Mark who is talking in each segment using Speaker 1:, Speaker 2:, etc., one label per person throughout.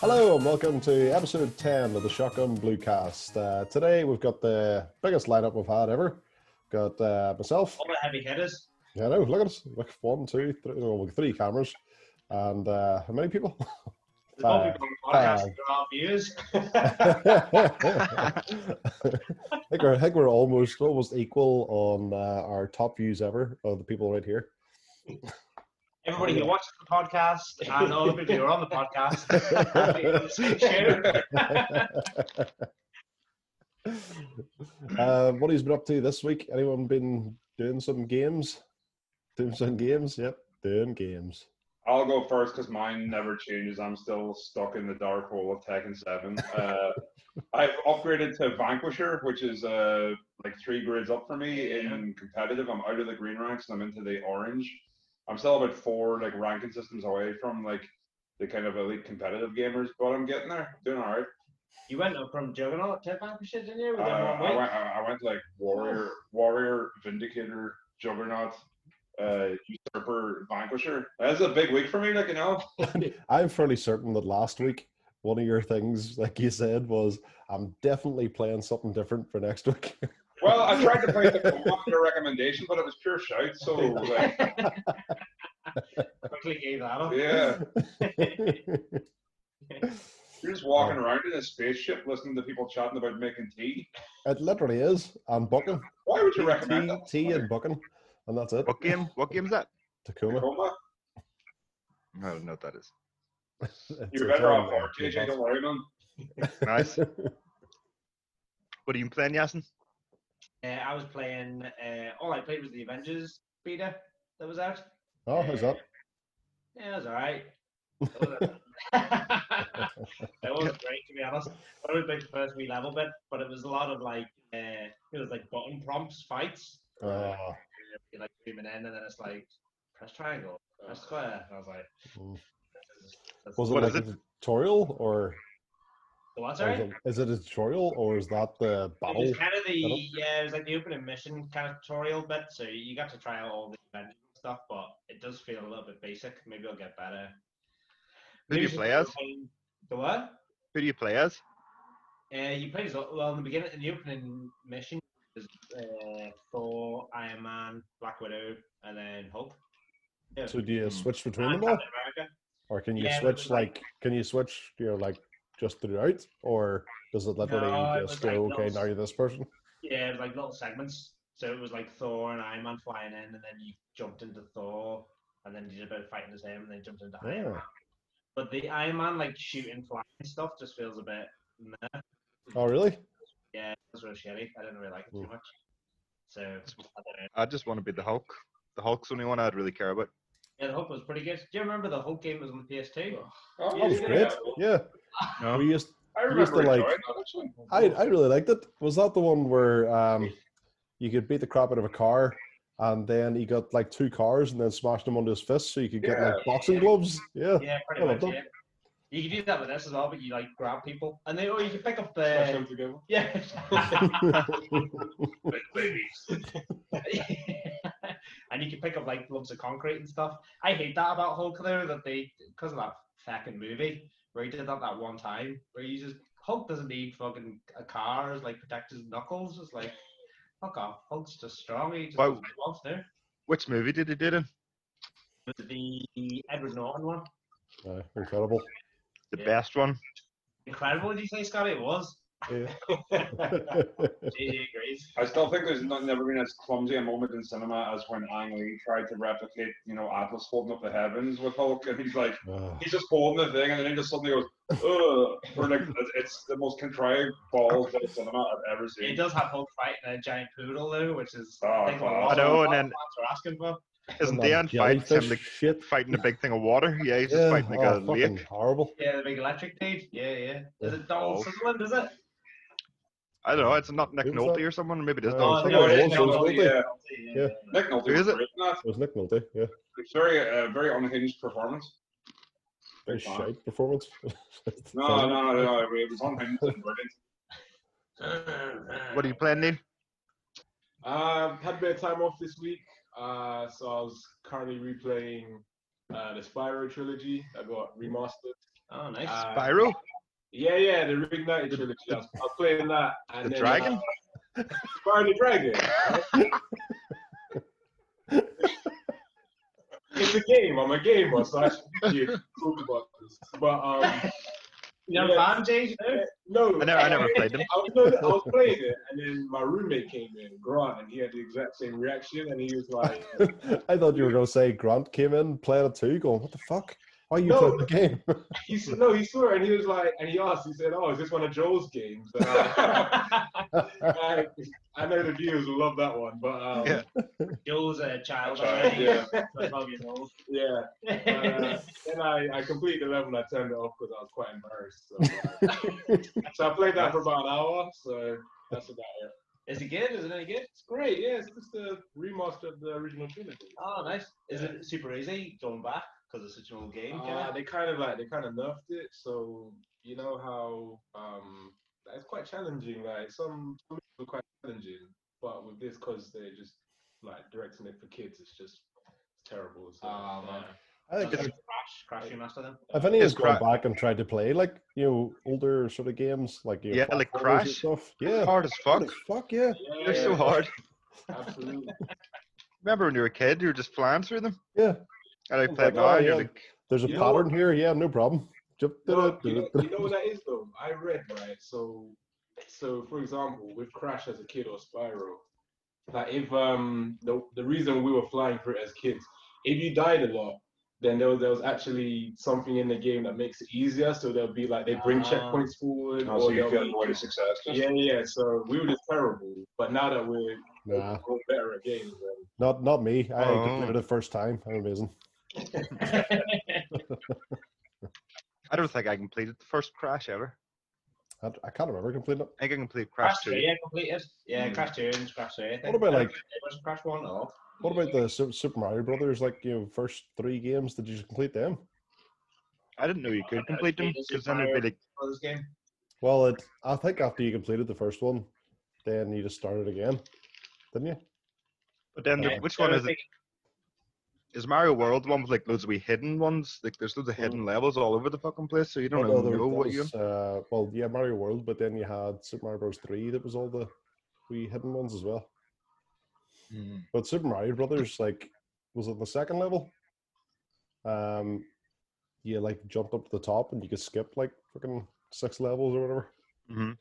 Speaker 1: Hello and welcome to episode 10 of the Shotgun Bluecast. Uh, today we've got the biggest lineup we've had ever. Got uh, myself.
Speaker 2: All the heavy hitters.
Speaker 1: Yeah, no, look at us. Look, one, two, three, no, three cameras. And uh, how many people?
Speaker 2: The more
Speaker 1: Five.
Speaker 2: people on the podcast, there are views.
Speaker 1: I, think we're, I think we're almost almost equal on uh, our top views ever of the people right here.
Speaker 2: Everybody who watches the podcast and all the people who are on the podcast. I think it's the same share.
Speaker 1: uh, what he's been up to this week? Anyone been doing some games? Doing some games? Yep, doing games.
Speaker 3: I'll go first because mine never changes. I'm still stuck in the dark hole of Tekken 7. Uh, I've upgraded to Vanquisher, which is uh, like three grades up for me in competitive. I'm out of the green ranks and I'm into the orange. I'm still about four like ranking systems away from like the kind of elite competitive gamers, but I'm getting there. Doing all right.
Speaker 2: You went up from Juggernaut to Vanquisher, didn't you?
Speaker 3: Uh,
Speaker 2: Within one
Speaker 3: I,
Speaker 2: week.
Speaker 3: went, I I went like Warrior, Warrior, Vindicator, Juggernaut, uh, Usurper, Vanquisher. That's a big week for me, like you know.
Speaker 1: I'm fairly certain that last week one of your things, like you said, was I'm definitely playing something different for next week.
Speaker 3: Well, I tried to play the one your recommendation, but it was pure shout. So, like,
Speaker 2: Quickly gave that up.
Speaker 3: yeah, you're just walking around in a spaceship listening to people chatting about making tea.
Speaker 1: it literally is. And bucking.
Speaker 3: Why would you recommend
Speaker 1: Tea,
Speaker 3: that?
Speaker 1: tea and bucking. And that's it.
Speaker 4: What game? What game is that?
Speaker 1: Tacoma.
Speaker 3: Tacoma?
Speaker 4: I don't know what that is.
Speaker 1: It's-
Speaker 3: You're
Speaker 1: it's
Speaker 3: better
Speaker 1: all
Speaker 3: off
Speaker 1: there.
Speaker 3: our KJ. Don't worry, man.
Speaker 4: Nice. what are you playing, Yasin?
Speaker 2: Uh, I was playing, uh, all I played was the Avengers beta that was out.
Speaker 1: Oh, how's that?
Speaker 2: Yeah, it was all right. It wasn't- it wasn't great to be honest. I would like the first wee level bit, but it was a lot of like uh, it was like button prompts, fights.
Speaker 1: Oh,
Speaker 2: you like zooming in, and then it's like press triangle, press square. And I was like,
Speaker 1: Mm.
Speaker 2: this is- this
Speaker 1: was it
Speaker 4: What
Speaker 1: like
Speaker 4: is
Speaker 1: a tutorial or
Speaker 2: the what?
Speaker 1: or is
Speaker 2: Sorry,
Speaker 1: it- is it a tutorial or is that the
Speaker 2: it
Speaker 1: battle?
Speaker 2: was kind of the
Speaker 1: battle?
Speaker 2: yeah, it was like the opening mission kind of tutorial bit. So you got to try out all the events and stuff, but it does feel a little bit basic. Maybe I'll get better.
Speaker 4: Who do you
Speaker 2: Maybe
Speaker 4: play
Speaker 2: just
Speaker 4: as?
Speaker 2: find- The what?
Speaker 4: Who do you play as?
Speaker 2: Uh, you played as well in the beginning, in the opening mission, was uh, Thor, Iron Man, Black Widow, and then Hulk.
Speaker 1: So do you
Speaker 4: Hmm.
Speaker 1: switch between
Speaker 2: And
Speaker 1: them all?
Speaker 2: Captain America.
Speaker 1: Or can you
Speaker 2: Yeah, it was
Speaker 1: switch
Speaker 2: like-
Speaker 1: like can you switch, you know, like just throughout? Or does it literally
Speaker 2: No, it
Speaker 1: just
Speaker 2: was
Speaker 1: go,
Speaker 2: like
Speaker 1: okay,
Speaker 2: those-
Speaker 1: now you're this person?
Speaker 2: Yeah, it was like little segments. So it was like Thor and Iron Man flying in, and then you jumped into Thor, and then you did a bit of fighting as him, and then jumped into Iron
Speaker 1: Yeah.
Speaker 2: Man. But the Iron Man like shooting flying stuff just feels a bit meh.
Speaker 1: Oh really?
Speaker 2: yeah, it was really shitty. I didn't really like it too
Speaker 1: Mm.
Speaker 2: much. So I don't know.
Speaker 4: I just want to be the Hulk. The Hulk's the only one I'd really care about.
Speaker 2: Yeah, the Hulk was pretty good. Do you remember the Hulk game was on the PS2?
Speaker 3: Oh,
Speaker 2: That
Speaker 1: That was
Speaker 3: yeah.
Speaker 1: great. Yeah.
Speaker 4: No.
Speaker 1: We used
Speaker 3: I
Speaker 1: You used to,
Speaker 3: remember
Speaker 1: like-
Speaker 3: enjoying that actually.
Speaker 1: I I really liked it. Was that the one where um you could beat the crap out of a car and then he got like two cars and then smashed them onto his fist so you could get
Speaker 3: Yeah.
Speaker 1: like boxing gloves? Yeah.
Speaker 2: Yeah, pretty
Speaker 1: Oh,
Speaker 2: much.
Speaker 1: done.
Speaker 2: Yeah. You can do that with this as well, but you like grab people, and they or you can pick up
Speaker 3: Smash
Speaker 2: the
Speaker 3: them together.
Speaker 2: yeah. and you can pick up like lumps of concrete and stuff. I hate that about Hulk though that they because of that fucking movie where he did that that one time where he just Hulk doesn't need fucking a car as like protect his knuckles. It's like fuck off. Hulk's just strong. He just
Speaker 4: Wow.
Speaker 2: does what he wants to.
Speaker 4: Which movie did he do it in?
Speaker 2: The Edward Norton one.
Speaker 1: Uh, incredible.
Speaker 4: The
Speaker 2: Yeah.
Speaker 4: best one.
Speaker 2: Incredible, did you say, Scotty? It was.
Speaker 1: Yeah.
Speaker 2: JJ agrees.
Speaker 3: I still think there's not, never been as clumsy a moment in cinema as when Ang Lee tried to replicate, you know, Atlas holding up the heavens with Hulk, and he's like,
Speaker 1: Ah.
Speaker 3: he's just holding the thing, and then he just suddenly goes, ugh. We're like, it's- it's the most contrived balls of cinema I've ever
Speaker 2: It
Speaker 3: seen.
Speaker 2: does have Hulk fighting a giant poodle though, which is
Speaker 3: Oh,
Speaker 2: think what a
Speaker 3: God.
Speaker 2: lot
Speaker 4: I know,
Speaker 2: of
Speaker 4: and then-
Speaker 2: fans are asking for.
Speaker 4: Isn't
Speaker 1: And
Speaker 4: Dan
Speaker 1: that
Speaker 4: fighting him,
Speaker 1: jellyfish
Speaker 4: like,
Speaker 1: shit?
Speaker 4: fighting a big thing of water? Yeah, he's just
Speaker 1: Yeah.
Speaker 4: fighting like
Speaker 1: oh,
Speaker 4: a
Speaker 1: fucking
Speaker 4: lake.
Speaker 1: horrible.
Speaker 2: Yeah, the big electric dude. Yeah, yeah. Is it Donald
Speaker 4: Oh.
Speaker 2: Sutherland? Is it?
Speaker 4: I don't know. It's not Nick
Speaker 1: Who's that?
Speaker 4: Nolte or someone. Maybe it is
Speaker 1: Uh,
Speaker 4: Donald
Speaker 1: I think
Speaker 4: Sutherland.
Speaker 1: it
Speaker 2: it
Speaker 1: was
Speaker 2: is
Speaker 1: Donald
Speaker 2: Oh, Donald
Speaker 1: Sutherland.
Speaker 2: Sutherland. Yeah.
Speaker 3: Nick Nolte
Speaker 4: Who
Speaker 3: was
Speaker 4: is it?
Speaker 3: great in that.
Speaker 1: It was Nick Nolte, yeah.
Speaker 3: It's very, uh, very unhinged performance.
Speaker 1: Very
Speaker 3: Wow.
Speaker 1: shite performance.
Speaker 3: No, no, no, no, it was unhinged and brilliant.
Speaker 2: Uh,
Speaker 4: What are you playing, Neil? Uh, had a bit of time off this week, uh, so I was currently replaying uh, the Spyro trilogy that got remastered.
Speaker 2: Oh, nice.
Speaker 4: Uh,
Speaker 5: Spyro?
Speaker 4: Yeah, yeah, the Reignited trilogy. I was, I was playing that. And
Speaker 5: The
Speaker 4: then,
Speaker 5: dragon?
Speaker 4: uh, Spyro the Dragon. right? it's a game. I'm a gamer, so I should be talk about this. But um,
Speaker 2: you know,
Speaker 4: yeah.
Speaker 2: fan James, no?
Speaker 4: no,
Speaker 5: I never, I never played them.
Speaker 4: I was, no, I was playing it, and then my roommate came in, Grant, and he had the exact same reaction, and he was like,
Speaker 1: I thought you were going to say Grant came in, played it too, going, what the fuck? Why are you
Speaker 4: No.
Speaker 1: playing the game?
Speaker 4: he s- no, he saw it, and he was like, and he asked, he said, oh, is this one of Joel's games? And I, I, I know the viewers will love that one, but um,
Speaker 5: Yeah.
Speaker 4: yeah.
Speaker 2: Joel's a child.
Speaker 3: Child,
Speaker 2: already,
Speaker 4: yeah.
Speaker 2: so 12 years old.
Speaker 4: Uh, then I, I completed the level and I turned it off because I was quite embarrassed. So, uh, so I played that for about an hour. So that's about it.
Speaker 2: Is it good? Is it any good?
Speaker 4: It's great. Yeah, it's just a remaster of the original trilogy.
Speaker 2: Oh, nice. Is it super easy going back because it's such an old game?
Speaker 4: Uh,
Speaker 2: kinda?
Speaker 4: they kind of like they kind of nerfed it, so you know how um like, it's quite challenging. Like some some are quite challenging, but with this, because they're just like directing it for kids, it's just it's terrible. So,
Speaker 2: Oh, man.
Speaker 1: I think
Speaker 2: Does
Speaker 1: it's,
Speaker 2: it Crash, Crash Remaster then.
Speaker 1: if any has
Speaker 5: It's
Speaker 1: gone
Speaker 5: Cra-
Speaker 1: back and tried to play like you know older sort of games, like you know,
Speaker 5: Yeah, like
Speaker 1: platformers and
Speaker 5: Crash.
Speaker 1: stuff. Yeah,
Speaker 5: Hard as
Speaker 1: What
Speaker 5: fuck.
Speaker 1: the fuck yeah.
Speaker 4: yeah,
Speaker 5: They're so hard.
Speaker 4: Absolutely.
Speaker 5: Remember when you were a kid, you were just flying through them?
Speaker 1: Yeah.
Speaker 5: And I
Speaker 1: was
Speaker 5: played
Speaker 1: like,
Speaker 5: now,
Speaker 1: oh,
Speaker 5: and you're
Speaker 1: yeah.
Speaker 5: like,
Speaker 1: There's a
Speaker 4: You know
Speaker 1: pattern here. Yeah, no problem. Jup,
Speaker 4: you,
Speaker 1: da,
Speaker 4: know,
Speaker 1: da,
Speaker 4: you, know,
Speaker 1: da, da.
Speaker 4: you know what that is though. I read right. So so for example, with Crash as a kid or Spyro, like if um the the reason we were flying through it as kids, if you died a lot. Then there was, there was actually something in the game that makes it easier. So there'll be like they bring
Speaker 2: Ah.
Speaker 4: checkpoints forward,
Speaker 3: Oh, so
Speaker 4: or
Speaker 3: you
Speaker 4: they'll
Speaker 3: feel
Speaker 4: be,
Speaker 3: the way to success. Just
Speaker 4: yeah, yeah. So we were just terrible, but now that we're,
Speaker 1: Nah,
Speaker 4: we're better at games, then
Speaker 1: not not me. I
Speaker 5: Oh.
Speaker 1: did it the first time. I'm amazing.
Speaker 5: I don't think I completed the first Crash ever.
Speaker 1: I, I can't remember completing it.
Speaker 5: I think I completed Crash,
Speaker 2: Crash
Speaker 5: 2.
Speaker 2: 2, yeah, completed. Yeah,
Speaker 3: Hmm.
Speaker 2: Crash 2 and Crash 3. I think.
Speaker 1: What about like
Speaker 2: It was Crash oh, 1 or?
Speaker 1: what about the Su- Super Mario Brothers? Like you know, first three games. Did you just complete them?
Speaker 5: I didn't know you could
Speaker 2: Yeah,
Speaker 5: complete them
Speaker 2: it is
Speaker 5: because then it'd be like,
Speaker 2: for this game?
Speaker 1: Well, it, I think after you completed the first one, then you just started again, didn't you?
Speaker 5: but then the-
Speaker 1: Yeah.
Speaker 5: which one is it? Is Mario World the one with like loads of wee hidden ones? Like there's loads of hidden levels all over the fucking place, so you don't
Speaker 1: Well, no,
Speaker 5: even
Speaker 1: there-
Speaker 5: know
Speaker 1: there
Speaker 5: what you.
Speaker 1: was, uh, well, yeah, Mario World, but then you had Super Mario Bros. Three. That was all the wee hidden ones as well. But Super Mario Brothers, like, was it the second level? Um, you like jumped up to the top and you could skip like fucking six levels or whatever.
Speaker 5: Mhm.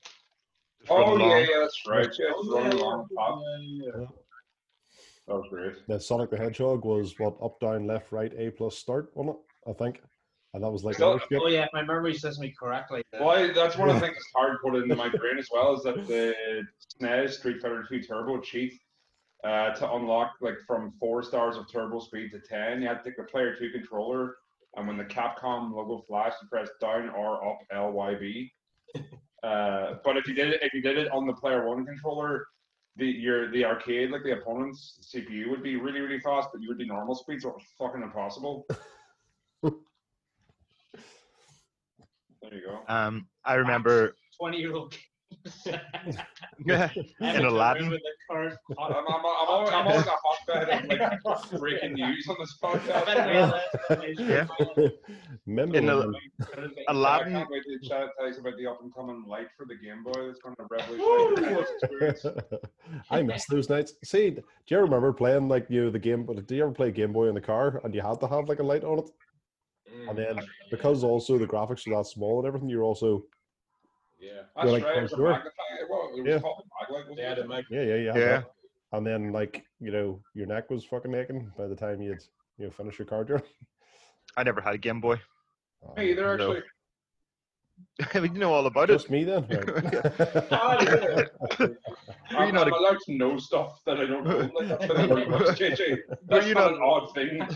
Speaker 5: Just run
Speaker 3: Oh, yeah,
Speaker 5: along.
Speaker 3: yeah, that's right. Yeah, it's
Speaker 4: yeah,
Speaker 3: running
Speaker 4: yeah,
Speaker 3: along the top.
Speaker 4: yeah, yeah.
Speaker 3: That was great.
Speaker 1: Now Sonic the Hedgehog was what up, down, left, right, A plus start on it, I think, and that was like
Speaker 3: So-
Speaker 1: another skip.
Speaker 2: Oh, yeah, if my memory serves me correctly. then-
Speaker 3: Well, I- that's one of the things that's hard put into my brain as well is that the SNES Street Fighter 2 Turbo cheat uh, to unlock like from four stars of turbo speed to ten, you had to take the player two controller, and when the Capcom logo flashed, you press down or up LYB. Uh, but if you did it, if you did it on the player one controller, the your the arcade like the opponent's CPU would be really really fast, but you would be normal speed, so it was fucking impossible. there you go.
Speaker 5: Um, I remember
Speaker 2: 20 year old games.
Speaker 5: in Aladdin.
Speaker 2: With the current
Speaker 3: I'm, I'm, I'm, always, I'm always a hotbed of like breaking news on this podcast.
Speaker 2: yeah.
Speaker 1: Remember
Speaker 5: In the-
Speaker 1: when-
Speaker 3: I
Speaker 5: Aladdin,
Speaker 3: can't wait to chat tell you about the up and coming light for the Game Boy that's going to revolutionize the games experience.
Speaker 1: I miss those nights. See, do you remember playing like you know, the game? But do you ever play Game Boy in the car and you had to have like a light on it?
Speaker 4: Mm,
Speaker 1: And then because also the graphics are that small and everything, you're also
Speaker 4: yeah,
Speaker 3: That's
Speaker 1: like,
Speaker 3: right. It was
Speaker 1: sure.
Speaker 3: a magnifier. Well, it was
Speaker 1: Yeah.
Speaker 3: called a maglite, wasn't
Speaker 4: they had
Speaker 3: it?
Speaker 4: a mic.
Speaker 1: yeah, yeah, yeah.
Speaker 5: Yeah.
Speaker 1: And then like you know your neck was fucking aching by the time you'd you know finish your car journey.
Speaker 5: I never had a Game Boy.
Speaker 3: Me either,
Speaker 5: No.
Speaker 3: actually.
Speaker 5: I mean, you know all about it.
Speaker 1: Oh, Just me then. Right.
Speaker 2: Oh,
Speaker 4: Ah, yeah.
Speaker 5: Were you
Speaker 3: I'm,
Speaker 5: not
Speaker 3: I'm allowed to know stuff that I don't know. Like, that's very much, JJ.
Speaker 5: Were
Speaker 3: That's
Speaker 5: you
Speaker 3: not
Speaker 5: not-
Speaker 3: an odd thing.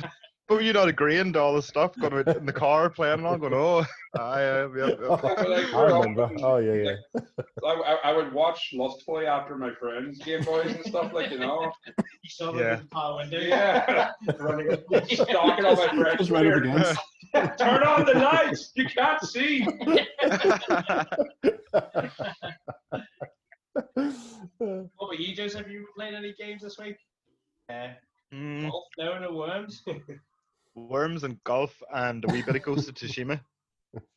Speaker 5: But were you Oh, not agreeing to all the stuff going out in the car, playing along, going, oh, I, uh, yeah, yeah.
Speaker 1: I remember. Oh yeah, yeah.
Speaker 3: I, I, I would watch lustfully after my friends' Game Boys and stuff, like, you know.
Speaker 2: You saw
Speaker 5: Yeah.
Speaker 2: yeah. the power window.
Speaker 3: Yeah.
Speaker 2: Running up.
Speaker 3: Stalking all my friends.
Speaker 1: Just right up
Speaker 3: Weird.
Speaker 1: against.
Speaker 3: Turn on the lights. You can't see.
Speaker 5: I
Speaker 1: Uh,
Speaker 2: What about you, Joseph? Have you played any games this week? Yeah.
Speaker 5: Mm,
Speaker 2: Golf, no, no worms.
Speaker 5: worms and golf and a wee bit of Ghost of Tsushima.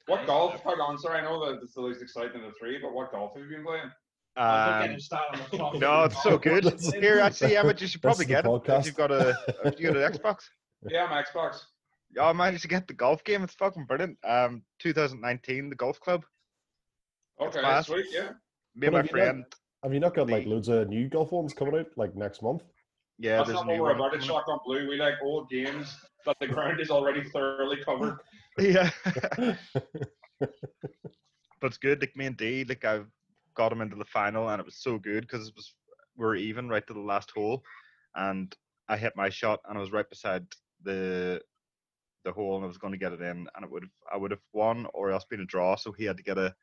Speaker 3: What golf? Hold on, sorry. I know that it's the least exciting of the three, but what golf have you been playing?
Speaker 2: Don't get
Speaker 5: Um,
Speaker 2: him started on the clock.
Speaker 5: no, it's so good.
Speaker 1: That's-
Speaker 5: Here, actually, Emmett, you should
Speaker 1: That's
Speaker 5: probably
Speaker 1: the
Speaker 5: get it
Speaker 1: podcast.
Speaker 5: if you've got a if you got an Xbox.
Speaker 3: Yeah, my Xbox.
Speaker 5: Yeah, I managed to get the golf game. It's fucking brilliant. Um, 2019, the golf club. It's
Speaker 3: Okay,
Speaker 5: fast.
Speaker 3: sweet. Yeah.
Speaker 5: Me
Speaker 1: What
Speaker 5: and my
Speaker 1: have you done?
Speaker 5: friend.
Speaker 1: Have you not got like
Speaker 5: The-
Speaker 1: loads of new golf ones coming out like next month?
Speaker 5: Yeah,
Speaker 3: That's
Speaker 5: there's a
Speaker 3: not what
Speaker 5: new
Speaker 3: we're
Speaker 5: one.
Speaker 3: about. It's
Speaker 5: coming up.
Speaker 3: Shotgun Blue. We like old games that the ground is already thoroughly covered.
Speaker 5: Yeah. but it's good. Like me and D, like I got him into the final, and it was so good because it was we were even right to the last hole, and I hit my shot, and I was right beside the the hole, and I was going to get it in, and it would I would have won or else been a draw. So he had to get a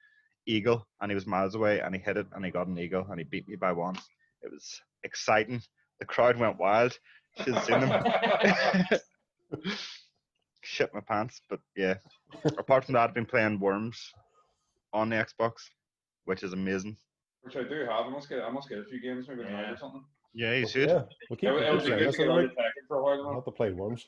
Speaker 5: eagle, and he was miles away, and he hit it, and he got an eagle, and he beat me by one. It was exciting. The crowd went wild. Should have seen them. shit my pants. But yeah, apart from that, I've been playing Worms on the Xbox, which is amazing.
Speaker 3: Which I do have. I must get. I must get a few games maybe tonight
Speaker 2: Yeah.
Speaker 3: or something.
Speaker 5: Yeah, you should. Yeah,
Speaker 1: Oh, Yeah, we'll keep
Speaker 3: It,
Speaker 1: the
Speaker 3: it would
Speaker 1: books
Speaker 3: be
Speaker 1: on
Speaker 3: good
Speaker 1: this
Speaker 3: to get on
Speaker 1: anyway.
Speaker 3: the Tekken for a while.
Speaker 1: I'll
Speaker 3: Now.
Speaker 1: have to play Worms.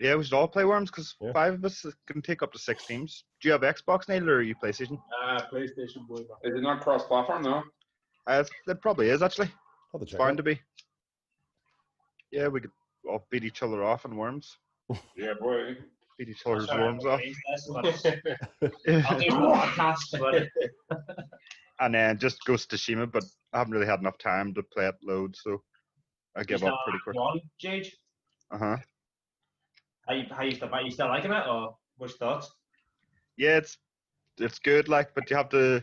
Speaker 5: we should all play Worms because
Speaker 1: Yeah.
Speaker 5: five of us can take up to six teams. Do you have Xbox, Neil, or are you PlayStation?
Speaker 4: Ah, PlayStation boy. man.
Speaker 3: Is it not cross-platform though?
Speaker 5: Uh, it probably is actually.
Speaker 1: I'll have to
Speaker 5: It's
Speaker 1: check
Speaker 5: bound
Speaker 1: it.
Speaker 5: to be. Yeah, we could all beat each other off in Worms.
Speaker 3: Yeah, boy.
Speaker 5: Beat each other's
Speaker 2: Sorry,
Speaker 5: Worms off.
Speaker 2: that's what it's- I'll
Speaker 5: and
Speaker 2: do more podcasts about it.
Speaker 5: then just goes to Shima, but I haven't really had enough time to play it load, so I give
Speaker 2: You
Speaker 5: up
Speaker 2: still
Speaker 5: pretty quick.
Speaker 2: like One, Jade.
Speaker 5: Uh huh.
Speaker 2: How you, how you still, are you still liking it, or what's your thoughts?
Speaker 5: yeah, it's it's good, like, but you have to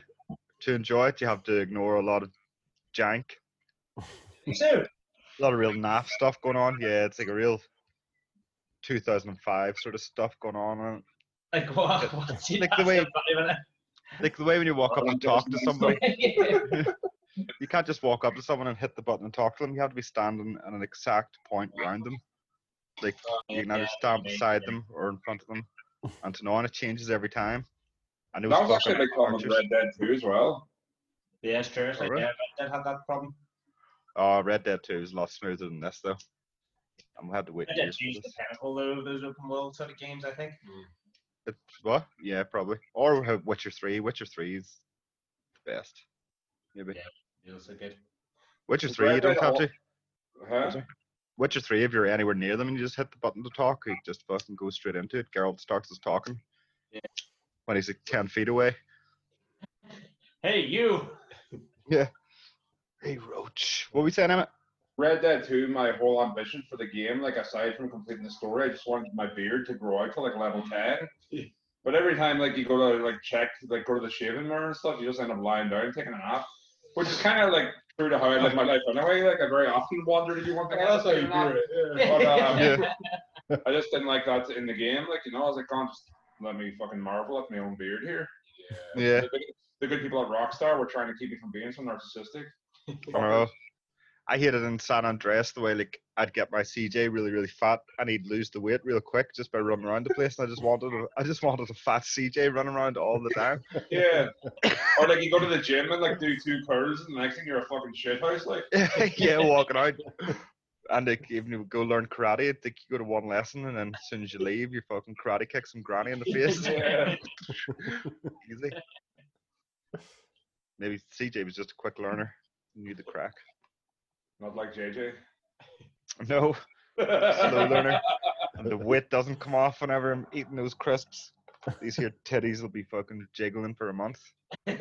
Speaker 5: to enjoy it. You have to ignore a lot of jank,
Speaker 2: So,
Speaker 5: a lot of real naff stuff going on. Yeah, it's like a real 2005 sort of stuff going on. and
Speaker 2: like, what? What's your
Speaker 5: Like the way- Like the way when you walk
Speaker 3: Oh,
Speaker 5: up and talk to somebody, you can't just walk up to someone and hit the button and talk to them. You have to be standing at an exact point around them. Like you can either stand beside them or in front of them. And to know, and it changes every time. And it
Speaker 3: That was actually a
Speaker 5: fucking
Speaker 3: big problem with
Speaker 5: obnoxious.
Speaker 3: Red Dead 2 as well.
Speaker 2: Yeah, it's true. It's like,
Speaker 5: Alright.
Speaker 2: yeah, I did have that problem.
Speaker 5: Oh, Red Dead 2 is a lot smoother than this, though. I'm had to wait
Speaker 2: I did
Speaker 5: years for
Speaker 2: change the
Speaker 5: this.
Speaker 2: pinnacle though of those open world sort of games. I think.
Speaker 5: It's- what? Yeah, probably. Or have Witcher 3. Witcher 3 is the best. Maybe.
Speaker 2: Yeah. It was so good.
Speaker 5: Witcher
Speaker 3: Is
Speaker 5: 3, you
Speaker 3: Red
Speaker 5: don't
Speaker 3: Dead
Speaker 5: have
Speaker 3: all-
Speaker 5: to.
Speaker 3: Huh?
Speaker 5: Witcher 3, if you're anywhere near them and you just hit the button to talk, you just fucking go straight into it. Geralt starts us talking.
Speaker 2: Yeah.
Speaker 5: When he's like 10 feet away.
Speaker 2: Hey, you.
Speaker 5: Hey, Roach. What were we saying, Emmett?
Speaker 3: Red Dead 2, my whole ambition for the game, like aside from completing the story, I just wanted my beard to grow out to like level 10. But every time like you go to like check, like go to the shaving mirror and stuff, you just end up lying down taking a nap. Which is kind of like true to how I live my life anyway. Like I very often wonder to do one thing.
Speaker 4: Yeah, that's how you
Speaker 3: else.
Speaker 4: do it. Yeah.
Speaker 3: But, um,
Speaker 5: Yeah.
Speaker 3: I just didn't like that in the game. Like, you know, I was like, can't just let me fucking marvel at my own beard here.
Speaker 5: Yeah.
Speaker 3: The, good- the good people at Rockstar were trying to keep me from being so narcissistic.
Speaker 5: I know. Oh. I hated in San Andreas the way like I'd get my CJ really really fat and he'd lose the weight real quick just by running around the place and I just wanted a, I just wanted a fat CJ running around all the time.
Speaker 3: Yeah. or like you go to the gym and like do two curls and the next thing you're a fucking shithouse. Like,
Speaker 5: yeah, walking out. And like even you go learn karate, like you go to one lesson and then as soon as you leave, you fucking karate kick some granny in the face.
Speaker 3: yeah.
Speaker 5: Easy. Maybe CJ was just a quick learner, knew the crack.
Speaker 3: Not like JJ.
Speaker 5: No, slow learner. And the weight doesn't come off whenever I'm eating those crisps. These here titties will be fucking jiggling for a month.
Speaker 1: uh,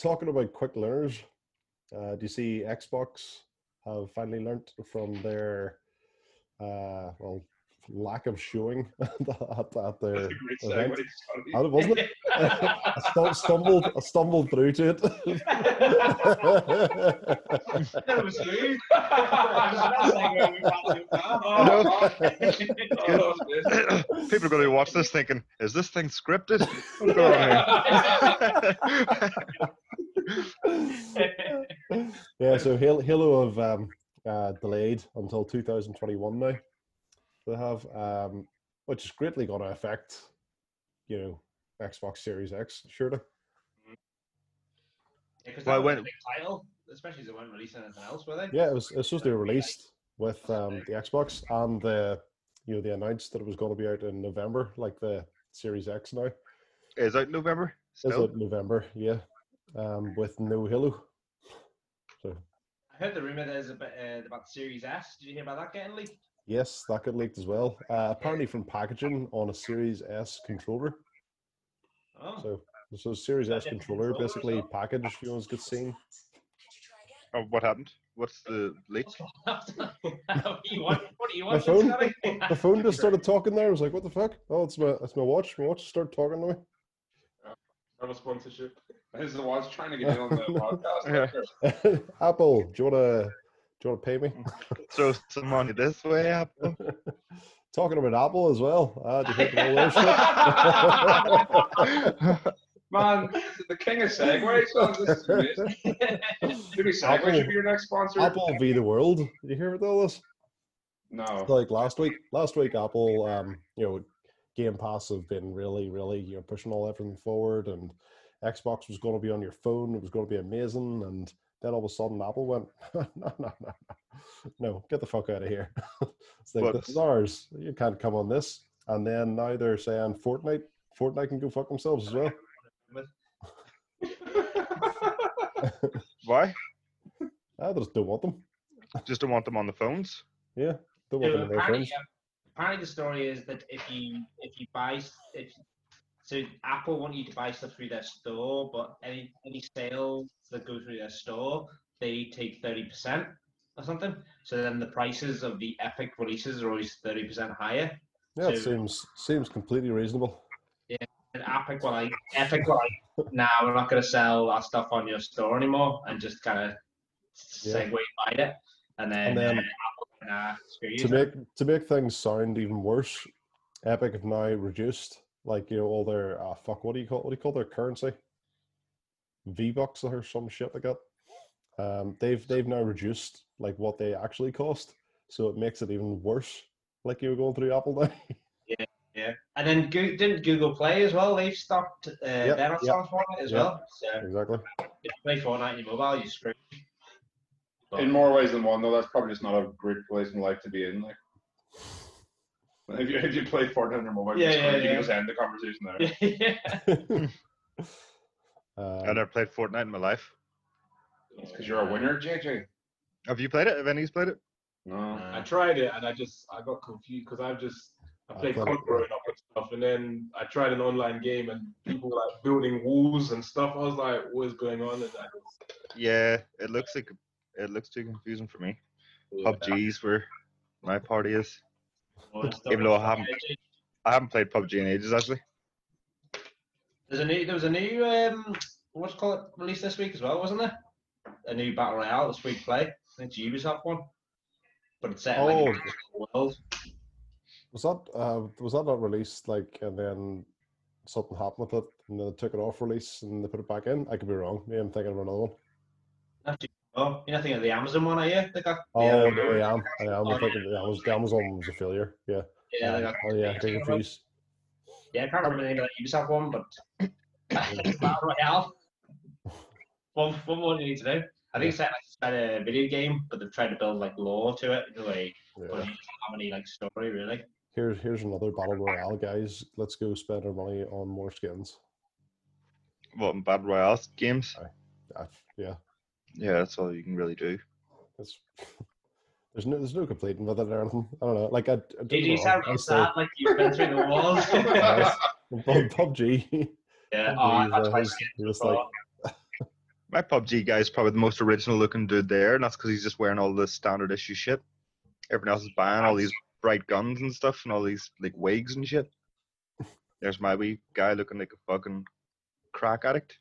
Speaker 1: talking about quick learners, uh, do you see Xbox have finally learnt from their uh, well lack of showing at, at
Speaker 3: That's
Speaker 1: their
Speaker 3: a great
Speaker 1: event?
Speaker 3: segue, Scotty.
Speaker 1: And it wasn't it? I stum- stumbled, I stumbled through to it.
Speaker 2: That was you. That's like where we found you from. Oh,
Speaker 5: No.
Speaker 3: Oh, this-
Speaker 5: People are going to watch this thinking, is this thing scripted? What's going on here?
Speaker 1: yeah, so Halo, Halo have um, uh, delayed until 2021 now. They have, um, which is greatly going to affect, you know, Xbox Series X, surely.
Speaker 2: Because
Speaker 5: Well,
Speaker 2: that was a
Speaker 5: when-
Speaker 2: big title, especially as they weren't releasing anything else, were they?
Speaker 1: Yeah, it was, it was supposed to be released with um, the Xbox, and the you know they announced that it was going to be out in November, like the Series X now.
Speaker 5: Is out in November?
Speaker 1: It's
Speaker 5: Still?
Speaker 1: out in November, yeah, um, with no Halo.
Speaker 2: I heard the rumor there's a bit, uh, about Series S. Did you hear about that getting leaked?
Speaker 1: Yes, that got leaked as well. Uh, apparently from packaging on a Series S controller.
Speaker 2: Oh,
Speaker 1: So this was Series S
Speaker 2: different
Speaker 1: controller,
Speaker 2: controller as
Speaker 1: basically
Speaker 2: well?
Speaker 1: packaged. If you want to get seen,
Speaker 5: Oh, what happened? What's the leak?
Speaker 2: what's wrong? what do you want? What do you want?
Speaker 1: phone?
Speaker 2: Scotty?
Speaker 1: the phone just started talking. There, I was like, "What the fuck? Oh, it's my it's my watch. My watch started talking to me."
Speaker 4: Another sponsorship.
Speaker 3: This is what I was trying to get in on the podcast.
Speaker 5: Yeah.
Speaker 1: Apple, do you wanna do you wanna pay me?
Speaker 5: Throw some money this way up.
Speaker 1: Talking about Apple as well. Ah, do you think all those shit?
Speaker 3: Man, this is the king of segways. man. This is amazing. Maybe Segway should be your next sponsor.
Speaker 1: Apple v the world. Did you hear about all this?
Speaker 3: No.
Speaker 1: Like last week, last week Apple, um, you know, Game Pass have been really, really, you know, pushing all everything forward, and Xbox was going to be on your phone. It was going to be amazing, and then all of a sudden, Apple went, no, no, no, no, no, get the fuck out of here. it's like
Speaker 5: But-
Speaker 1: this is ours. You can't come on this. And then now they're saying Fortnite, Fortnite can go fuck themselves as well.
Speaker 5: Why?
Speaker 1: I Ah, just don't want them.
Speaker 5: Just don't want them on the phones.
Speaker 1: Don't want them
Speaker 2: So
Speaker 1: in their
Speaker 2: apparently,
Speaker 1: phones.
Speaker 2: um, apparently the story is that if you if you buy s- if so Apple want you to buy stuff through their store, but any any sales that go through their store, they take thirty percent or something. So then the prices of the Epic releases are always thirty percent higher.
Speaker 1: Yeah, it
Speaker 2: so-
Speaker 1: seems seems completely reasonable.
Speaker 2: And Epic were like, Epic were like, nah, we're not gonna sell our stuff on your store anymore, and just kind of
Speaker 1: Yeah.
Speaker 2: segue buy it, and then,
Speaker 1: And then-
Speaker 2: uh, Apple, went, nah, screw you.
Speaker 1: to make to make things sound even worse, Epic have now reduced like you know all their uh, fuck what do you call what do you call their currency? V bucks or some shit like that. Um, they've they've now reduced like what they actually cost, so it makes it even worse. Like you were going through Apple now.
Speaker 2: And then Go- didn't Google Play as well? They've stopped uh,
Speaker 1: Yep,
Speaker 2: their
Speaker 1: yep,
Speaker 2: on Fortnite as
Speaker 1: yep.
Speaker 2: well. So
Speaker 1: exactly.
Speaker 2: if you play Fortnite on your mobile, you're screwed. But-
Speaker 3: In more ways than one, though, that's probably just not a great place in life to be in. Like, if you, if you play Fortnite on your mobile,
Speaker 2: Yeah,
Speaker 3: yeah,
Speaker 2: yeah,
Speaker 3: you
Speaker 2: yeah.
Speaker 3: can just end the conversation there.
Speaker 2: yeah.
Speaker 5: I
Speaker 1: Um,
Speaker 5: never played Fortnite in my life.
Speaker 3: Because you're a winner, JJ.
Speaker 5: Have you played it? Have any of you played it?
Speaker 3: No.
Speaker 4: I
Speaker 2: Uh,
Speaker 4: tried it and I just I got confused because I've just I
Speaker 1: I
Speaker 4: played
Speaker 1: thought-
Speaker 4: COD growing up and stuff, and then I tried an online game and people were like building walls and stuff. I was like, what is going on? And I just,
Speaker 5: Yeah, it looks like it looks too confusing for me. PUBG's where my party is. Even though I haven't- I haven't played PUBG in ages actually.
Speaker 2: There's a new, there was a new, um, what's it called it, release this week as well, wasn't there? A new Battle Royale that's free to play. I think Ubisoft one. But it's set in like,
Speaker 1: Oh.
Speaker 2: an actual world.
Speaker 1: was that uh, was that not released like and then something happened with it and then they took it off release and they put it back in? I could be wrong. Maybe I'm thinking of another one.
Speaker 2: Not too- Oh, you're not thinking of the Amazon one, are you? They got,
Speaker 1: Oh,
Speaker 2: yeah,
Speaker 1: no, I am. I am.
Speaker 2: Oh,
Speaker 1: I'm thinking yeah, I was, Amazon was a failure. Yeah.
Speaker 2: yeah, they
Speaker 1: Um,
Speaker 2: got,
Speaker 1: oh yeah,
Speaker 2: they
Speaker 1: King
Speaker 2: got-
Speaker 1: of Thieves.
Speaker 2: Yeah, I can't remember the name of that Ubisoft one, but Battle Royale. One, one more you need to know. I think it's like it's about a video game, but they've tried to build like lore to it in a way. But
Speaker 1: Yeah.
Speaker 2: it doesn't have any like story really.
Speaker 1: Here's here's another battle royale, guys. Let's go spend our money on more skins.
Speaker 5: What in Battle Royale games?
Speaker 1: Uh, yeah,
Speaker 5: Yeah, that's all you can really do.
Speaker 1: it's there's no there's no completing with it or anything. I don't know. Like I, I don't
Speaker 2: Did
Speaker 1: get
Speaker 2: you
Speaker 1: me wrong,
Speaker 2: sound
Speaker 1: I
Speaker 2: real
Speaker 1: still-
Speaker 2: sad? Like you've been through the walls.
Speaker 1: Yes. Pub- PUBG.
Speaker 2: yeah. Oh, that's
Speaker 1: PUBG
Speaker 2: my
Speaker 1: is, uh,
Speaker 2: skin.
Speaker 1: his- just like
Speaker 5: My PUBG guy is probably the most original looking dude there, and that's because he's just wearing all the standard issue shit. Everyone else is buying all these bright guns and stuff, and all these like wigs and shit. There's my wee guy looking like a fucking crack addict.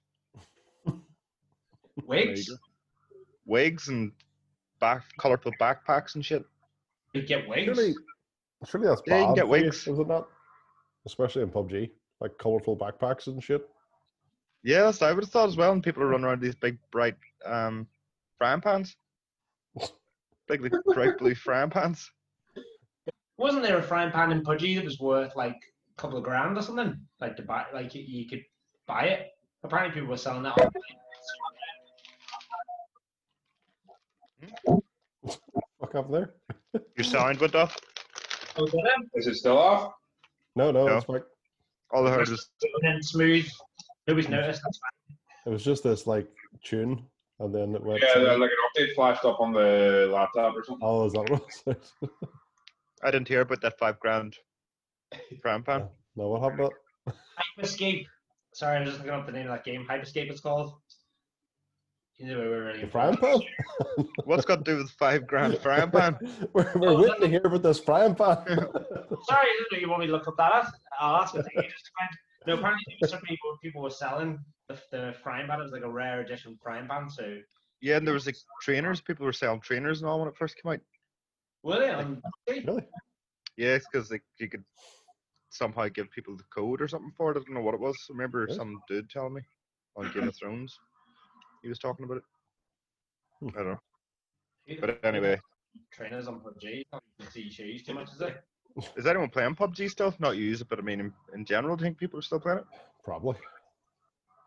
Speaker 2: Wigs.
Speaker 5: There you go. Wigs and back colorful backpacks and shit.
Speaker 2: You get wigs.
Speaker 1: surely, surely that's
Speaker 5: Yeah, you can
Speaker 1: bad.
Speaker 5: get
Speaker 1: for you,
Speaker 5: wigs.
Speaker 1: is it not? Especially in PUBG, like colorful backpacks and shit.
Speaker 5: Yeah, that's what I would have thought as well. And people are running around with these big bright um, frying pans, big like, bright blue frying pans.
Speaker 2: Wasn't there a frying pan in Pudgy that was worth like a couple of grand or something? Like to buy, like you, you could buy it. Apparently, people were selling that. on
Speaker 1: Fuck up there?
Speaker 5: Your sound went off.
Speaker 2: Oh, did it?
Speaker 3: Is it still off?
Speaker 1: No, no,
Speaker 5: No.
Speaker 1: it's like
Speaker 5: All I heard was
Speaker 2: And then smooth. Nobody's noticed. That's
Speaker 1: it was just this like tune, and then it went.
Speaker 3: Yeah,
Speaker 1: to-
Speaker 3: there, like an update flashed up on the laptop or something.
Speaker 1: oh, is that what? it was?
Speaker 5: I didn't hear about that five grand grand pan.
Speaker 1: no, what happened? to it?
Speaker 2: fine. Hyperscape. Sorry, I'm just looking up the name of that game. Hyperscape it's called. Either way, we're really
Speaker 1: The frying pan?
Speaker 5: What's got to do with five grand Uh, frying pan?
Speaker 1: we're we're
Speaker 2: Oh,
Speaker 1: waiting to hear about this frying pan.
Speaker 2: Sorry, I didn't know you want me to look up that. I'll ask the thing you just find. No, apparently there was something people, people were selling the, the frying pan. It was like a rare edition frying pan. So
Speaker 5: Yeah, and there was like trainers. People were selling trainers and all when it first came out.
Speaker 2: were they on?
Speaker 1: really?
Speaker 5: Yeah, because like you could somehow give people the code or something for it. I don't know what it was. I remember
Speaker 1: Yeah.
Speaker 5: some dude telling me on Game of Thrones. He was talking about it.
Speaker 1: Hmm.
Speaker 5: I don't know. But anyway,
Speaker 2: trainers on PUBG. I don't see shoes too much, is it?
Speaker 5: is anyone playing PUBG still? Not you, but I mean, in, in general, do you think people are still playing it?
Speaker 1: Probably.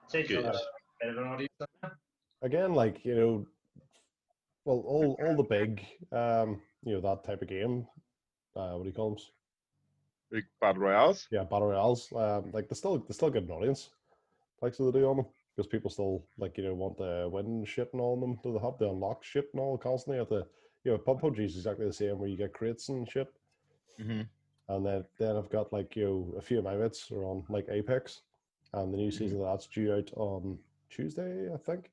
Speaker 2: Say
Speaker 5: Good.
Speaker 2: so, bit of an audience.
Speaker 1: Again, like you know, well, all all the big, um, you know, that type of game. Uh, what do you call them?
Speaker 5: Like Battle Royales?
Speaker 1: yeah, battle royales. Um, like they still they still get an audience, like so they do on them because people still like you know want to win shit and all on them. So they have to unlock shit and all constantly. At the you know, pub PUBG is exactly the same where you get crates and shit.
Speaker 5: Mm-hmm.
Speaker 1: And then then I've got like you know, a few of my mates are on like Apex, and the new season of that's due out on Tuesday, I think.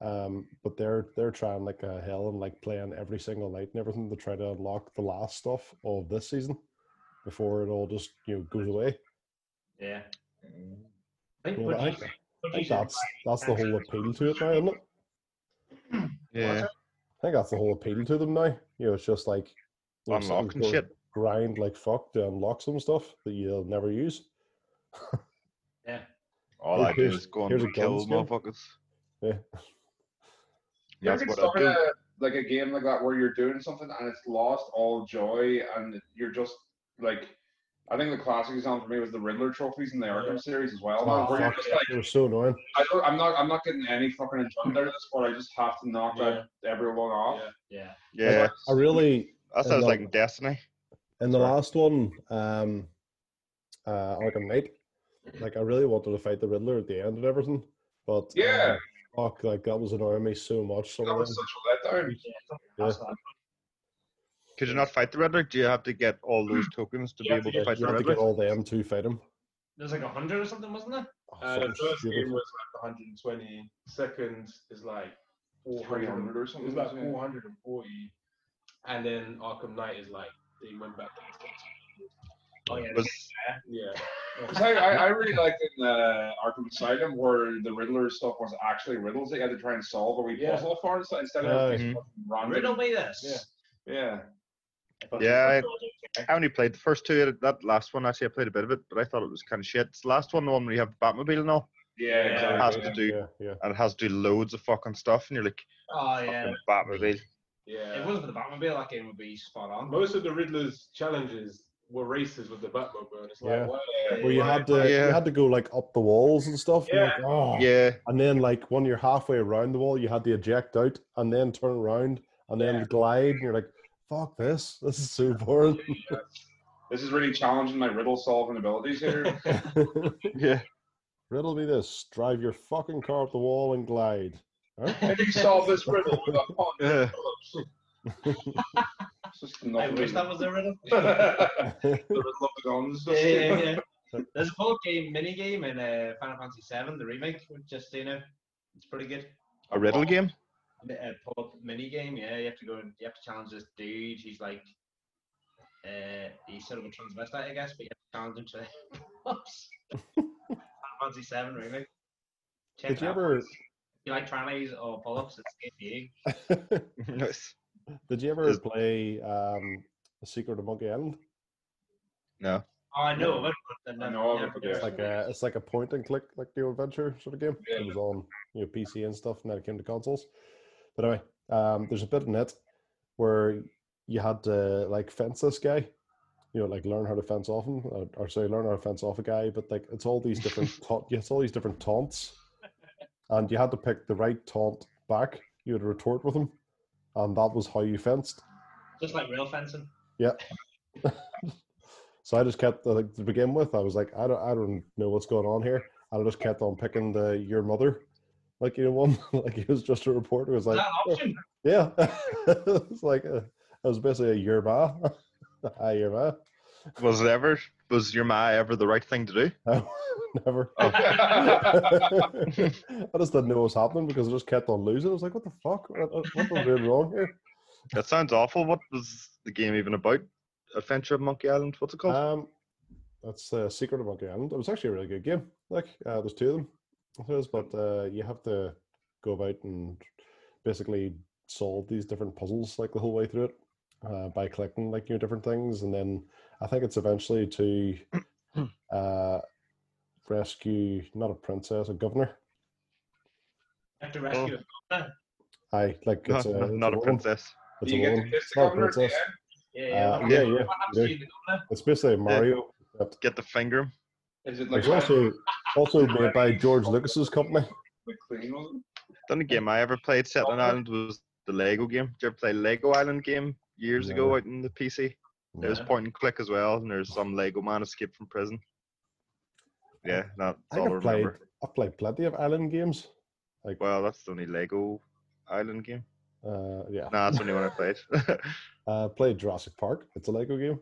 Speaker 1: Um, but they're they're trying like a hell and like playing every single night and everything to try to unlock the last stuff of this season before it all just you know goes away.
Speaker 2: Yeah. I think
Speaker 1: Yeah,
Speaker 2: PUBG
Speaker 1: but I
Speaker 2: PUBG's
Speaker 1: think- I think
Speaker 2: in
Speaker 1: that's that's the whole appeal to it now, isn't it?
Speaker 5: Yeah.
Speaker 1: I think that's the whole appeal to them now. You know, it's just like you know, sit and
Speaker 5: Unlocking
Speaker 1: go
Speaker 5: shit.
Speaker 1: grind like fuck to unlock some stuff that you'll never use.
Speaker 5: All I do
Speaker 1: Here's-
Speaker 5: is go
Speaker 1: here's a
Speaker 5: and kill
Speaker 1: guns game.
Speaker 5: motherfuckers.
Speaker 1: Yeah.
Speaker 3: You ever
Speaker 5: That's
Speaker 3: get
Speaker 5: what
Speaker 3: stuck
Speaker 5: I
Speaker 3: in
Speaker 5: do.
Speaker 3: a, like a game like that where you're doing something and it's lost all joy and you're just like, I think the classic example for me was the Riddler trophies in the Arkham series as well. man,
Speaker 1: Oh,
Speaker 3: where you're
Speaker 1: fuck.
Speaker 3: just like,
Speaker 1: It was so annoying.
Speaker 3: I don't, I'm not, I'm not getting any fucking enjoyment out of this. Where I just have to knock out everyone off.
Speaker 4: Yeah.
Speaker 2: Yeah.
Speaker 1: Like,
Speaker 5: Yeah.
Speaker 1: I really
Speaker 5: That sounds
Speaker 1: no.
Speaker 5: like in Destiny.
Speaker 1: in the
Speaker 5: Sorry.
Speaker 1: last one, um uh Arkham Knight, like I really wanted to fight the Riddler at the end and everything. But
Speaker 3: Yeah.
Speaker 1: um, fuck, like that was annoying me so much. Some
Speaker 3: That
Speaker 1: of
Speaker 3: was
Speaker 1: them.
Speaker 3: such a letdown.
Speaker 2: yeah. That's not-
Speaker 5: Could you not fight the Riddler? Do you have to get all those tokens to
Speaker 2: You
Speaker 5: be
Speaker 2: have to
Speaker 5: able to
Speaker 2: get-
Speaker 5: fight
Speaker 1: You
Speaker 5: the
Speaker 1: have to
Speaker 5: Riddler?
Speaker 1: get all them to fight him.
Speaker 2: There's like a hundred or something, wasn't there?
Speaker 1: Oh,
Speaker 4: Uh, the
Speaker 1: fucking
Speaker 4: first
Speaker 1: stupid.
Speaker 4: game was like 120. Second is like
Speaker 3: 300 or
Speaker 4: It was
Speaker 3: something.
Speaker 4: like
Speaker 3: wasn't it?
Speaker 4: 440. And then Arkham Knight is like they went back.
Speaker 2: Oh yeah.
Speaker 5: Was
Speaker 4: Yeah.
Speaker 3: 'Cause I, I, I really liked in uh, Arkham Asylum where the Riddler stuff was actually riddles that you had to try and solve a wee
Speaker 4: Yeah.
Speaker 3: puzzle for instead instead
Speaker 1: Aye.
Speaker 3: of just fucking random.
Speaker 2: Riddle me this.
Speaker 3: Yeah.
Speaker 5: Yeah, I only played the first two. That last one, actually, I played a bit of it, but I thought it was kind of shit. It's the last one, the one where you have the Batmobile and all,
Speaker 3: Yeah,
Speaker 2: Yeah.
Speaker 5: it
Speaker 3: exactly.
Speaker 5: has
Speaker 3: yeah.
Speaker 5: to do
Speaker 1: Yeah, yeah.
Speaker 5: and it has to do loads of fucking stuff, and you're like,
Speaker 2: Oh yeah.
Speaker 5: fucking Batmobile.
Speaker 2: If it
Speaker 4: Yeah.
Speaker 2: wasn't for the Batmobile, that game would be spot on.
Speaker 4: Most of the Riddler's challenges were races with the Batmobile. It's like,
Speaker 1: Yeah.
Speaker 4: why,
Speaker 1: Where you
Speaker 4: why-
Speaker 1: had to you
Speaker 5: Yeah.
Speaker 1: had to go like up the walls and stuff. and you're like, oh,
Speaker 5: Yeah,
Speaker 1: And then, like, when you're halfway around the wall, you had to eject out and then turn around and then
Speaker 4: Yeah.
Speaker 1: glide. And you're like, fuck this. This is so boring.
Speaker 3: This is really challenging my riddle solving abilities here.
Speaker 5: yeah.
Speaker 1: Riddle me this drive your fucking car up the wall and glide. Huh?
Speaker 3: How do you solve this riddle with a punch?
Speaker 1: Uh,
Speaker 5: yeah.
Speaker 3: It's just
Speaker 2: I
Speaker 3: nothing.
Speaker 2: wish that was a riddle.
Speaker 3: the
Speaker 1: yeah,
Speaker 3: riddle of the guns.
Speaker 2: Yeah, yeah, yeah. There's a whole game mini game in uh, Final Fantasy VII, the remake. which Just so you know, it's pretty good.
Speaker 5: A riddle game.
Speaker 2: Mi- uh, pub mini game. Yeah, you have to go and you have to challenge this dude. He's like, uh, he's sort of a transvestite, I guess, but you have to challenge him to pubs. Final Fantasy Seven remake. Check
Speaker 1: Did
Speaker 2: it
Speaker 1: you
Speaker 2: out.
Speaker 1: ever-
Speaker 2: You like trannies or pull-ups? It's good for you.
Speaker 5: nice.
Speaker 1: Did you ever
Speaker 5: Is-
Speaker 1: play um, The Secret of Monkey Island?
Speaker 5: No.
Speaker 2: Oh, I know. of it, but
Speaker 3: I
Speaker 2: never-
Speaker 3: know of it,
Speaker 2: never
Speaker 3: but
Speaker 2: did.
Speaker 1: It's like a it's like a point and click like the adventure sort of game.
Speaker 3: Yeah.
Speaker 1: It was on you know PC and stuff, and then it came to consoles. But anyway, um, there's a bit in it where you had to like fence this guy, you know, like learn how to fence off him, or, or sorry, learn how to fence off a guy. But like it's all these different ta- yeah, it's all these different taunts, and you had to pick the right taunt back. You had to retort with him, and that was how you fenced.
Speaker 2: Just like real fencing.
Speaker 1: So I just kept I think to begin with. I was like, I don't, I don't know what's going on here. And I just kept on picking the your mother, like you know one, like it was just a reporter. It was
Speaker 2: Is
Speaker 1: like,
Speaker 2: that an option?
Speaker 1: yeah, it's like uh it was basically a your ma, hi your ma.
Speaker 5: Was it ever? Was your ma ever the right thing to do?
Speaker 1: No, never.
Speaker 3: Oh.
Speaker 1: I just didn't know what was happening because I just kept on losing. I was like, what the fuck? What what am I doing wrong here?
Speaker 5: That sounds awful. What was the game even about? Adventure of Monkey Island. What's it called?
Speaker 1: Um, that's uh, Secret of Monkey Island. It was actually a really good game. Like, uh, there's two of them, I suppose, but uh, you have to go about and basically solve these different puzzles like the whole way through it uh, by collecting like new different things, and then I think it's eventually to uh, rescue not a princess, a governor.
Speaker 2: You have to rescue it.
Speaker 1: I like
Speaker 5: No,
Speaker 1: it's a,
Speaker 5: no,
Speaker 1: it's
Speaker 5: not a
Speaker 1: woman.
Speaker 5: princess.
Speaker 1: It's
Speaker 3: Do
Speaker 1: a
Speaker 3: you get to
Speaker 1: woman.
Speaker 3: kiss
Speaker 1: It's
Speaker 3: the
Speaker 1: not a
Speaker 3: governor at the
Speaker 1: princess.
Speaker 3: end?
Speaker 2: Yeah, yeah.
Speaker 1: Uh,
Speaker 2: what
Speaker 1: yeah,
Speaker 2: happens-
Speaker 1: yeah,
Speaker 2: What happens to
Speaker 1: yeah.
Speaker 2: you, the
Speaker 1: It's basically Mario. except
Speaker 5: Get the finger. 'em.
Speaker 3: Is it
Speaker 1: It
Speaker 3: like
Speaker 1: was also also made by George Lucas's company.
Speaker 3: like clean? Was it?
Speaker 5: The only game I ever played set on Island was the Lego game. Did you ever play Lego Island game years ago
Speaker 1: No.
Speaker 5: out in the PC? It was
Speaker 2: No.
Speaker 5: point and click as well, and there's some Lego man escaped from prison. Yeah, that's
Speaker 1: I
Speaker 5: all I
Speaker 1: think I've played,
Speaker 5: remember.
Speaker 1: I've played plenty of island games.
Speaker 5: Well, that's the only Lego Island game.
Speaker 1: Uh, yeah,
Speaker 5: No, that's the only one I played.
Speaker 1: uh, played Jurassic Park. It's a Lego game.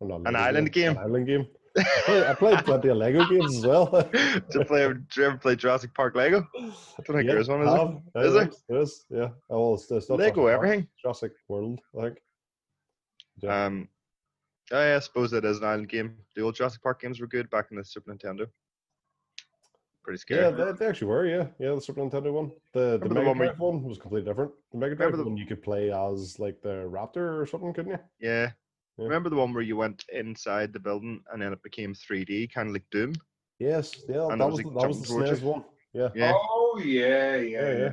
Speaker 1: Or not a Lego
Speaker 5: island game?
Speaker 1: An island game. I played, I played plenty of Lego games as well.
Speaker 5: did, you play, did you ever play Jurassic Park Lego? I don't think there is one, is there?
Speaker 1: have. Yeah,
Speaker 5: Is
Speaker 1: there
Speaker 5: there?
Speaker 1: There is. Yeah. Oh, well, it's, it's not
Speaker 5: Lego
Speaker 1: Jurassic Park,
Speaker 5: everything.
Speaker 1: Jurassic World, I think. Yeah.
Speaker 5: Um, oh yeah, I suppose that is an island game. The old Jurassic Park games were good back in the Super Nintendo. Pretty scary.
Speaker 1: yeah, they, they actually were. Yeah, yeah, the Super Nintendo one. The the
Speaker 5: Remember the
Speaker 1: Mega
Speaker 5: one where you-
Speaker 1: Drive one was completely different. The Mega
Speaker 5: Remember
Speaker 1: Drive
Speaker 5: the-
Speaker 1: one you could play as like the Raptor or something, couldn't you?
Speaker 5: Yeah.
Speaker 1: Yeah.
Speaker 5: Remember the one where you went inside the building and then it became 3D, kind of like Doom?
Speaker 1: Yes. Yeah,
Speaker 5: And it
Speaker 1: that
Speaker 5: was,
Speaker 1: was,
Speaker 5: like,
Speaker 1: the that was the
Speaker 5: jumping towards
Speaker 1: SNES one. Yeah.
Speaker 5: Yeah,
Speaker 3: Oh yeah, yeah,
Speaker 1: Yeah, yeah.
Speaker 3: yeah.
Speaker 5: it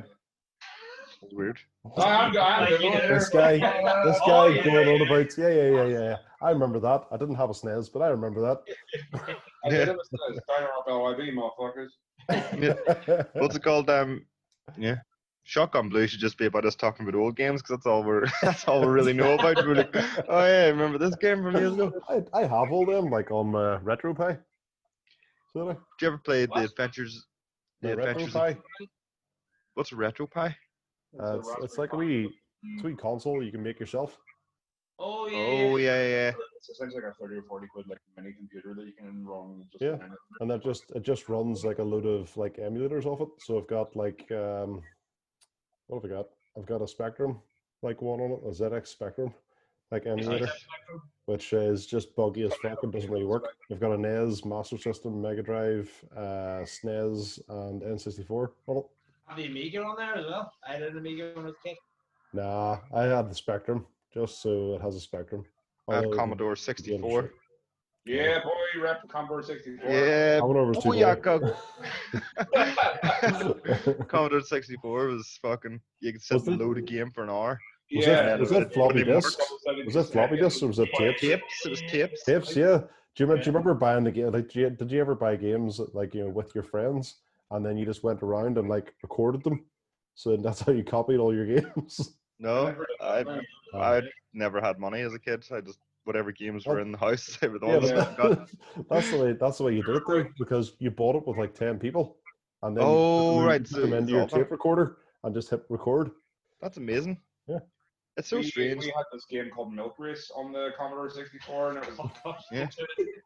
Speaker 5: was weird.
Speaker 3: Oh,
Speaker 2: Ah,
Speaker 3: I'm, I'm
Speaker 2: Like, you know,
Speaker 1: This guy- This
Speaker 2: Oh,
Speaker 1: guy
Speaker 2: yeah,
Speaker 1: going
Speaker 2: yeah,
Speaker 1: on about, yeah, yeah, yeah, yeah, yeah. I remember that. I didn't have a SNES, but I remember
Speaker 3: I never said Diner Up LYB, motherfuckers.
Speaker 5: Yeah.
Speaker 1: that.
Speaker 5: What's it called? Um, yeah. Shotgun Blue should just be about us talking about old games because that's all we're that's all we really know about. We're like, oh yeah, remember this game from years ago?
Speaker 1: I, I have all them, like on uh, RetroPie. So
Speaker 5: Did you ever play the
Speaker 2: What?
Speaker 5: Adventures?
Speaker 1: the
Speaker 5: The Adventures. Of,
Speaker 1: RetroPie,
Speaker 5: what's a retro pie?
Speaker 1: uh, it's, it's like a wee,
Speaker 2: Mm.
Speaker 1: it's a wee console you can make yourself.
Speaker 2: Oh yeah.
Speaker 5: Oh yeah, yeah.
Speaker 3: It's essentially like a 30 or 40 quid like mini computer that you can enroll and just
Speaker 1: Yeah.
Speaker 3: kind of-
Speaker 1: and that just it just runs like a load of like emulators off it. So I've got like um, what have I got? I've got a Spectrum, like one on it, a ZX Spectrum, like emulator, which is just buggy as fuck and doesn't really work. I've got a NES, Master System, Mega Drive, uh, SNES, and N64 on it.
Speaker 2: Have the Amiga on there as well. I had an Amiga when I was a kid.
Speaker 1: Nah, I had the Spectrum just so it has a Spectrum.
Speaker 5: I had
Speaker 1: Although
Speaker 5: Uh, Commodore
Speaker 1: the game was
Speaker 5: 64.
Speaker 1: shit.
Speaker 3: Yeah, boy, rep Commodore 64.
Speaker 5: Yeah.
Speaker 1: Commodore was too
Speaker 5: Oh
Speaker 1: big.
Speaker 5: yeah, Co- Commodore 64 was fucking. You could sit
Speaker 1: Was
Speaker 5: and
Speaker 1: it-
Speaker 5: load a game for an hour.
Speaker 1: Was
Speaker 3: Yeah,
Speaker 1: it was
Speaker 5: it
Speaker 1: it floppy
Speaker 5: wouldn't even work
Speaker 1: disks? Was it floppy disks or was it tapes?
Speaker 5: Tapes. It was tapes.
Speaker 1: Tapes, yeah. Do you, remember, do you
Speaker 2: Yeah.
Speaker 1: remember buying the game? Like, do you, did you ever buy games like you know with your friends, and then you just went around and like recorded them? So that's how you copied all your games.
Speaker 5: No, I
Speaker 1: Um,
Speaker 5: I never had money as a kid. I just whatever games were
Speaker 1: Well-
Speaker 5: in the house, they were the
Speaker 1: Oh. yeah,
Speaker 5: ones
Speaker 1: but
Speaker 5: that I got.
Speaker 1: that- that's the way. That's the way you did it though, because you bought it with like ten people, and then you put
Speaker 5: Oh,
Speaker 1: them in-
Speaker 5: right,
Speaker 1: put
Speaker 5: so
Speaker 1: them
Speaker 5: it's
Speaker 1: into your
Speaker 5: all done.
Speaker 1: tape recorder and just hit record.
Speaker 5: That's amazing.
Speaker 1: Yeah.
Speaker 5: it's so
Speaker 3: we,
Speaker 5: strange.
Speaker 3: We had this game called Milk Race on the Commodore 64, and it
Speaker 2: Oh,
Speaker 3: was
Speaker 5: Yeah.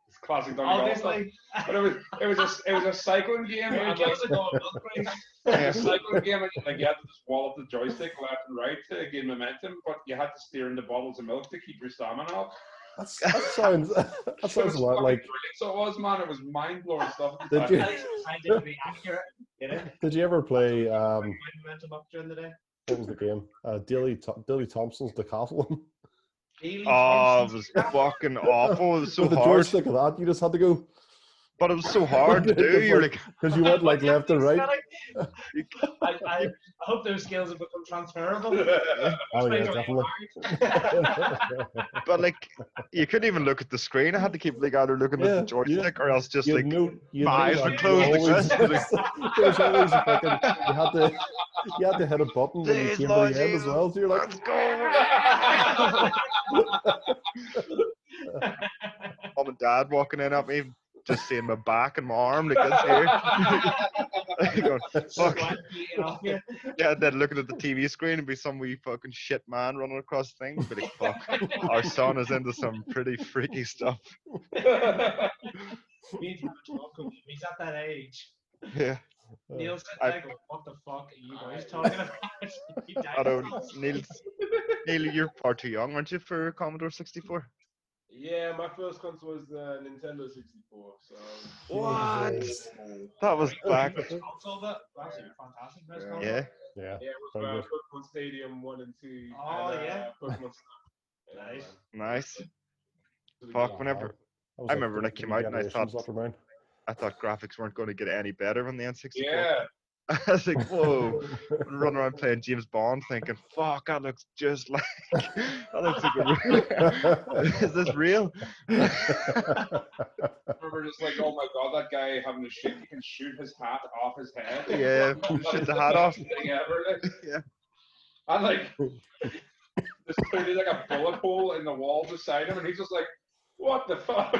Speaker 3: it's classic Donkey Kong stuff.
Speaker 2: Obviously.
Speaker 3: But it was it was a it was a cycling game.
Speaker 2: Yeah, it
Speaker 3: and like,
Speaker 2: gives a go at both ways.
Speaker 3: a
Speaker 5: Yeah.
Speaker 3: cycling game, and like you had to just wallop the joystick left and right to gain momentum, but you had to steer into bottles of milk to keep your stamina up.
Speaker 1: That's, that sounds. that
Speaker 3: It was
Speaker 1: sounds a lot
Speaker 3: fucking
Speaker 1: like.
Speaker 3: brilliant. so it was, man. It was mind blowing stuff. at the
Speaker 1: Did
Speaker 3: time.
Speaker 1: you-
Speaker 2: That is scientifically accurate. You know,
Speaker 1: Did you ever play? Um,
Speaker 2: when momentum up during the day.
Speaker 1: what was the game? Uh, Dilly Tho- Dilly Thompson's Decathlon.
Speaker 2: Daily
Speaker 5: Oh, it
Speaker 2: Thompson's
Speaker 5: was fucking awful. It was so
Speaker 1: With the
Speaker 5: hard.
Speaker 1: joystick of that, you just had to go.
Speaker 5: But it was so hard to do. You're like,
Speaker 1: Because you went like left and right.
Speaker 2: I, I, I hope those skills have become transferable.
Speaker 1: Oh yeah, definitely.
Speaker 5: but like, you couldn't even look at the screen. I had to keep like either looking at
Speaker 1: Yeah,
Speaker 5: the
Speaker 1: yeah.
Speaker 5: joystick or else just
Speaker 1: You
Speaker 5: like
Speaker 1: knew, you knew
Speaker 5: my eyes
Speaker 1: that
Speaker 5: were
Speaker 1: you
Speaker 5: closed, like
Speaker 1: always-
Speaker 5: this.
Speaker 1: there's always a fucking, you had to, you had to hit a button when you
Speaker 5: Please,
Speaker 1: came
Speaker 5: Lord
Speaker 1: to the end as
Speaker 5: Jesus.
Speaker 1: well. So you're like,
Speaker 5: let's go. Mom and dad walking in at me, just seeing my back and my arm like this here. going, Fuck. yeah, then looking at the TV screen and be some wee fucking shit man running across the thing. Be like, fuck, our son is into some pretty freaky stuff.
Speaker 2: He's he's at that age.
Speaker 5: Yeah.
Speaker 1: Uh,
Speaker 2: Neil said,
Speaker 5: I-
Speaker 2: like, what the fuck are you guys talking about? He died.
Speaker 5: I don't, Neil, Neil, you're far too young, aren't you, for Commodore 64?
Speaker 4: Yeah, my first console was uh, Nintendo 64. So
Speaker 5: What?
Speaker 1: Jesus.
Speaker 5: That was back.
Speaker 2: Console that? That's a fantastic press console.
Speaker 5: Yeah.
Speaker 1: Yeah.
Speaker 4: yeah, it
Speaker 1: Very
Speaker 4: was
Speaker 1: good.
Speaker 4: uh, Pokemon Stadium one and two.
Speaker 2: Oh,
Speaker 4: and, uh,
Speaker 2: yeah.
Speaker 4: Pokemon.
Speaker 2: Nice.
Speaker 5: Nice.
Speaker 4: Yeah.
Speaker 5: Fuck, whenever.
Speaker 1: That was
Speaker 5: I remember when it
Speaker 1: three
Speaker 5: came out and I
Speaker 1: generations
Speaker 5: thought-
Speaker 1: after mine.
Speaker 5: I thought graphics weren't going to get any better on the N64.
Speaker 3: yeah.
Speaker 5: I was like, whoa. running around playing James Bond, thinking, "Fuck, that looks just like that looks like a real. Is this real?"
Speaker 3: I remember just like, oh my god, that guy having a shoot, he can shoot his hat off his head.
Speaker 5: Yeah, shoot the hat off.
Speaker 3: Thing ever. Like,
Speaker 5: Yeah.
Speaker 3: I like just clearly like a bullet hole in the wall beside him, and he's just like, what the fuck?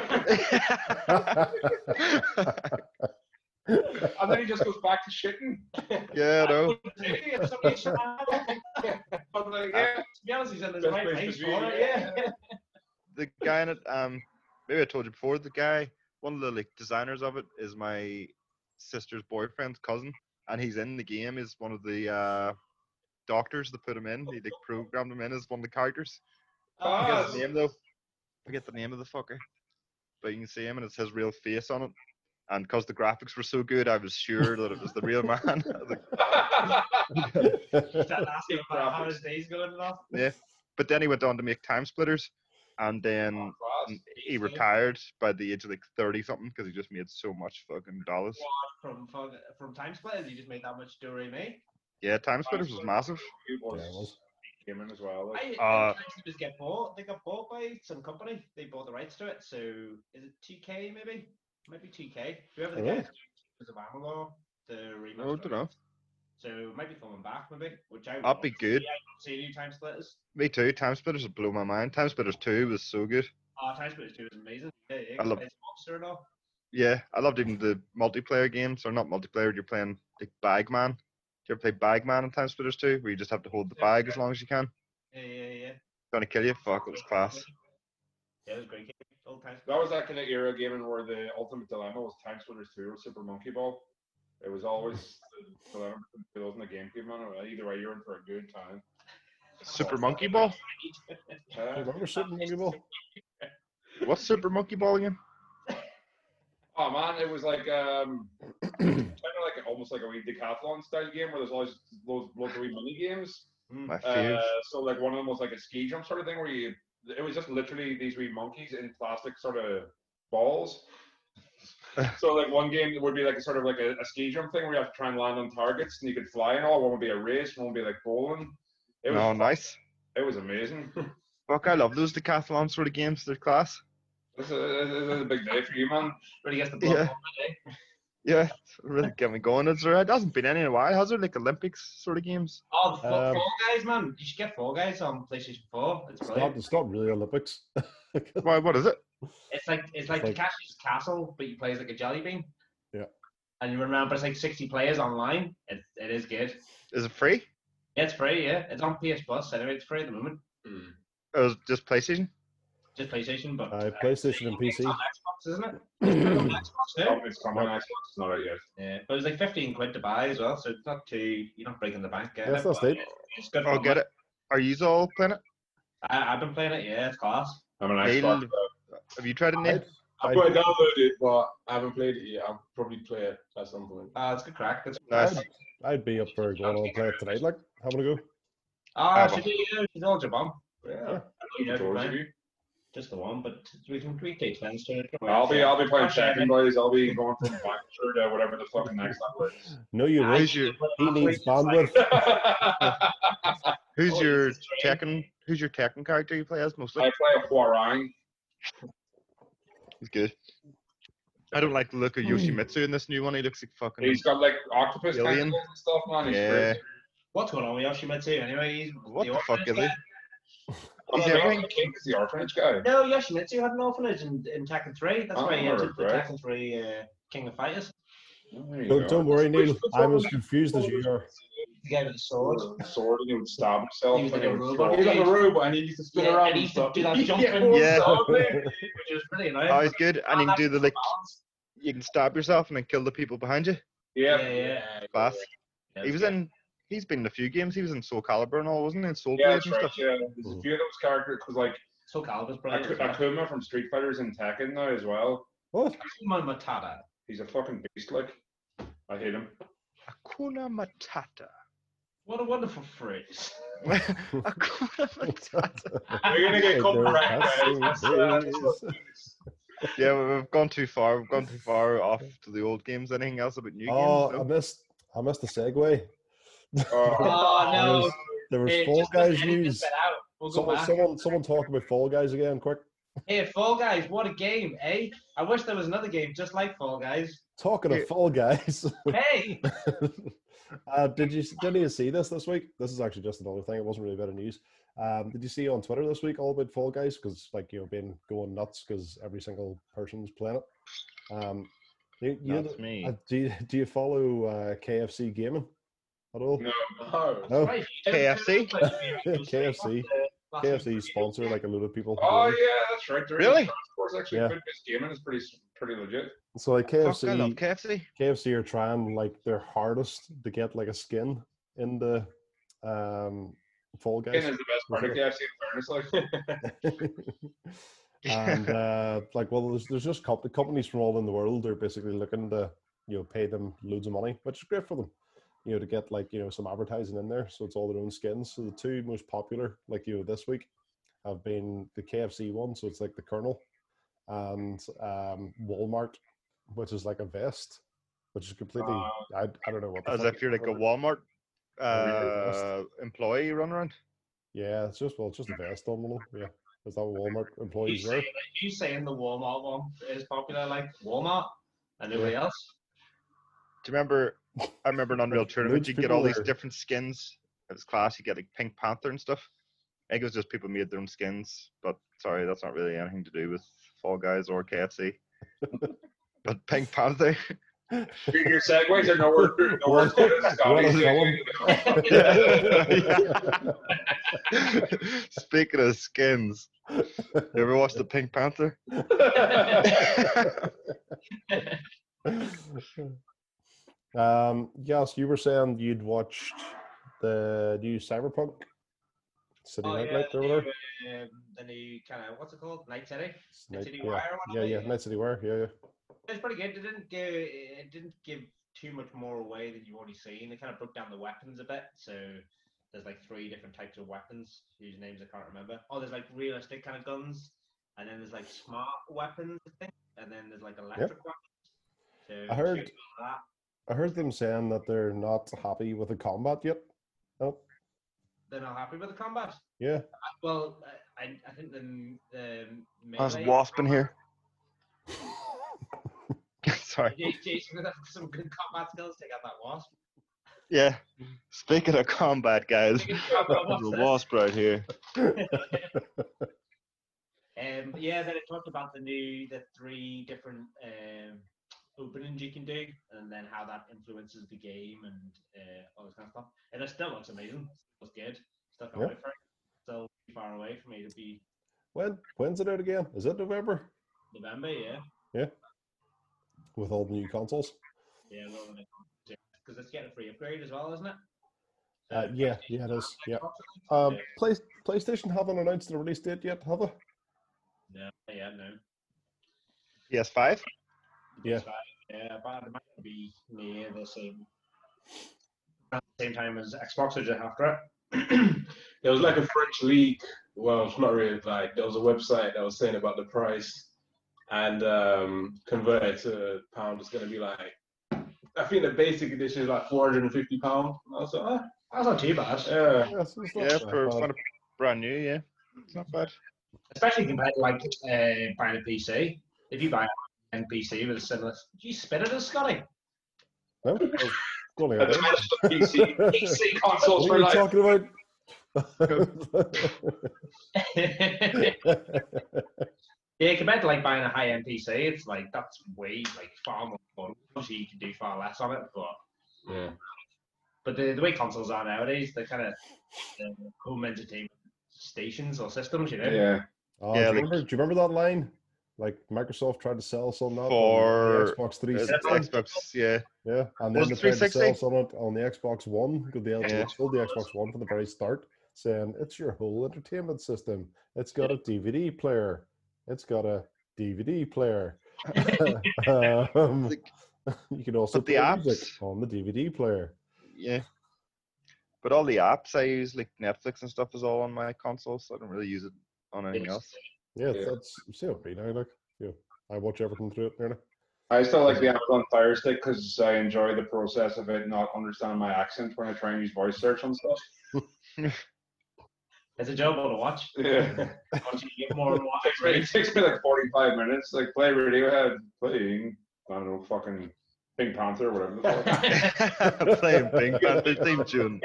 Speaker 3: and then he just goes back to shitting.
Speaker 5: yeah, no.
Speaker 2: If somebody shot him,
Speaker 3: I'm like, yeah,
Speaker 2: To be honest, he's in his
Speaker 3: Best
Speaker 2: right
Speaker 3: place
Speaker 2: place
Speaker 3: to be,
Speaker 2: for it, yeah.
Speaker 3: yeah.
Speaker 5: The guy in it, um, maybe I told you before. The guy, one of the like designers of it, is my sister's boyfriend's cousin, and he's in the game. Is one of the uh, doctors that put him in. He like programmed him in as one of the characters.
Speaker 2: Oh,
Speaker 5: I forget his
Speaker 3: Ah,
Speaker 5: name though. Forget the name of the fucker. But you can see him, and it says real face on it. And because the graphics were so good, I was sure that it was the real man. I was like,
Speaker 2: Is that last bit about how his day's going enough?
Speaker 5: but then he went on to make Time Splitters, and then
Speaker 3: class.
Speaker 5: he retired by the age of like thirty something because he just made so much fucking dollars.
Speaker 2: From from, from time splitters, he just made that much do me.
Speaker 5: Yeah, Time Splitters was massive.
Speaker 3: He was-
Speaker 1: Yeah, it was.
Speaker 3: he came in as well.
Speaker 2: I
Speaker 3: Like,
Speaker 2: think
Speaker 5: Uh,
Speaker 2: Time Splitters get bought. They got bought by some company. They bought the rights to it. So is it TK maybe? Might be TK. Whoever the
Speaker 1: Oh,
Speaker 2: guy
Speaker 1: really?
Speaker 2: is because of Amalur, the remaster.
Speaker 5: Oh, I don't know.
Speaker 2: So it might be coming back maybe. Which I would
Speaker 5: That'd be
Speaker 2: love to
Speaker 5: good.
Speaker 2: See, I don't see new Time Splitters.
Speaker 5: Me too. Time Splitters would blow my mind. Time Splitters two was so good.
Speaker 2: Oh, Time Splitters 2 is amazing. Yeah, yeah,
Speaker 5: I love-
Speaker 2: it's monster and all.
Speaker 5: Yeah, I loved even the multiplayer games, or not multiplayer. You're playing like Bagman. Do you ever play Bagman in Time Splitters two, where you just have to hold the
Speaker 2: Yeah.
Speaker 5: bag as long as you can?
Speaker 2: Yeah, yeah, yeah.
Speaker 5: Gonna kill you? Fuck, it was class.
Speaker 2: Yeah, it was a great game. Old Time
Speaker 3: that was that kind of era gaming where the ultimate dilemma was Time Splitters 2 or Super Monkey Ball. It was always the dilemma between those in the GameCube, man. Either way, you're in for a good time.
Speaker 5: Super Monkey Ball?
Speaker 1: I
Speaker 3: Uh,
Speaker 1: remember sitting Monkey Ball.
Speaker 5: What's Super Monkey Ball again?
Speaker 3: oh man, it was like um, kind of like almost like a wee decathlon style game where there's always loads, loads of wee mini games.
Speaker 5: My fave.
Speaker 3: Uh, so like one of them was like a ski jump sort of thing where you it was just literally these wee monkeys in plastic sort of balls. so like one game would be like a sort of like a, a ski jump thing where you have to try and land on targets and you could fly and all. One would be a race, one would be like bowling. It was
Speaker 5: oh, nice.
Speaker 3: it was amazing.
Speaker 5: Fuck, I love those decathlon sort of games. They're class.
Speaker 3: This is a, a big day for you, man.
Speaker 2: Really gets the blood
Speaker 5: Yeah. Yeah, it's really getting me going. It's there hasn't been any in a while, has there? Like Olympics sort of games?
Speaker 2: Oh, the
Speaker 1: Um,
Speaker 2: Four Guys, man. You should get Four Guys on PlayStation 4. It's
Speaker 1: It's not,
Speaker 2: brilliant.
Speaker 1: it's not really Olympics.
Speaker 5: Why, what is it?
Speaker 2: It's like it's like
Speaker 1: like-
Speaker 2: Takashi's Castle, but you play as like a jelly bean.
Speaker 1: Yeah.
Speaker 2: And you remember it's like 60 players online. It, it is good.
Speaker 5: Is it free?
Speaker 2: Yeah, it's free, yeah. It's on PS Plus anyway. It's free at the moment.
Speaker 5: Or is it just PlayStation?
Speaker 2: Just PlayStation, but
Speaker 1: Uh, PlayStation and
Speaker 2: it's on
Speaker 1: PC.
Speaker 2: Xbox, isn't it? It's on Xbox too.
Speaker 3: It's coming. Xbox is not out yet.
Speaker 2: Yeah, but it's like 15 quid to buy as well, so it's not too, you're not breaking the bank. getting
Speaker 1: Yes,
Speaker 2: it,
Speaker 1: that's
Speaker 2: but
Speaker 1: it.
Speaker 2: It's good
Speaker 5: Oh,
Speaker 2: fun,
Speaker 5: get
Speaker 2: man.
Speaker 5: it. Are you all playing it?
Speaker 2: I, I've been playing it, yeah, it's class.
Speaker 3: I'm an
Speaker 5: Neil,
Speaker 3: Xbox.
Speaker 5: Have you tried it, Neil?
Speaker 4: I
Speaker 1: I-
Speaker 4: probably downloaded it, but I haven't played it yet. I'll probably play it at some point.
Speaker 2: Uh, it's good crack. It's
Speaker 5: Nice.
Speaker 3: Oh,
Speaker 1: I'd be up for going on and play it tonight, like having a go.
Speaker 2: Ah,
Speaker 5: Bravo.
Speaker 2: should we, uh, should we all jump on?
Speaker 3: Yeah.
Speaker 2: Yeah,
Speaker 3: George,
Speaker 2: fine.
Speaker 3: you.
Speaker 2: Just the one, but we can we take turns to it.
Speaker 3: I'll be I'll be playing
Speaker 2: Actually, I
Speaker 3: second, boys. I'll be going from Vancouver to whatever the fucking next level is.
Speaker 1: No, you
Speaker 2: I-
Speaker 1: won't.
Speaker 5: Who's your
Speaker 1: He needs bandwidth.
Speaker 3: I
Speaker 5: who's
Speaker 2: Oh,
Speaker 5: your
Speaker 2: it's a train.
Speaker 5: Tekken who's your Tekken character you play as mostly?
Speaker 3: play a Huarang.
Speaker 5: He's good. I don't like the look of Yoshimitsu in this new one. He looks like fucking.
Speaker 3: Hmm. He's got like octopus
Speaker 5: Alien.
Speaker 3: tentacles and stuff, man. He's
Speaker 5: Yeah.
Speaker 3: crazy.
Speaker 2: What's going on with Yoshimitsu anyway? He's
Speaker 5: what the
Speaker 2: orphanage
Speaker 5: fuck is he?
Speaker 2: guy.
Speaker 3: He's
Speaker 5: He's
Speaker 3: the
Speaker 5: everything.
Speaker 3: orphanage king. He's the orphanage guy.
Speaker 2: No, Yoshimitsu had an orphanage in, in Tekken 3. That's
Speaker 3: Oh,
Speaker 2: why he entered the
Speaker 3: right.
Speaker 2: Tekken 3 uh, King of Fighters.
Speaker 3: Oh, there you
Speaker 1: Don't,
Speaker 3: go.
Speaker 1: don't worry, Neil.
Speaker 3: Which- which
Speaker 1: I'm as
Speaker 3: orphanage-
Speaker 1: confused as you are.
Speaker 2: The guy with the sword.
Speaker 3: sword and he would stab himself.
Speaker 2: He was
Speaker 3: and
Speaker 2: like a
Speaker 3: would
Speaker 2: robot.
Speaker 3: throw-
Speaker 4: He's like a robot and he used to spin
Speaker 2: Yeah,
Speaker 4: around
Speaker 2: and he
Speaker 4: and
Speaker 2: used to
Speaker 4: stuff.
Speaker 2: do that jumping.
Speaker 5: Yeah.
Speaker 2: Which is really
Speaker 5: Oh,
Speaker 2: nice.
Speaker 5: he's good. And you can do the like. You can stab yourself and then kill the people behind you.
Speaker 3: Yeah.
Speaker 2: Yeah, yeah.
Speaker 5: Class.
Speaker 2: yeah.
Speaker 5: He was in. He's been in a few games. He was in Soul Calibur and all, wasn't he? And Soul
Speaker 3: Yeah,
Speaker 5: Blade
Speaker 3: that's
Speaker 5: and
Speaker 3: right.
Speaker 5: stuff.
Speaker 3: Yeah, there's a few of those characters because like
Speaker 2: So Calibus, brilliant.
Speaker 3: Ak-
Speaker 2: as well.
Speaker 3: Akuma from Street Fighters and Tekken now as well.
Speaker 1: What?
Speaker 2: Akuma Matata.
Speaker 3: He's a fucking beast. Like, I hate him.
Speaker 5: Akuna Matata.
Speaker 2: What a wonderful phrase.
Speaker 5: Akuna Matata.
Speaker 3: We're gonna get copyrighted.
Speaker 1: They're
Speaker 3: That's, uh,
Speaker 1: passing
Speaker 3: that's-
Speaker 5: Yeah, we- we've gone too far. We've gone too far off to the old games. Anything else about new
Speaker 1: Oh, I
Speaker 5: games?
Speaker 1: missed. I missed the segue.
Speaker 3: uh,
Speaker 2: Oh,
Speaker 1: There was,
Speaker 2: no.
Speaker 1: there was
Speaker 2: Hey,
Speaker 1: Fall
Speaker 2: just let
Speaker 1: Guys
Speaker 2: Eddie get
Speaker 1: news.
Speaker 2: that out. We'll go
Speaker 1: Someone,
Speaker 2: back.
Speaker 1: someone, someone talk about Fall Guys again, quick.
Speaker 2: Hey, Fall Guys, what a game, eh? I wish there was another game just like Fall Guys.
Speaker 1: Talking
Speaker 5: Yeah.
Speaker 1: of Fall Guys,
Speaker 2: Hey!
Speaker 1: uh, did you did you see this this week? This is actually just another thing. It wasn't really about news. Um, did you see on Twitter this week all about Fall Guys? Because like you know, been going nuts because every single person's playing it. Um, you, you know
Speaker 5: That's
Speaker 1: the-
Speaker 5: me.
Speaker 1: uh, do you, do you follow uh, KFC gaming at all?
Speaker 3: No.
Speaker 4: Oh,
Speaker 1: No?
Speaker 2: Right, you don't do
Speaker 5: KFC?
Speaker 2: it, but you're able to say what
Speaker 1: KFC.
Speaker 2: the- that's
Speaker 1: KFC
Speaker 2: what you do.
Speaker 1: sponsor like a load of people.
Speaker 3: oh yeah, that's right. There is
Speaker 5: Really?
Speaker 3: Transport's actually
Speaker 1: Yeah.
Speaker 3: good. This gaming is pretty s- pretty legit.
Speaker 1: So like
Speaker 5: Fuck, I love
Speaker 1: KFC,
Speaker 5: KFC.
Speaker 1: KFC are trying like their hardest to get like a skin in the um Fall
Speaker 3: Gaming
Speaker 1: Guys.
Speaker 3: is the best part of KFC. In fairness, like
Speaker 1: and uh, like, well, there's, there's just comp- companies from all in the world are basically looking to you know pay them loads of money, which is great for them. You know, to get like you know some advertising in there, so it's all their own skins. So the two most popular, like you know, this week, have been the KFC one, so it's like the Colonel, and um, Walmart, which is like a vest, which is completely I, I don't know what. the
Speaker 5: As
Speaker 1: fuck
Speaker 5: if you're like a
Speaker 1: it's-
Speaker 5: Walmart
Speaker 1: Really fast.
Speaker 5: uh, employee run around.
Speaker 1: Yeah, it's just well, it's just a vest on one. Yeah, is that what Walmart
Speaker 2: You
Speaker 1: employees wear?
Speaker 2: saying, you saying the Walmart one is popular, like Walmart and nobody else?
Speaker 5: Do you remember? I remember an Unreal Tournament.
Speaker 1: loads
Speaker 5: You
Speaker 1: of
Speaker 5: get
Speaker 1: people
Speaker 5: all these
Speaker 1: there.
Speaker 5: different skins. It was class. You get like Pink Panther and stuff. I think it was just people made their own skins. But sorry, that's not really anything to do with Fall Guys or KFC. but Pink Panther.
Speaker 3: your, your segues are nowhere nowhere as good as Scotty's.
Speaker 1: What
Speaker 5: Speaking of skins, you ever watched the Pink Panther?
Speaker 1: um, yes, you were saying you'd watched the new Cyberpunk City
Speaker 2: Oh,
Speaker 1: Night
Speaker 2: yeah,
Speaker 1: Night
Speaker 2: the
Speaker 1: or
Speaker 2: new,
Speaker 1: whatever.
Speaker 2: um, the new kind of, what's it called? Night City?
Speaker 1: It's Night-
Speaker 2: City
Speaker 1: yeah.
Speaker 2: Wire or
Speaker 1: yeah,
Speaker 2: whatever,
Speaker 1: yeah,
Speaker 2: yeah.
Speaker 1: Night City Wire. Yeah, yeah.
Speaker 2: It's pretty good. It didn't give, it didn't give too much more away than you've already seen. It kind of broke down the weapons a bit. So there's like three different types of weapons whose names I can't remember. Oh, there's like realistic kind of guns, and then there's like smart weapons, I think, and then there's like electric weapons. So
Speaker 1: I heard-
Speaker 2: shoot that.
Speaker 1: I heard them saying that they're not happy with the combat yet. Oh,
Speaker 2: they're not happy with the combat. Uh,
Speaker 1: yeah.
Speaker 2: Well, I, I- I think the m- the
Speaker 5: There's
Speaker 2: melee.
Speaker 5: Wasp in here. sorry.
Speaker 2: J- Jason would have some good combat skills to get that wasp.
Speaker 5: Yeah. Speaking of combat, guys,
Speaker 2: Speaking of combat,
Speaker 5: there's
Speaker 2: what's
Speaker 5: a
Speaker 2: this?
Speaker 5: wasp right here.
Speaker 2: Um, but yeah, then it talked about the new the three different um, openings you can do, and then how that influences the game and uh, all this kind of stuff. And it still looks amazing. It looks good. Still can't
Speaker 1: Yeah.
Speaker 2: wait for it. Still too far away for me to be
Speaker 1: When when's it out again? Is it November?
Speaker 2: November. Yeah,
Speaker 1: With all the new consoles?
Speaker 2: yeah, because it's getting a free upgrade as well, isn't it?
Speaker 1: Uh,
Speaker 2: So,
Speaker 1: yeah,
Speaker 2: PlayStation
Speaker 1: yeah, it
Speaker 2: and
Speaker 1: is. Yeah.
Speaker 2: Xbox, I think.
Speaker 1: Um,
Speaker 2: Yeah.
Speaker 1: Play, PlayStation haven't announced the release date yet, have they?
Speaker 2: No, yeah, no.
Speaker 5: PS5?
Speaker 1: Yeah.
Speaker 2: That's right, Yeah, but it might be near the same, at the same time as Xbox or just after it.
Speaker 4: there was like a French league. Well, it's not really like there was a website that was saying about the price, and um, converted to pound, it's gonna be like I think the basic edition is like 450 pound. I was like, ah,
Speaker 2: That's not too bad. Uh,
Speaker 4: yeah,
Speaker 1: Yes, it's not
Speaker 5: Yeah,
Speaker 1: that
Speaker 5: for
Speaker 1: bad.
Speaker 5: for a brand new, yeah. It's not bad.
Speaker 2: Especially compared to like uh, buying a PC. If you buy a PC with a similar, do you spin it as Scotty?
Speaker 1: No, Oh, I was going
Speaker 3: At the
Speaker 1: ahead.
Speaker 3: minute, PC, PC consoles
Speaker 1: What
Speaker 3: for
Speaker 1: are you
Speaker 3: like
Speaker 1: talking about?
Speaker 2: yeah, compared to like buying a high end PC, it's like that's way like far more fun. Obviously, you can do far less on it, but
Speaker 4: yeah.
Speaker 2: but the, the way consoles are nowadays, they're kind of uh, home entertainment stations or systems, you know.
Speaker 3: yeah.
Speaker 1: Oh,
Speaker 5: Yeah,
Speaker 1: do, you
Speaker 5: like-
Speaker 1: remember, do you remember that line? Like Microsoft tried to sell some that on the
Speaker 5: For,
Speaker 1: Xbox
Speaker 5: Uh,
Speaker 1: 360.
Speaker 5: Xbox, yeah.
Speaker 1: yeah, and then
Speaker 5: was
Speaker 1: they
Speaker 5: it
Speaker 1: tried to sell
Speaker 5: 360?
Speaker 1: some of it on the Xbox One because they actually
Speaker 5: Yeah.
Speaker 1: sold the Xbox One from the very start, saying it's your whole entertainment system. It's got a DVD player. It's got a DVD player. um,
Speaker 5: Like-
Speaker 1: you can also
Speaker 5: But the
Speaker 1: play music
Speaker 5: apps-
Speaker 1: on the DVD player.
Speaker 5: Yeah. But all the apps I use, like Netflix and stuff, is all on my console, so I don't really use it on anything
Speaker 2: It's-
Speaker 5: else.
Speaker 1: Yeah,
Speaker 4: Yeah.
Speaker 1: that's COP now. Like, yeah, I watch everything through it. Nearly.
Speaker 3: I still like the Amazon Fire Stick because I enjoy the process of it not understanding my accent when I try and use voice search on stuff.
Speaker 2: It's a job to watch.
Speaker 3: Yeah.
Speaker 2: Once you get more and more
Speaker 3: it takes me like 45 minutes. Like, play Radiohead, playing, I don't know, fucking Pink Panther, whatever the fuck.
Speaker 5: Playing Ping Panther theme tune.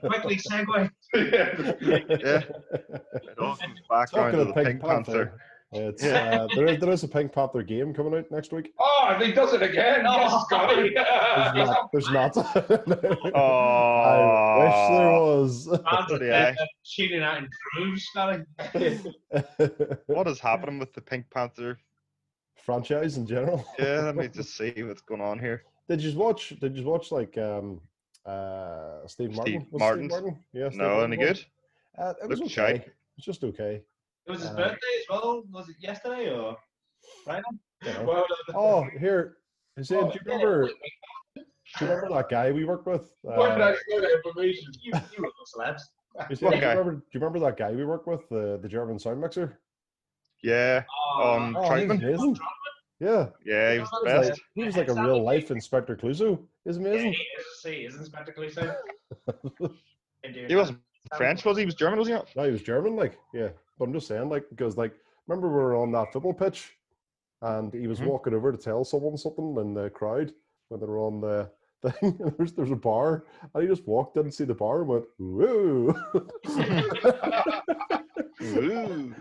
Speaker 2: Quickly segue.
Speaker 3: yeah.
Speaker 5: Yeah. It all comes back
Speaker 1: Talking
Speaker 5: around to
Speaker 1: of
Speaker 5: the
Speaker 1: Pink,
Speaker 5: Pink Panther.
Speaker 1: Panther, it's,
Speaker 5: Yeah.
Speaker 1: uh, there, is, there is a Pink Panther game coming out next week.
Speaker 3: Oh, and he does it again.
Speaker 2: Oh.
Speaker 3: Yes, Scotty.
Speaker 1: There's not. There's not.
Speaker 5: Oh,
Speaker 1: I wish there was.
Speaker 2: Fans are
Speaker 5: Bloody aye.
Speaker 2: tuning out in grooves, Scotty.
Speaker 5: what is happening with the Pink Panther?
Speaker 1: Franchise in general.
Speaker 5: Yeah, let me just see what's going on here.
Speaker 1: Did you watch? Did you watch like um, uh, Steve Martin?
Speaker 5: Steve
Speaker 1: Was it
Speaker 5: Martin's?
Speaker 1: Martin? Yeah. Steve
Speaker 5: No,
Speaker 1: Martin
Speaker 5: any
Speaker 1: was?
Speaker 5: good?
Speaker 1: Uh, it was
Speaker 5: Looked
Speaker 1: okay.
Speaker 5: shite.
Speaker 1: It was just okay.
Speaker 2: It was his
Speaker 1: Uh,
Speaker 2: birthday as well. Was it yesterday or Friday?
Speaker 1: you know.
Speaker 4: Well,
Speaker 1: Oh, here, Hussein,
Speaker 4: Oh,
Speaker 1: do you remember? Do you remember that guy we worked with?
Speaker 4: why did
Speaker 1: Uh,
Speaker 4: I get that information?
Speaker 2: You, you were those lads.
Speaker 1: Hussein, do,
Speaker 5: Okay.
Speaker 1: you remember, do you remember that guy we worked with? The the German sound mixer.
Speaker 5: Yeah,
Speaker 2: um,
Speaker 5: on
Speaker 1: Oh, he was
Speaker 5: Troutman.
Speaker 1: amazing. Yeah,
Speaker 5: Yeah, he was
Speaker 1: he
Speaker 5: the
Speaker 1: was,
Speaker 5: best.
Speaker 1: like, he was like a real life Inspector Clouseau. He's
Speaker 2: Yeah, he
Speaker 1: amazing.
Speaker 2: is, see, isn't spectacularly so.
Speaker 5: He wasn't French, was he? He was German, was he not?
Speaker 1: No, he was German, like yeah. But I'm just saying, like, because like, remember we were on that football pitch, and he was
Speaker 5: Mhm.
Speaker 1: walking over to tell someone something in the crowd when they were on the thing. And there's there's a bar, and he just walked in, see the bar, and went woo.
Speaker 5: Ooh.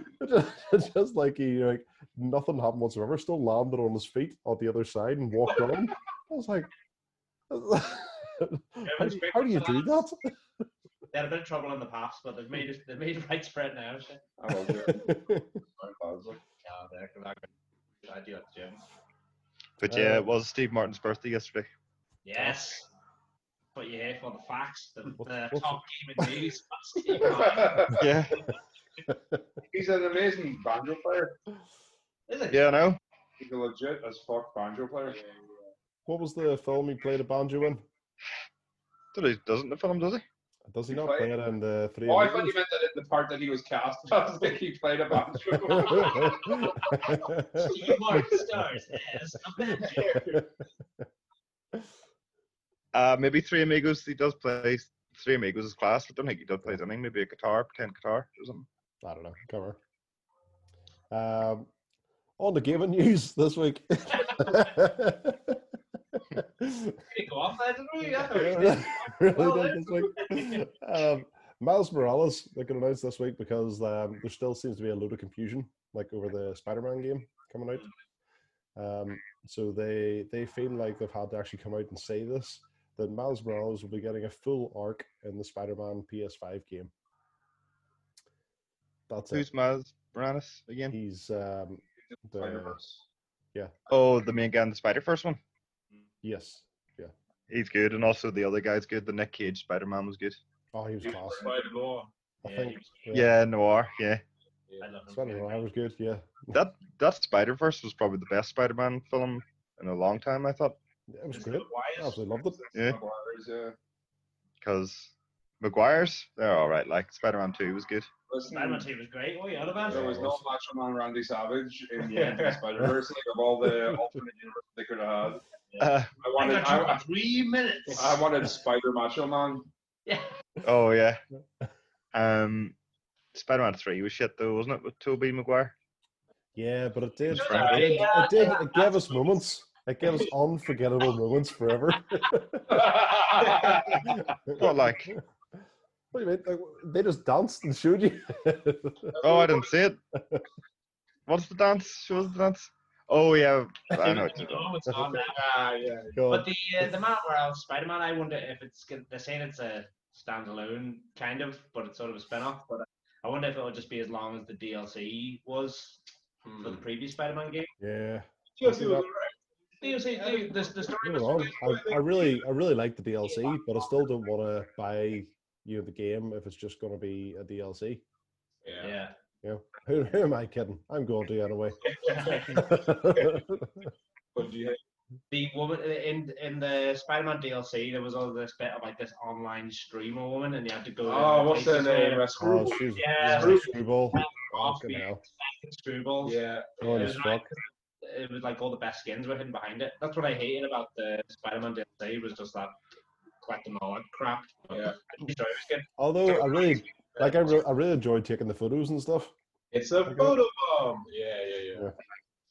Speaker 1: just, just like he like nothing happened whatsoever. Still landed on his feet on the other side and walked on. I was like, how, do you, how do you do that?
Speaker 2: They had a bit of trouble in the past, but they've made it, they've made it widespread now. So.
Speaker 3: I love it. I was like,
Speaker 2: Yeah, they're- they're not gonna- I do like the Germans.
Speaker 5: But yeah,
Speaker 1: Uh,
Speaker 5: it was Steve Martin's birthday yesterday.
Speaker 2: Yes. But you're here for the facts, the,
Speaker 1: What's-
Speaker 2: the
Speaker 1: what's-
Speaker 2: top game in news. That's Steve Martin,
Speaker 5: Yeah,
Speaker 3: He's an amazing banjo player.
Speaker 2: Is it?
Speaker 5: yeah, I know.
Speaker 3: He's a legit as fuck banjo player.
Speaker 1: What was the film he played a banjo in?
Speaker 5: Don't know, Doesn't the film, does he?
Speaker 1: Does he
Speaker 3: He
Speaker 1: not
Speaker 3: played-
Speaker 1: play it in the three?
Speaker 3: Oh, I thought
Speaker 1: Amigos?
Speaker 3: you meant that in the part that he was cast. I was like, he played a banjo.
Speaker 2: Steve Martin stars as a manager.
Speaker 5: Uh, maybe Three Amigos. He does play Three Amigos as class. I don't think he does play anything. Maybe a guitar, pretend guitar or something.
Speaker 1: I don't know. Cover. Um, on the gaming news this week.
Speaker 2: We didn't go off there, did we? Yeah.
Speaker 1: Yeah,
Speaker 2: Well,
Speaker 1: really did this week. Um, Miles Morales, they can announce this week because um, there still seems to be a load of confusion, like over the Spider-Man game coming out. Um, so they they feel like they've had to actually come out and say this that Miles Morales will be getting a full arc in the Spider-Man PS5 game. That's it.
Speaker 5: Who's Miles Moranis again?
Speaker 1: He's um, the,
Speaker 3: Spider-Verse.
Speaker 5: Oh, the main guy in the Spider First one.
Speaker 1: yes.
Speaker 5: He's good, and also the other guy's good. The Nick Cage Spider Man was good.
Speaker 1: Oh, he was
Speaker 4: He was
Speaker 1: class.
Speaker 4: by the law.
Speaker 1: I
Speaker 2: Yeah, he
Speaker 1: think
Speaker 2: was-
Speaker 5: Yeah, Noir. Yeah,
Speaker 2: I love him.
Speaker 1: Spider-Man was good. Yeah,
Speaker 5: that that Spider Verse was probably the best Spider Man film in a long time. I thought
Speaker 1: it was
Speaker 2: Is
Speaker 1: great.
Speaker 2: it wise?
Speaker 1: Absolutely loved it.
Speaker 5: Yeah.
Speaker 3: Spider-Verse, yeah.
Speaker 5: because Maguire's, they're all right. Like Spider-Man Two was good.
Speaker 3: Listen,
Speaker 2: Spider-Man 2 was great. What are you on about?
Speaker 3: there was no Macho Man Randy Savage in the end of Spider Verse. Like of all the alternate universe they could have had,
Speaker 5: Uh,
Speaker 3: I
Speaker 2: I
Speaker 3: wanted
Speaker 2: got you
Speaker 3: I,
Speaker 2: for three minutes.
Speaker 3: I wanted Spider Macho Man.
Speaker 2: yeah.
Speaker 5: oh yeah. Um, Spider-Man Three was shit though, wasn't it? With Tobey Maguire.
Speaker 1: Yeah, but it did.
Speaker 5: It's
Speaker 1: It,
Speaker 5: Frank.
Speaker 1: did-
Speaker 2: Yeah,
Speaker 1: it did.
Speaker 2: yeah,
Speaker 1: It gave us moments. It gave us unforgettable moments forever.
Speaker 5: Well, like,
Speaker 1: What do you mean? Like, they just danced and showed you.
Speaker 5: oh, I didn't see it. What's the dance? What was the dance? Oh yeah, I know. What you're doing.
Speaker 2: Oh, it's on now.
Speaker 4: Ah, yeah.
Speaker 1: God.
Speaker 2: But the uh, the man where I was Spider Man, I wonder if it's g- they're saying it's a standalone kind of, but it's sort of a spin off. But I wonder if it'll just be as long as the DLC was for
Speaker 3: Hmm.
Speaker 2: the previous Spider Man game.
Speaker 1: yeah.
Speaker 4: Chelsea was
Speaker 1: Yeah.
Speaker 4: alright.
Speaker 2: DLC, the, the, the story
Speaker 1: You're
Speaker 2: was
Speaker 1: wrong. I, I really, I really like the DLC, but I still don't want to buy you know, the game if it's just going to be a DLC.
Speaker 4: Yeah.
Speaker 2: Yeah.
Speaker 1: Who, who am I kidding? I'm going to anyway.
Speaker 4: But do you
Speaker 2: the woman in in the Spider Man DLC, there was all this bit of like this online streamer woman, and you had to go. to
Speaker 4: Oh, what's her
Speaker 2: places where-
Speaker 4: name? Uh,
Speaker 1: oh,
Speaker 4: Scrooge.
Speaker 1: she's
Speaker 2: Yeah.
Speaker 1: she's a screwball.
Speaker 2: Off
Speaker 1: Fucking
Speaker 2: the
Speaker 1: hell.
Speaker 2: Screwballs.
Speaker 4: Yeah.
Speaker 1: Holy
Speaker 2: It was
Speaker 1: fuck.
Speaker 2: it was like all the best skins were hidden behind it. That's what I hated about the Spider-Man DLC was just that collecting all that crap.
Speaker 4: Yeah.
Speaker 2: Every driver skin.
Speaker 1: Although I really, like, I, re- I really enjoyed taking the photos and stuff.
Speaker 4: It's a photo bomb. Yeah, yeah, yeah.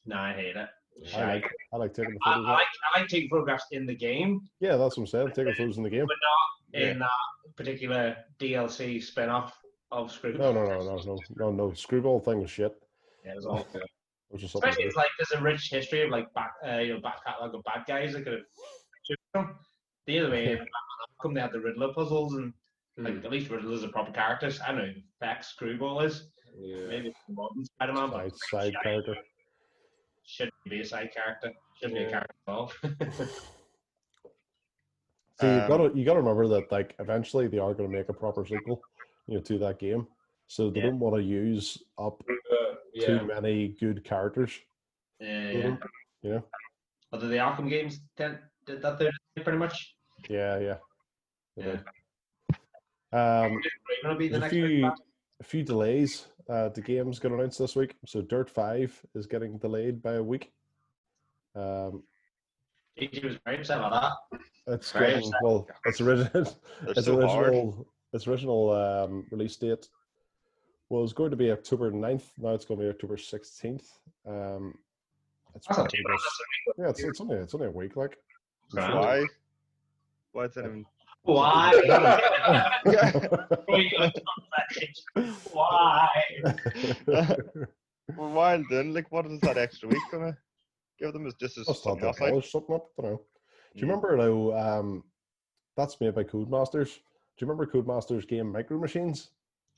Speaker 2: No, I hate it.
Speaker 1: I
Speaker 2: I,
Speaker 1: like, I like taking the
Speaker 2: I,
Speaker 1: photos.
Speaker 2: I like I like taking photographs in the game,
Speaker 1: yeah, that's what I'm saying. Taking photos in the game.
Speaker 2: but not in that particular DLC spin-off of Scrooge.
Speaker 1: No, no, no, no, no, no, no. Screwball thing was shit.
Speaker 2: Yeah, it was awful.
Speaker 1: It was just something
Speaker 2: Especially it's like there's a rich history of like back uh, you know back catalogue of bad guys that could have shooted them. The other way, in Batman Arkham, they had the Riddler puzzles and like at least Riddler's a proper character. I don't know who the heck Screwball is.
Speaker 4: Yeah.
Speaker 2: Maybe it's the modern Spider-Man, but
Speaker 1: side, side character.
Speaker 2: should be a side character. Should be a
Speaker 4: Yeah.
Speaker 2: character at all.
Speaker 1: So you
Speaker 5: Um,
Speaker 1: gotta you gotta remember that like eventually they are gonna make a proper sequel, you know, to that game. So they
Speaker 2: Yeah.
Speaker 1: don't want to use up
Speaker 4: Uh, yeah.
Speaker 1: too many good characters.
Speaker 2: yeah,
Speaker 1: with
Speaker 2: yeah.
Speaker 1: them, You know?
Speaker 2: Although the Arkham games tend, did that there pretty much.
Speaker 1: Yeah, yeah. they
Speaker 2: Yeah.
Speaker 1: did. Um,
Speaker 2: Right, gonna be the
Speaker 1: there's a
Speaker 2: next big
Speaker 1: few
Speaker 2: battle.
Speaker 1: a few delays. Uh, the game's got announced this week. So Dirt Five is getting delayed by a week. Um,
Speaker 2: DJ was very upset about
Speaker 1: it's
Speaker 2: Very
Speaker 1: getting, well, it's original.
Speaker 5: They're
Speaker 1: its
Speaker 5: so hard.
Speaker 1: original its original um, release date was going to be October 9th. Now it's going to be October 16th. Um, it's
Speaker 2: That's
Speaker 5: Oh,
Speaker 2: not
Speaker 1: probably
Speaker 2: too bad,
Speaker 1: just- yeah, it's, it's only it's only a week. Like
Speaker 2: Grand.
Speaker 5: Why? Why is that even?
Speaker 2: that. Why? Wait, I'm sorry. Why?
Speaker 5: Well, why then? Like, what is that extra week gonna give them? Is just as
Speaker 1: Must have
Speaker 5: something
Speaker 1: to
Speaker 5: else, like,
Speaker 1: polish something up. I don't know. Do you
Speaker 5: Yeah.
Speaker 1: remember though? Um, that's made by Codemasters. Do you remember Codemasters game Micro Machines?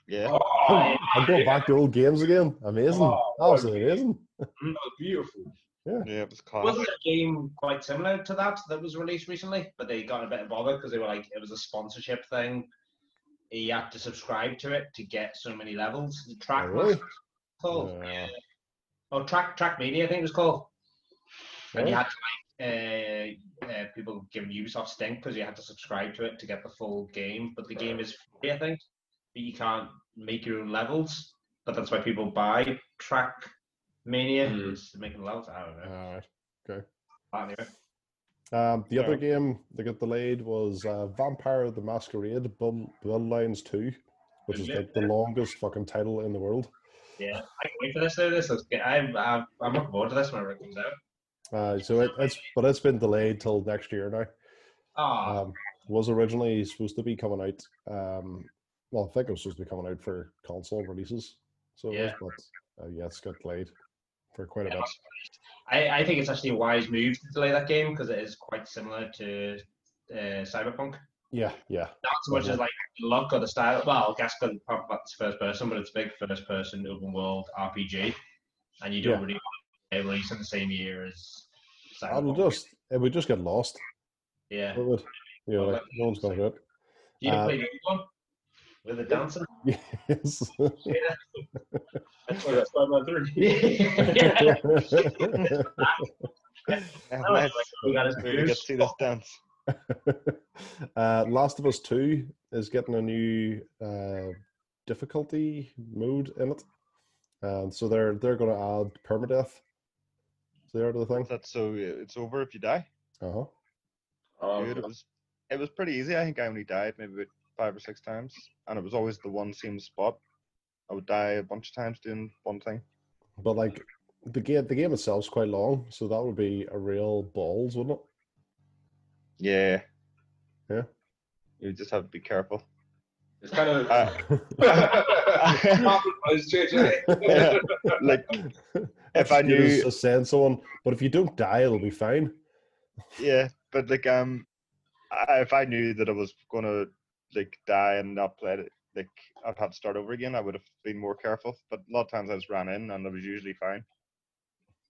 Speaker 5: yeah.
Speaker 4: Oh,
Speaker 1: I'm going back to old games again. Amazing,
Speaker 4: Oh,
Speaker 1: absolutely amazing.
Speaker 4: that was beautiful.
Speaker 5: Yeah, it was
Speaker 2: Wasn't
Speaker 5: class.
Speaker 2: a game quite similar to that that was released recently? But they got in a bit of bother because they were like it was a sponsorship thing. You had to subscribe to it to get so many levels. The track
Speaker 1: Oh, really?
Speaker 2: was called.
Speaker 1: Yeah.
Speaker 2: yeah. Oh, track track media, I think it was called. And you
Speaker 1: Right?
Speaker 2: had to like uh, uh, people giving Ubisoft stink because you had to subscribe to it to get the full game. But the game is free, I think. But you can't make your own levels. But that's why people buy track mania
Speaker 4: Hmm.
Speaker 2: is to make the levels. I don't know.
Speaker 1: All right.
Speaker 2: Anyway.
Speaker 1: Um, the other
Speaker 5: Sorry.
Speaker 1: game that got delayed was uh, Vampire the Masquerade Blood, Bloodlines 2, which is
Speaker 2: Isn't it?
Speaker 1: like the longest fucking title in the world.
Speaker 2: Yeah, I can wait for this though. This is good. I'm I'm I'm looking forward to this when it comes out.
Speaker 1: Uh, so it, it's but it's been delayed till next year now.
Speaker 2: Ah,
Speaker 1: Um, was originally supposed to be coming out. Um, well, I think it was supposed to be coming out for console releases. So it
Speaker 2: Yeah.
Speaker 1: was, but uh, yeah, it's got delayed for quite a
Speaker 2: Yeah.
Speaker 1: bit.
Speaker 2: I, I think it's actually a wise move to delay that game because it is quite similar to uh, Cyberpunk.
Speaker 1: Yeah, yeah,
Speaker 2: Not so much as like the look or the style. Well, I guess because it's first person, but it's a big first person open world RPG, and you don't
Speaker 1: Yeah.
Speaker 2: really want to release in the same year as
Speaker 1: It'll
Speaker 2: Cyberpunk.
Speaker 1: just it would just get lost.
Speaker 2: yeah,
Speaker 1: It would. You know, like no one's gonna do it.
Speaker 2: you can
Speaker 1: Uh,
Speaker 2: play the other one with the dancing.
Speaker 1: Yes.
Speaker 4: Oh, that's five by three.
Speaker 2: yeah,
Speaker 5: Yeah,
Speaker 2: I was like,
Speaker 5: nice.
Speaker 2: we got his
Speaker 5: We get to
Speaker 2: goose.
Speaker 5: see this dance.
Speaker 1: uh, Last of Us Two is getting a new uh, difficulty mode in it, and so they're they're going to add permadeath. There to the thing.
Speaker 5: That's so it's over if you die.
Speaker 1: Uh huh.
Speaker 3: Oh,
Speaker 5: Dude, it was it was pretty easy. I think I only died maybe about five or six times, and it was always the one same spot. I would die a bunch of times doing one thing.
Speaker 1: But like the game, the game itself's quite long, so that would be a real balls, wouldn't it?
Speaker 5: Yeah.
Speaker 1: Yeah.
Speaker 5: You just have to be careful.
Speaker 4: It's kind of
Speaker 5: Uh,
Speaker 3: it's changing.
Speaker 5: like if I
Speaker 1: You just
Speaker 5: knew,
Speaker 1: send someone, but if you don't die, it'll be fine.
Speaker 5: yeah, but like um, I, if I knew that I was gonna like die and not play it, like I'd have to start over again. I would have been more careful. But a lot of times I just ran in and I was usually fine.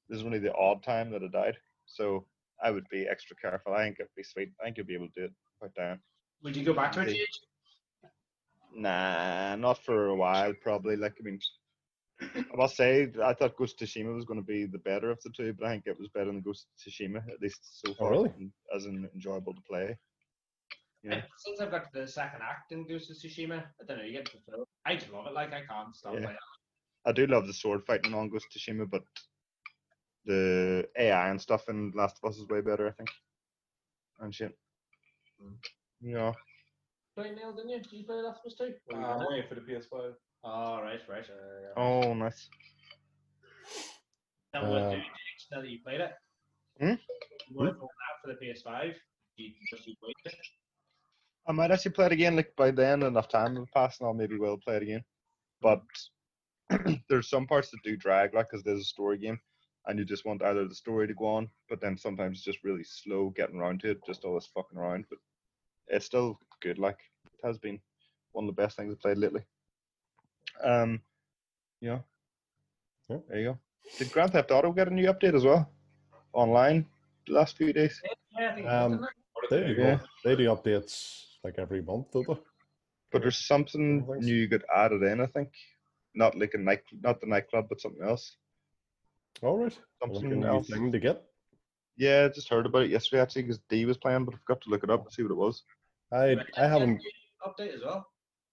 Speaker 5: This is only the odd time that I died, so I would be extra careful. I think it'd be sweet. I think you'd be able to do it without dying.
Speaker 2: Would you go back to it?
Speaker 5: Yeah.
Speaker 2: Huge?
Speaker 5: Nah, not for a while, probably. Like, I mean, I must say, I thought Ghost of Tsushima was going to be the better of the two, but I think it was better than Ghost of Tsushima, at least so far,
Speaker 1: really?
Speaker 5: and as in enjoyable to play.
Speaker 2: And
Speaker 5: Yeah.
Speaker 2: Since I've got to the second act in Ghost of Tsushima, I don't know. You get to the film. I just love it. Like I can't stop.
Speaker 5: Yeah.
Speaker 2: Like,
Speaker 5: I do love the sword fighting on Ghost of Tsushima, but the AI and stuff in Last of Us is way better, I think. And shit. Yeah.
Speaker 2: play Neil, didn't you? Did you play Last of Us Two?
Speaker 4: uh, I'm waiting for the PS5.
Speaker 2: Oh right, right. Uh,
Speaker 5: Oh, nice.
Speaker 2: That was
Speaker 1: Uh,
Speaker 2: uh, now that you played it.
Speaker 5: Hmm?
Speaker 2: What if that for the PS5? Do you just you wait?
Speaker 5: I might actually play it again. Like by then, enough time will pass, and I'll maybe will play it again. But there's some parts that do drag, like because there's a story game, and you just want either the story to go on, but then sometimes it's just really slow getting around to it, just all this fucking around. But it's still good. Like it has been one of the best things I've played lately. Um, yeah,
Speaker 1: Yeah.
Speaker 5: there you go. Did Grand Theft Auto get a new update as well online the last few days?
Speaker 2: Yeah, I think
Speaker 1: Um,
Speaker 2: um,
Speaker 1: They do,
Speaker 5: Yeah.
Speaker 1: they do updates like every month, don't they?
Speaker 5: But there's something
Speaker 1: think so.
Speaker 5: new you got added in, I think. Not like a night, not the nightclub, but something else.
Speaker 1: All right. Like a
Speaker 5: Something
Speaker 1: new
Speaker 5: else.
Speaker 1: thing to get.
Speaker 5: Yeah, I just heard about it yesterday actually because D was playing, but I forgot to look it up and see what it was.
Speaker 1: I I haven't
Speaker 2: update as well.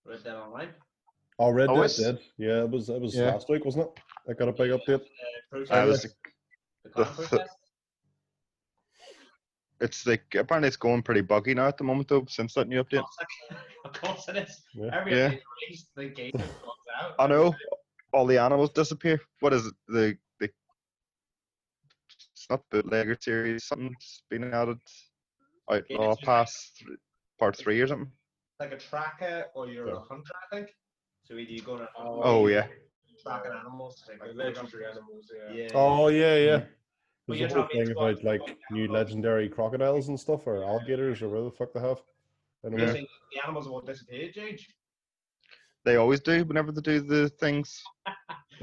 Speaker 2: Red Dead Online.
Speaker 1: oh Red
Speaker 5: Oh,
Speaker 1: Dead
Speaker 5: it's-
Speaker 1: did. Yeah, it was it was
Speaker 5: Yeah.
Speaker 1: last week, wasn't it? I got a big update.
Speaker 2: Uh, process,
Speaker 5: I was,
Speaker 2: the clan
Speaker 5: the-
Speaker 2: process.
Speaker 5: it's like apparently it's going pretty buggy now at the moment though since that new update.
Speaker 2: Of course it is.
Speaker 1: Yeah.
Speaker 2: Every
Speaker 5: Yeah.
Speaker 2: update released, the game comes out.
Speaker 5: I know all the animals disappear. What is it? The the it's not bootlegger series. Something's been added. Outlaw
Speaker 2: just-
Speaker 5: Pass th- Part Three or something.
Speaker 2: like a tracker or you're
Speaker 1: Yeah.
Speaker 2: a hunter, I think. So either you go on a
Speaker 4: Oh,
Speaker 5: Oh yeah,
Speaker 2: tracking animals to take
Speaker 4: Like
Speaker 2: like
Speaker 4: legendary animals, yeah.
Speaker 2: Yeah.
Speaker 1: Oh yeah, yeah.
Speaker 5: Mm-hmm.
Speaker 2: Well,
Speaker 1: There's
Speaker 2: you're
Speaker 1: a whole
Speaker 2: talking
Speaker 1: thing
Speaker 2: about-
Speaker 1: about like new legendary crocodiles and stuff, or alligators, or whatever the fuck they have.
Speaker 2: You
Speaker 1: Anyway,
Speaker 2: think the animals won't disappear, Jage.
Speaker 5: they always do whenever they do the things.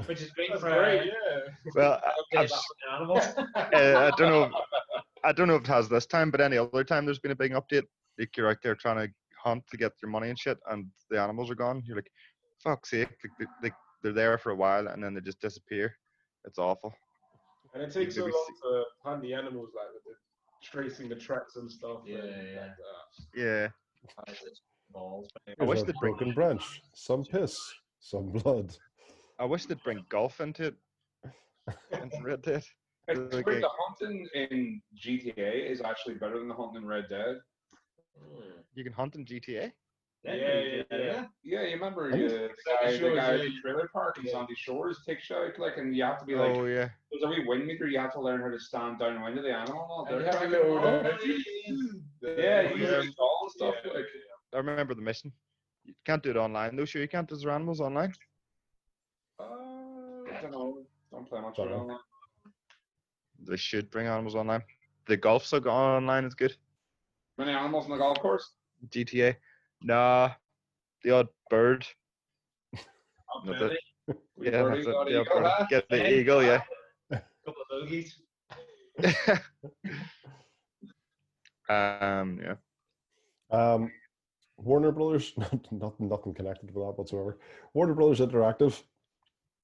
Speaker 2: Which is great
Speaker 4: That's
Speaker 2: for
Speaker 4: great,
Speaker 2: uh,
Speaker 4: yeah.
Speaker 5: Well, I,
Speaker 2: updates on
Speaker 5: I've
Speaker 2: animals.
Speaker 5: uh, I don't know. If, I don't know if it has this time, but any other time there's been a big update. Like you're out there trying to hunt to get your money and shit, and the animals are gone. You're like, fuck's sake! Like, they, they, they're there for a while and then they just disappear. It's awful.
Speaker 4: And it takes so
Speaker 5: Maybe
Speaker 4: long
Speaker 5: see-
Speaker 4: to hunt the animals, like with the, tracing the tracks and stuff.
Speaker 2: Yeah,
Speaker 4: and,
Speaker 2: yeah.
Speaker 4: Like, uh,
Speaker 5: Yeah.
Speaker 2: Balls.
Speaker 5: I wish
Speaker 1: there's a
Speaker 5: they'd bring.
Speaker 1: broken branch, some piss, some blood.
Speaker 5: I wish they'd bring golf into it. into Red Dead.
Speaker 3: Like,
Speaker 5: Like
Speaker 3: sorry,
Speaker 5: a-
Speaker 3: the hunting in GTA is actually better than the hunting in Red Dead.
Speaker 5: You can hunt in GTA.
Speaker 2: Yeah,
Speaker 4: Yeah,
Speaker 2: yeah,
Speaker 4: yeah,
Speaker 2: yeah.
Speaker 4: yeah.
Speaker 3: Yeah, you remember
Speaker 1: Oh.
Speaker 3: uh, the guy, the
Speaker 4: Shores,
Speaker 3: guy at
Speaker 4: yeah.
Speaker 3: the trailer park in
Speaker 4: Yeah.
Speaker 3: Sandy Shores takes shot, like, and you have to be like,
Speaker 5: oh yeah.
Speaker 3: there's a wee wind meter. You have to learn how to stand downwind of the animal. and all
Speaker 4: And you
Speaker 3: that.
Speaker 4: have a little,
Speaker 3: Oh,
Speaker 4: uh,
Speaker 3: yeah.
Speaker 4: the-
Speaker 3: yeah,
Speaker 5: Oh,
Speaker 3: you
Speaker 5: yeah.
Speaker 3: use all and stuff.
Speaker 4: Yeah.
Speaker 3: Like,
Speaker 5: I remember the mission. You can't do it online though. Sure, you can't. Is there animals online?
Speaker 3: uh, I don't know. Don't play much
Speaker 1: Don't know.
Speaker 3: around that.
Speaker 5: They should bring animals online. The golf so online is good.
Speaker 3: Many animals in the golf course.
Speaker 5: GTA. Nah, the odd bird. No,
Speaker 2: Maybe
Speaker 5: that-
Speaker 3: We've
Speaker 5: yeah,
Speaker 3: already
Speaker 5: that's it,
Speaker 3: got an
Speaker 5: the odd
Speaker 3: eagle,
Speaker 5: bird.
Speaker 3: huh?
Speaker 5: Get the
Speaker 2: Hey.
Speaker 5: eagle, yeah.
Speaker 2: a couple of bogeys.
Speaker 5: um, yeah.
Speaker 1: Um, Warner Brothers, not, not nothing connected with that whatsoever. Warner Brothers Interactive,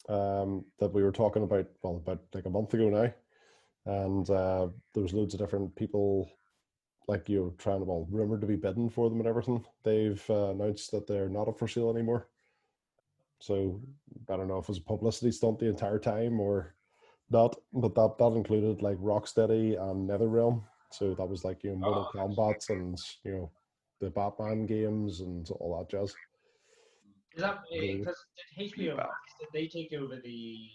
Speaker 1: um, that we were talking about, well, about like a month ago now, and uh, there was loads of different people like you're trying to well rumored to be bidding for them and everything. They've uh, announced that they're not up for sale anymore. So I don't know if it was a publicity stunt the entire time or not, but that that included like Rocksteady and NetherRealm. So that was like you know Mortal
Speaker 3: Ah.
Speaker 1: Kombat and you know the Batman games and all that jazz.
Speaker 2: Is that
Speaker 1: Yeah.
Speaker 2: because did HBO
Speaker 5: Feedback.
Speaker 2: Max did they take over the?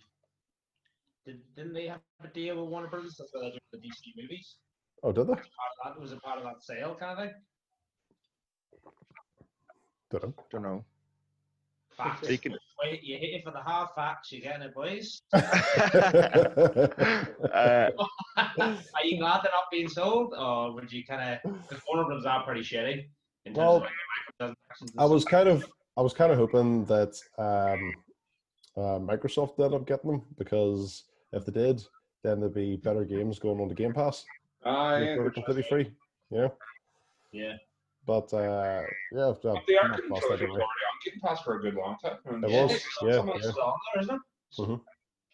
Speaker 2: Did, didn't they have a deal with Warner Brothers? That's why they did the DC movies.
Speaker 1: Oh, did they?
Speaker 2: Part of that was a part of that sale kind of thing.
Speaker 1: Did it?
Speaker 5: don't know.
Speaker 2: Facts.
Speaker 5: They can-
Speaker 2: Wait, you hit it for the hard facts, you're getting it, boys.
Speaker 5: uh,
Speaker 2: Are you glad they're not being sold, or would you kind of? Because Warner Brothers are pretty shitty. In terms
Speaker 1: Well,
Speaker 2: of like, microtransactions and
Speaker 1: I was
Speaker 2: stuff.
Speaker 1: kind of I was kind of hoping that um, uh, Microsoft ended up getting them because if they did, then there'd be better games going on to Game Pass.
Speaker 3: I
Speaker 1: They're completely free. You know.
Speaker 2: Yeah.
Speaker 1: But uh, yeah, if that,
Speaker 3: They are
Speaker 1: not lost
Speaker 3: controllers already.
Speaker 1: anyway.
Speaker 3: I'm getting past for a good long time.
Speaker 1: It
Speaker 2: Yeah,
Speaker 1: was,
Speaker 2: there's
Speaker 1: yeah,
Speaker 2: so much
Speaker 1: yeah. Oh,
Speaker 2: still on there, isn't there?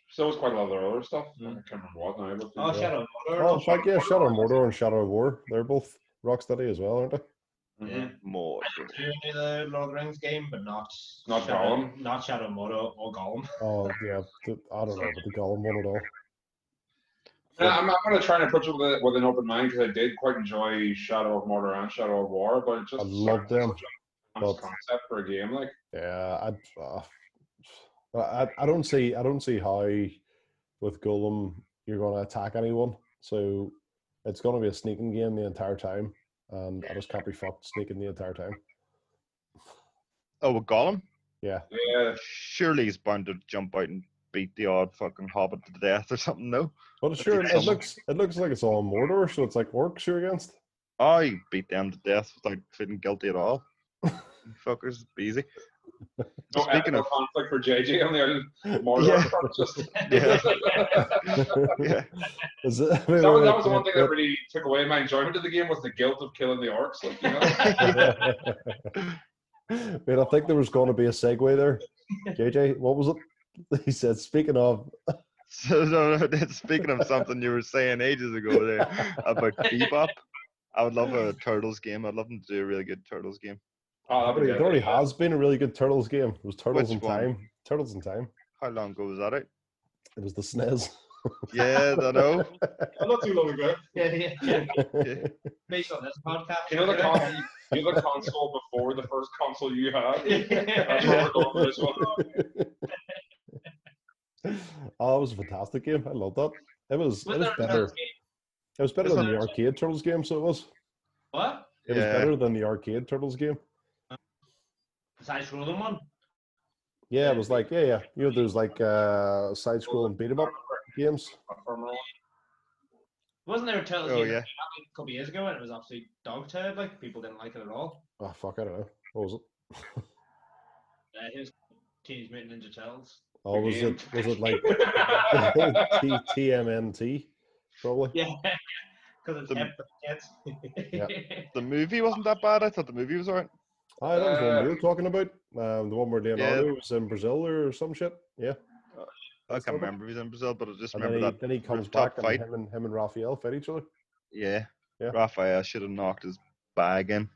Speaker 3: So was quite a lot of their other stuff.
Speaker 2: Mm.
Speaker 3: I can't remember what now. But
Speaker 2: Oh,
Speaker 3: yeah.
Speaker 2: Shadow of Mordor.
Speaker 1: Oh, fuck yeah, Shadow of Mordor and Shadow of War. They're both Rocksteady as well, aren't they?
Speaker 2: Yeah.
Speaker 3: Mhm.
Speaker 5: more.
Speaker 2: Do the Lord of the Rings game, but not
Speaker 3: Not
Speaker 2: Shadow,
Speaker 3: Gollum.
Speaker 2: not Shadow of Mordor or Gollum.
Speaker 1: Oh yeah, th- I don't know about the Gollum one at all.
Speaker 3: Yeah, I'm, I'm going to try and approach it with, a- with an open mind because I did quite enjoy Shadow of Mordor and Shadow of War, but it just
Speaker 1: I loved
Speaker 3: such a
Speaker 1: them,
Speaker 3: nice
Speaker 1: but-
Speaker 3: concept for a game like
Speaker 1: Yeah, I, uh, I, I don't see, I don't see how with Golem you're going to attack anyone. So it's going to be a sneaking game the entire time, and I just can't be fucked sneaking the entire time.
Speaker 5: Oh, with Gollum?
Speaker 1: Yeah,
Speaker 3: yeah,
Speaker 5: Surely he's bound to jump out and beat the odd fucking hobbit to death or something, no?
Speaker 1: but
Speaker 5: That's
Speaker 1: sure, it
Speaker 5: awesome.
Speaker 1: looks, it looks like it's all Mordor, so it's like orcs you're against.
Speaker 5: Oh, you beat them to death without feeling guilty at all. You Fuckers, be easy.
Speaker 3: no
Speaker 5: Speaking
Speaker 3: ethical
Speaker 5: of-
Speaker 3: conflict for JJ on the other Mordor
Speaker 5: Yeah.
Speaker 3: front, just
Speaker 5: Yeah.
Speaker 1: yeah.
Speaker 5: Yeah.
Speaker 1: Is it, that,
Speaker 3: that was, that was the one thing that really took away my enjoyment of the game was the guilt of killing the orcs. Like, you know,
Speaker 1: Man, I think there was going to be a segue there. JJ, what was it? He said, speaking of,
Speaker 5: So, no, no, that's- speaking of something you were saying ages ago there about Bebop, I would love a Turtles game. I'd love them to do a really good Turtles game.
Speaker 3: oh, that'd
Speaker 1: but
Speaker 3: be
Speaker 1: it
Speaker 3: good.
Speaker 1: already has been a really good Turtles game. It was Turtles in
Speaker 5: Which one?
Speaker 1: Time. Turtles in Time.
Speaker 5: How long ago was that out?
Speaker 1: It was the E SNES.
Speaker 5: Yeah, I know.
Speaker 4: Not too long ago.
Speaker 2: Yeah, yeah, yeah.
Speaker 5: Yeah.
Speaker 2: Based on this podcast.
Speaker 3: You know the con- you know the console before the first console you had. That's where we're going with this one.
Speaker 1: oh, it was a fantastic game. I loved that. It was, it was
Speaker 2: there a
Speaker 1: better.
Speaker 2: Turtles game?
Speaker 1: It was better
Speaker 2: was
Speaker 1: than the
Speaker 2: there-
Speaker 1: arcade Turtles game, so it was.
Speaker 2: What?
Speaker 1: It was
Speaker 5: Yeah.
Speaker 1: better than the arcade Turtles game.
Speaker 2: Side scrolling one?
Speaker 1: Yeah, it was like, yeah, yeah. You know, there's like uh, side scroll and beat 'em up games.
Speaker 3: Platformer one.
Speaker 2: Wasn't there a Turtles
Speaker 5: Oh,
Speaker 2: game that came
Speaker 5: yeah.
Speaker 2: out like a couple of years ago and it was absolutely dog turd? Like, people didn't like it at all.
Speaker 1: Oh, fuck, I don't know. What was it?
Speaker 2: Uh, here's Teenage Mutant Ninja Turtles.
Speaker 1: Oh, was
Speaker 3: game.
Speaker 1: it was it like T- TMNT? Probably.
Speaker 2: Yeah. Because it's
Speaker 5: The-
Speaker 2: hip for the kids.
Speaker 5: The movie wasn't that bad. I thought the movie was alright.
Speaker 1: Ah, that was the one
Speaker 3: Uh,
Speaker 1: you were talking about. Um, the one where Leonardo was in Brazil or some shit. Yeah.
Speaker 5: I
Speaker 1: That's
Speaker 5: can't
Speaker 1: not bad.
Speaker 5: remember if he was in Brazil, but I just
Speaker 1: And then he,
Speaker 5: remember that.
Speaker 1: then he comes
Speaker 5: rooftop
Speaker 1: back and
Speaker 5: fight.
Speaker 1: him and him and Raphael fight each other.
Speaker 5: Yeah.
Speaker 1: Yeah.
Speaker 5: Raphael should have knocked his bag in.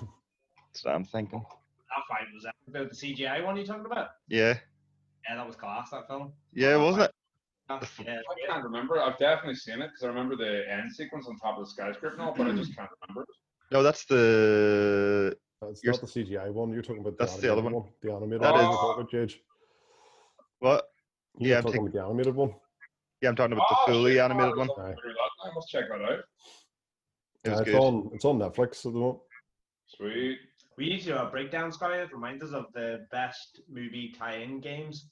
Speaker 5: That's what I'm thinking.
Speaker 2: That fight was epic. about the CGI one you're talking about.
Speaker 5: Yeah.
Speaker 2: Yeah, that was class, that film.
Speaker 5: Yeah, wasn't it?
Speaker 2: Yeah, yeah.
Speaker 3: I can't remember. I've definitely seen it because I remember the end sequence on top of the skyscraper and all, but I just can't remember.
Speaker 5: No, that's the.
Speaker 1: That's
Speaker 5: You're
Speaker 1: not the CGI one. You're talking about the
Speaker 5: That's the other
Speaker 1: animated
Speaker 5: one.
Speaker 1: The animated
Speaker 5: That
Speaker 1: one.
Speaker 5: is-
Speaker 1: you're talking about, Judge.
Speaker 5: What?
Speaker 1: You're
Speaker 5: Yeah, I'm
Speaker 1: talking
Speaker 5: taking-
Speaker 1: about the animated one.
Speaker 5: Yeah, I'm talking about the fully
Speaker 3: Oh, shit,
Speaker 5: animated
Speaker 3: I
Speaker 5: one.
Speaker 3: was looking through that. I must check that out.
Speaker 5: It was
Speaker 1: Uh, it's
Speaker 5: good.
Speaker 1: on it's on Netflix at the moment.
Speaker 3: Sweet.
Speaker 2: We used to do a breakdown, Scotty, that reminds us of the best movie tie-in games.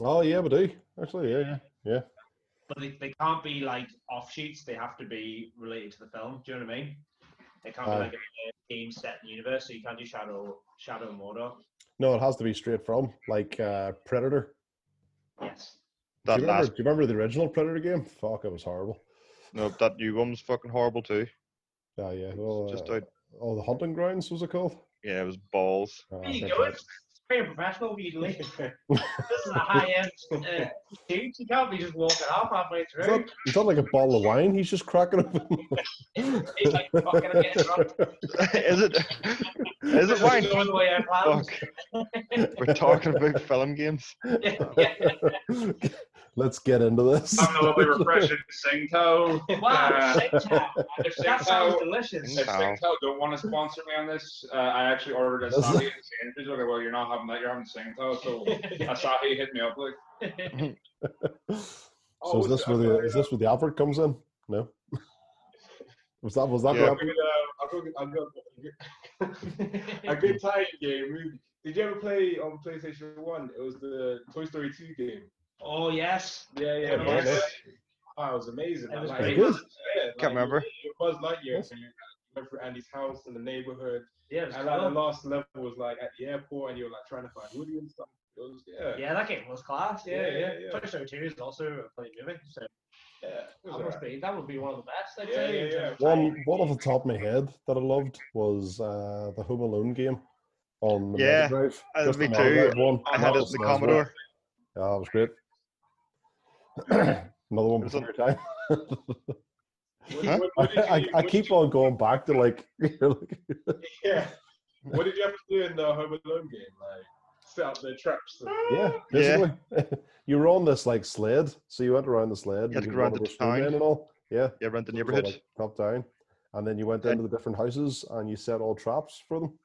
Speaker 1: Oh yeah, we do. Actually, yeah, yeah. Yeah.
Speaker 2: But they, they can't be like offshoots, they have to be related to the film. Do you know what I mean? They can't
Speaker 1: Aye.
Speaker 2: be like a game set in the universe, so you can't do Shadow Shadow and Mordor.
Speaker 1: No, it has to be straight from like uh, Predator.
Speaker 2: Yes.
Speaker 1: Do you,
Speaker 5: That
Speaker 1: remember,
Speaker 5: last.
Speaker 1: do you remember the original Predator game? Fuck, it was horrible.
Speaker 5: No, that new one was fucking horrible too.
Speaker 1: Oh yeah,
Speaker 5: It's
Speaker 1: well,
Speaker 5: just
Speaker 1: uh,
Speaker 5: out.
Speaker 1: oh the hunting grounds was it called?
Speaker 5: Yeah, it was balls.
Speaker 1: Uh,
Speaker 2: There you
Speaker 1: that's
Speaker 2: go.
Speaker 1: right.
Speaker 2: It's being professional usually. this is a high end uh, dude. You can't be just walking off halfway
Speaker 1: It's
Speaker 2: through.
Speaker 1: not, it's not like a bottle of wine. He's just cracking open.
Speaker 2: He's like fucking I'm getting drunk.
Speaker 5: is it? Is it wine?
Speaker 2: Going the way I planned.
Speaker 5: Fuck. We're talking about film games.
Speaker 1: Let's get into this.
Speaker 3: Having a lovely refreshing Singtel.
Speaker 2: Wow,
Speaker 3: Uh,
Speaker 2: shake tap.
Speaker 3: if
Speaker 2: That sounds
Speaker 3: Singtel,
Speaker 2: delicious.
Speaker 3: if Singtel don't want to sponsor me on this, uh, I actually ordered
Speaker 1: That's-
Speaker 3: Asahi at Sainsbury's. Like, well, you're not having that. You're having Singtel. So Asahi hit me up like,
Speaker 5: Oh,
Speaker 1: So is this where the is this where the advert comes in? No. Was that was that
Speaker 5: Yeah.
Speaker 1: the advert?
Speaker 4: I'll go, I'll go, a good time game. Movie. Did you ever play on PlayStation One? It was the Toy Story Two game.
Speaker 2: oh yes.
Speaker 4: Yeah, yeah.
Speaker 2: Yeah,
Speaker 4: Buzz
Speaker 2: nice.
Speaker 4: Lightyear. Oh, it was amazing.
Speaker 2: It was
Speaker 4: like,
Speaker 2: great.
Speaker 4: it was- yeah, like,
Speaker 5: Can't remember.
Speaker 4: It was Lightyear.
Speaker 1: Nice.
Speaker 4: So you went through Andy's house in the neighborhood,
Speaker 2: Yeah, it was
Speaker 4: and like, the
Speaker 2: cool.
Speaker 4: last level was like at the airport, and you were like trying to find Woody and stuff. It was, yeah, yeah,
Speaker 2: Yeah, that game was class. Yeah,
Speaker 4: Yeah,
Speaker 2: yeah.
Speaker 4: yeah, yeah.
Speaker 2: Toy Story 2 is also a play movie, so
Speaker 4: it was
Speaker 2: that must
Speaker 4: alright.
Speaker 2: be that would be one of the best. I'd
Speaker 4: Yeah,
Speaker 2: say.
Speaker 4: yeah,
Speaker 2: in terms of
Speaker 1: One
Speaker 2: time.
Speaker 1: one off the top of my head that I loved was uh, the Home Alone game on the Mega
Speaker 5: Yeah,
Speaker 1: Drive.
Speaker 5: uh,
Speaker 1: Just
Speaker 5: me
Speaker 1: the Mega
Speaker 5: too.
Speaker 1: Drive one.
Speaker 5: I
Speaker 1: That
Speaker 5: had it
Speaker 1: was
Speaker 5: the
Speaker 1: nice one.
Speaker 5: Commodore.
Speaker 1: Yeah, that was great. Another one
Speaker 5: It was
Speaker 1: before
Speaker 5: on-
Speaker 1: your time.
Speaker 4: What-
Speaker 5: Huh?
Speaker 4: what- what did
Speaker 1: I,
Speaker 4: you-
Speaker 1: I
Speaker 4: what did
Speaker 1: keep
Speaker 4: you-
Speaker 1: on going back to like,
Speaker 4: Yeah. What did you have to do in the Home Alone game? Like set up the traps. And,
Speaker 1: yeah, basically. you were on this like sled, so you went around the sled.
Speaker 5: You had to
Speaker 1: could
Speaker 5: go around
Speaker 1: run
Speaker 5: the
Speaker 1: over snowmen
Speaker 5: town.
Speaker 1: and all. Yeah,
Speaker 5: Yeah, around the
Speaker 1: it was all,
Speaker 5: neighborhood.
Speaker 1: like, top down, and then you went down to the different houses and you set all traps for them.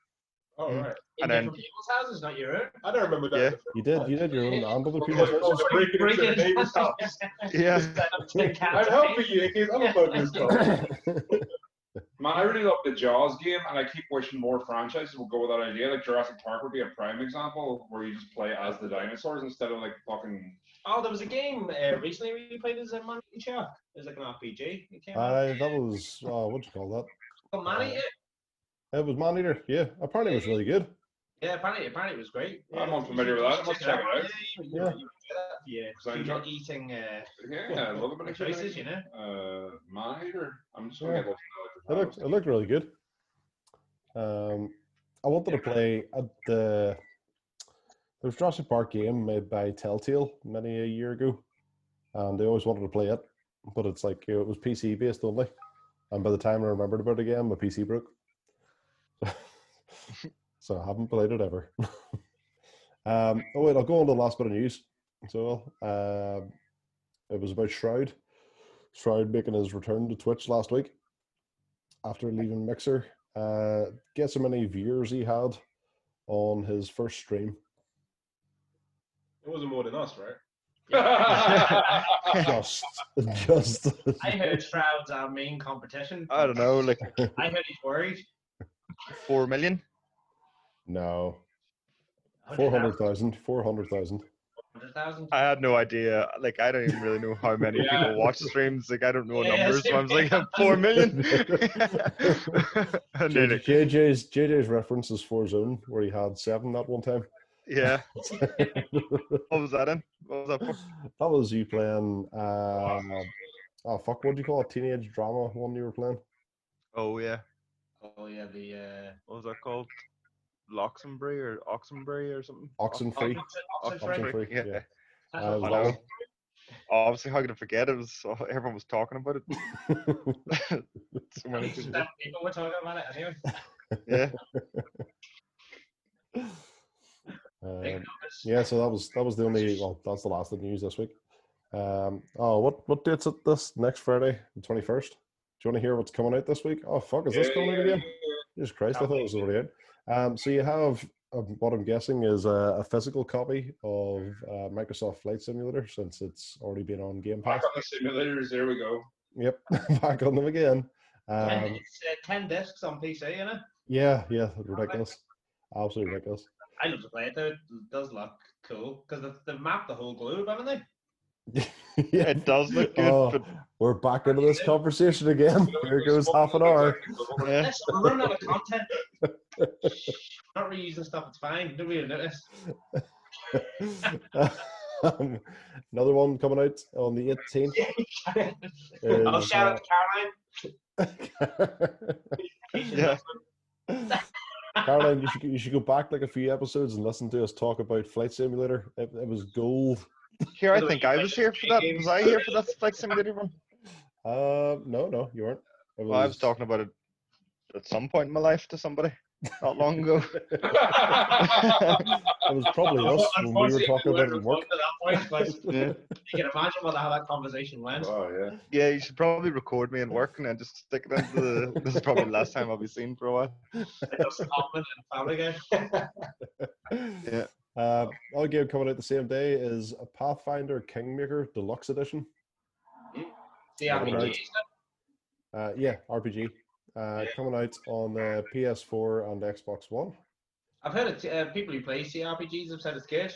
Speaker 4: oh
Speaker 5: Mm.
Speaker 4: right.
Speaker 2: in
Speaker 5: and then-
Speaker 2: different people's houses, not your own.
Speaker 4: I don't remember that.
Speaker 5: Yeah.
Speaker 1: You did, you did your own and other people's
Speaker 4: Well,
Speaker 1: houses.
Speaker 4: well, Breaking into the neighbor's house.
Speaker 5: Yeah.
Speaker 4: I'm helping you in case other buggers come.
Speaker 3: man, I really love the Jaws game, and I keep wishing more franchises would go with that idea. Like Jurassic Park would be a prime example where you just play as the dinosaurs instead of like fucking.
Speaker 2: Oh, there was a game uh, recently we played as a Manny Shark. It was like an RPG. It came out.
Speaker 1: I that was uh, what do you call
Speaker 2: Oh, Manny,
Speaker 1: uh, that? It was Man Eater. Yeah, apparently it was really good.
Speaker 2: yeah, apparently, apparently it was great. Yeah,
Speaker 3: I'm
Speaker 2: you
Speaker 3: unfamiliar
Speaker 2: should- you
Speaker 3: with that. I
Speaker 2: should
Speaker 3: must check it out.
Speaker 2: Yeah, you,
Speaker 1: Yeah.
Speaker 2: you, you yeah.
Speaker 3: So I
Speaker 2: you're
Speaker 3: enjoy-
Speaker 2: not eating uh,
Speaker 3: Yeah, a little bit of
Speaker 2: choices, you know.
Speaker 3: Uh, mine or I'm just gonna
Speaker 1: Yeah.
Speaker 3: get those.
Speaker 1: It looked, it looked really good. Um, I wanted to play at the. There was a Jurassic Park game made by Telltale many a year ago, and I always wanted to play it, but it's like you know, it was PC based only, and by the time I remembered about the game, my PC broke. so I haven't played it ever. um, oh wait, I'll go on to the last bit of news. So um, it was about Shroud, Shroud making his return to Twitch last week after leaving Mixer. Uh, guess how many viewers he had on his first stream?
Speaker 4: It wasn't more than us, right?
Speaker 5: Uh,
Speaker 1: Just, just.
Speaker 2: I heard Shroud's our main competition.
Speaker 5: I don't know, like
Speaker 2: I heard he's worried.
Speaker 5: four million.
Speaker 1: no,
Speaker 2: How did that-
Speaker 1: 400,000, 400,000.
Speaker 2: 100,000.
Speaker 3: Uh,
Speaker 5: I had no idea. Like I don't even really know how many
Speaker 3: Yeah.
Speaker 5: people watch the streams. Like I don't know
Speaker 2: Yeah,
Speaker 5: numbers. So I was like four million. I knew
Speaker 1: JJ-
Speaker 5: it.
Speaker 1: JJ's, JJ's reference is for zone where he had seven that one time.
Speaker 5: Yeah. What was that in? What was that for?
Speaker 1: That was you playing, uh, oh fuck, what do you call it? Teenage drama one you were playing?
Speaker 5: Oh yeah.
Speaker 2: Oh yeah, the uh,
Speaker 5: What was that called? Loxenbury or Oxenbury or something?
Speaker 1: Oxen free.
Speaker 2: Oxen-
Speaker 5: Oxenfree,
Speaker 1: Oxen
Speaker 2: Oxenfree.
Speaker 1: free.
Speaker 5: yeah.
Speaker 1: Yeah.
Speaker 2: That's
Speaker 1: Uh,
Speaker 2: what
Speaker 1: it
Speaker 5: I
Speaker 1: was
Speaker 5: know.
Speaker 1: that
Speaker 5: Obviously, how could I forget? It was everyone was talking about it.
Speaker 1: one.
Speaker 5: So many people.
Speaker 2: Seven people were talking about it anyway.
Speaker 5: Yeah.
Speaker 2: Big
Speaker 1: Um,
Speaker 2: numbers.
Speaker 1: Yeah, so that was that was the only well, that's the last of the news this week. Um, oh, what what date's it this next Friday, the twenty first? Do you want to hear what's coming out this week? Oh fuck, is this coming out again? Jesus Christ, I thought it was already out. Um, so you have um, what I'm guessing is a, a physical copy of uh, Microsoft Flight Simulator since it's already been on Game Pass.
Speaker 3: Back on the simulators. There we go.
Speaker 1: Yep, back on them again.
Speaker 2: Ten-
Speaker 1: Um,
Speaker 2: it's uh, ten discs on PC, you know.
Speaker 1: yeah, yeah, ridiculous, absolutely ridiculous.
Speaker 2: I love to play it though. It does look cool because they've, they've mapped the whole globe, haven't they?
Speaker 1: yeah,
Speaker 5: It does look good,
Speaker 1: Oh.
Speaker 5: but
Speaker 1: we're back into this conversation again. Here goes half an hour.
Speaker 5: yeah.
Speaker 2: Yes, we're running out of content. Not reusing stuff. It's fine. Nobody will notice.
Speaker 1: Um, another one coming out on the 18th.
Speaker 2: I'll
Speaker 1: is,
Speaker 2: Oh, shout
Speaker 1: uh,
Speaker 2: out to Caroline.
Speaker 5: yeah.
Speaker 1: Caroline, you should you should go back like a few episodes and listen to us talk about Flight Simulator. It, it was gold.
Speaker 5: Here, I
Speaker 2: Really,
Speaker 5: think I
Speaker 2: like
Speaker 5: was
Speaker 2: the
Speaker 5: here for that.
Speaker 2: games.
Speaker 5: Was I here for that flight simulator one?
Speaker 1: Uh, no, no, you weren't. It
Speaker 5: Well, I was talking about it at some point in my life to somebody not long ago.
Speaker 1: It was probably us when we were
Speaker 2: Unfortunately,
Speaker 1: talking about it
Speaker 2: whoever
Speaker 1: at work.
Speaker 2: comes to that point, like,
Speaker 5: yeah.
Speaker 2: you can imagine what how that conversation went.
Speaker 3: Oh yeah.
Speaker 5: yeah, you should probably record me and work and then just stick it into the. This is probably the last time I'll be seen for a while.
Speaker 2: Just Hoffman and Family Guy.
Speaker 5: Yeah.
Speaker 1: Uh, another game coming out the same day is Pathfinder Kingmaker Deluxe Edition.
Speaker 2: The
Speaker 1: Yeah,
Speaker 2: RPG.
Speaker 1: right. Uh, yeah, RPG. Uh, coming out on uh, PS4 and Xbox One.
Speaker 2: I've heard it, uh, people who play CRPGs have said it's good,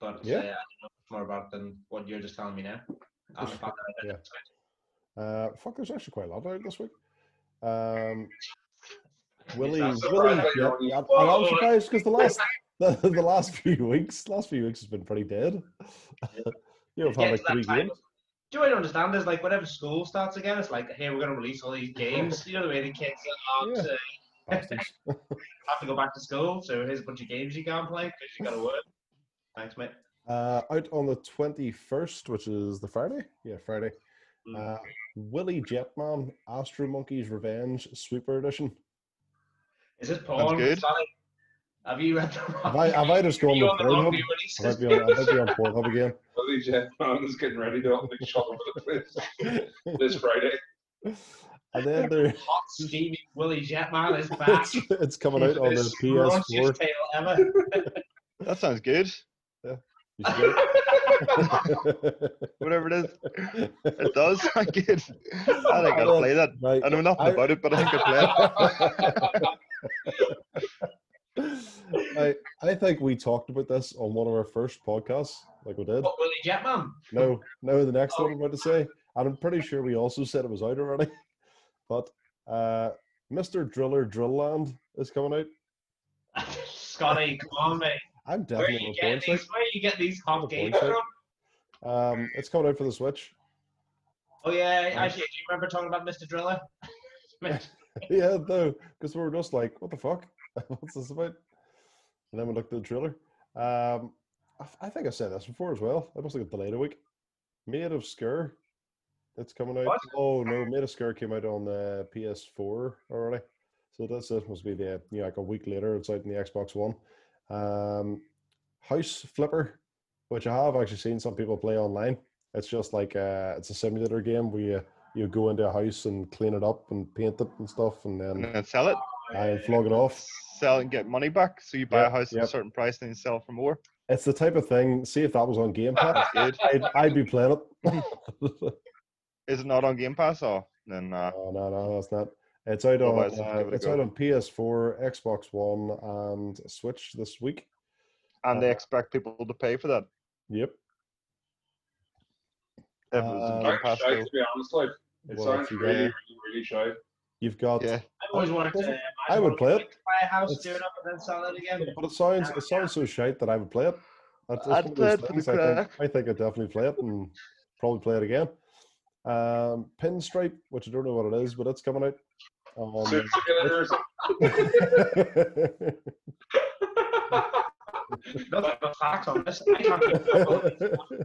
Speaker 2: but
Speaker 1: Yeah.
Speaker 2: yeah. uh, I don't know more about than what you're just telling me now. I'm a fan of it.
Speaker 1: Yeah. Uh, fuck, there's actually quite a lot out this week. Um, Willie,
Speaker 2: That's
Speaker 3: all
Speaker 1: Willie,
Speaker 3: right,
Speaker 1: yeah,
Speaker 3: everyone.
Speaker 1: yeah, and I'm surprised because the last the, the last few weeks, last few weeks has been pretty dead. you have
Speaker 2: Get
Speaker 1: had like
Speaker 2: to that
Speaker 1: three
Speaker 2: time.
Speaker 1: games.
Speaker 2: Do I understand this? Like, whenever school starts again, it's like, hey, we're going to release all these games. You know the way the kids are,
Speaker 1: Yeah.
Speaker 2: uh,
Speaker 1: Bastards.
Speaker 2: have to go back to school, so here's a bunch of games you can't play because you got to work. Thanks, mate.
Speaker 1: Uh, out on the 21st, which is the Friday. Yeah, Friday.
Speaker 2: Mm.
Speaker 1: Uh, Willie Jetman, Astro Monkey's Revenge Sweeper Edition.
Speaker 2: Is this porn?
Speaker 5: good.
Speaker 2: Sally? Have you read the
Speaker 1: Have I, have I just
Speaker 2: Are
Speaker 1: gone
Speaker 2: you
Speaker 1: with
Speaker 2: on the wrong
Speaker 1: Pornhub?
Speaker 2: new
Speaker 1: I might
Speaker 2: releases?
Speaker 1: be on, I might be on Pornhub again.
Speaker 3: Holy Jeff man is getting ready to open shop over the place this Friday.
Speaker 1: And then there,
Speaker 2: Hot, steamy Willy Jetman is back.
Speaker 1: it's, it's coming out on the
Speaker 2: This
Speaker 1: PS4. You
Speaker 2: raunchiest tale ever.
Speaker 5: That sounds good.
Speaker 1: should get it.
Speaker 5: Whatever it is, it does sound good. I think I'll play that.
Speaker 1: Right.
Speaker 5: I know nothing
Speaker 1: I-
Speaker 5: about it, but I think I'll play it.
Speaker 1: I, I think we talked about this on one of our first podcasts, like we did.
Speaker 2: What Willy Jetman?
Speaker 3: Oh.
Speaker 1: No, no, the next one I'm about to say, and I'm pretty sure we also said it was out already. But uh, Mr. Driller Drillland is coming out.
Speaker 2: Scotty, come on, mate.
Speaker 1: I'm
Speaker 2: Where are
Speaker 1: definitely
Speaker 2: you
Speaker 1: on the
Speaker 2: getting
Speaker 1: porn
Speaker 2: these?
Speaker 1: site.
Speaker 2: Where are you getting these
Speaker 1: On
Speaker 2: hot
Speaker 1: the
Speaker 2: games
Speaker 1: porn site.
Speaker 2: from?
Speaker 1: Um, it's coming out for the Switch.
Speaker 2: Oh yeah, actually, do you remember talking about Mr. Driller?
Speaker 1: yeah, though, because we were just like, what the fuck? What's this about? And then we looked at the trailer. Um, I, f- I think I said this before as well. I must have got delayed a week. Made of Scur. It's coming out.
Speaker 2: What?
Speaker 1: Oh no, Made of Scur came out on the PS4 already. So that's this must be the you know, like a week later. It's out in the Xbox One. Um, House Flipper, which I have actually seen some people play online. It's just like uh, it's a simulator game where you, you go into a house and clean it up and paint it and stuff, and
Speaker 5: and
Speaker 1: then
Speaker 5: then sell it.
Speaker 1: I flog it off.
Speaker 5: Sell and get money back. So you buy
Speaker 1: Yep,
Speaker 5: a house at
Speaker 1: yep.
Speaker 5: a certain price and you sell for more.
Speaker 1: It's the type of thing. See if that was on Game Pass,
Speaker 5: Good.
Speaker 1: I'd, I'd be playing it.
Speaker 5: Is it not on Game Pass? Oh, then uh,
Speaker 1: No, no, no, that's not. It's out on
Speaker 5: Otherwise, I'll
Speaker 1: uh,
Speaker 5: give it a
Speaker 1: it's out
Speaker 5: go.
Speaker 1: on PS4, Xbox One, and Switch this week.
Speaker 5: and they
Speaker 1: Uh,
Speaker 5: expect people to pay for that.
Speaker 1: Yep.
Speaker 5: If it was on
Speaker 1: Uh,
Speaker 5: Game Pass,
Speaker 3: shy, to
Speaker 5: though.
Speaker 3: be honest, like it
Speaker 1: Well,
Speaker 3: sounds
Speaker 1: you
Speaker 3: really,
Speaker 1: got,
Speaker 3: really, really shy.
Speaker 1: you've got.
Speaker 5: yeah,
Speaker 2: I've always wanted to.
Speaker 1: doesn't-
Speaker 2: um,
Speaker 1: I would play it,
Speaker 2: Buy a house,
Speaker 1: It's-
Speaker 2: do it up, and then sell it again.
Speaker 1: but it sounds it sounds so shite that I would play it. That's, that's
Speaker 5: I'd
Speaker 1: one of
Speaker 5: play
Speaker 1: those
Speaker 5: it for the
Speaker 1: things I, think,
Speaker 5: crack.
Speaker 1: I think I'd definitely play it and probably play it again. Um, Pinstripe, which I don't know what it is, but it's coming out. on-
Speaker 3: So simulators,
Speaker 2: Nothing but facts on this. I can't keep up with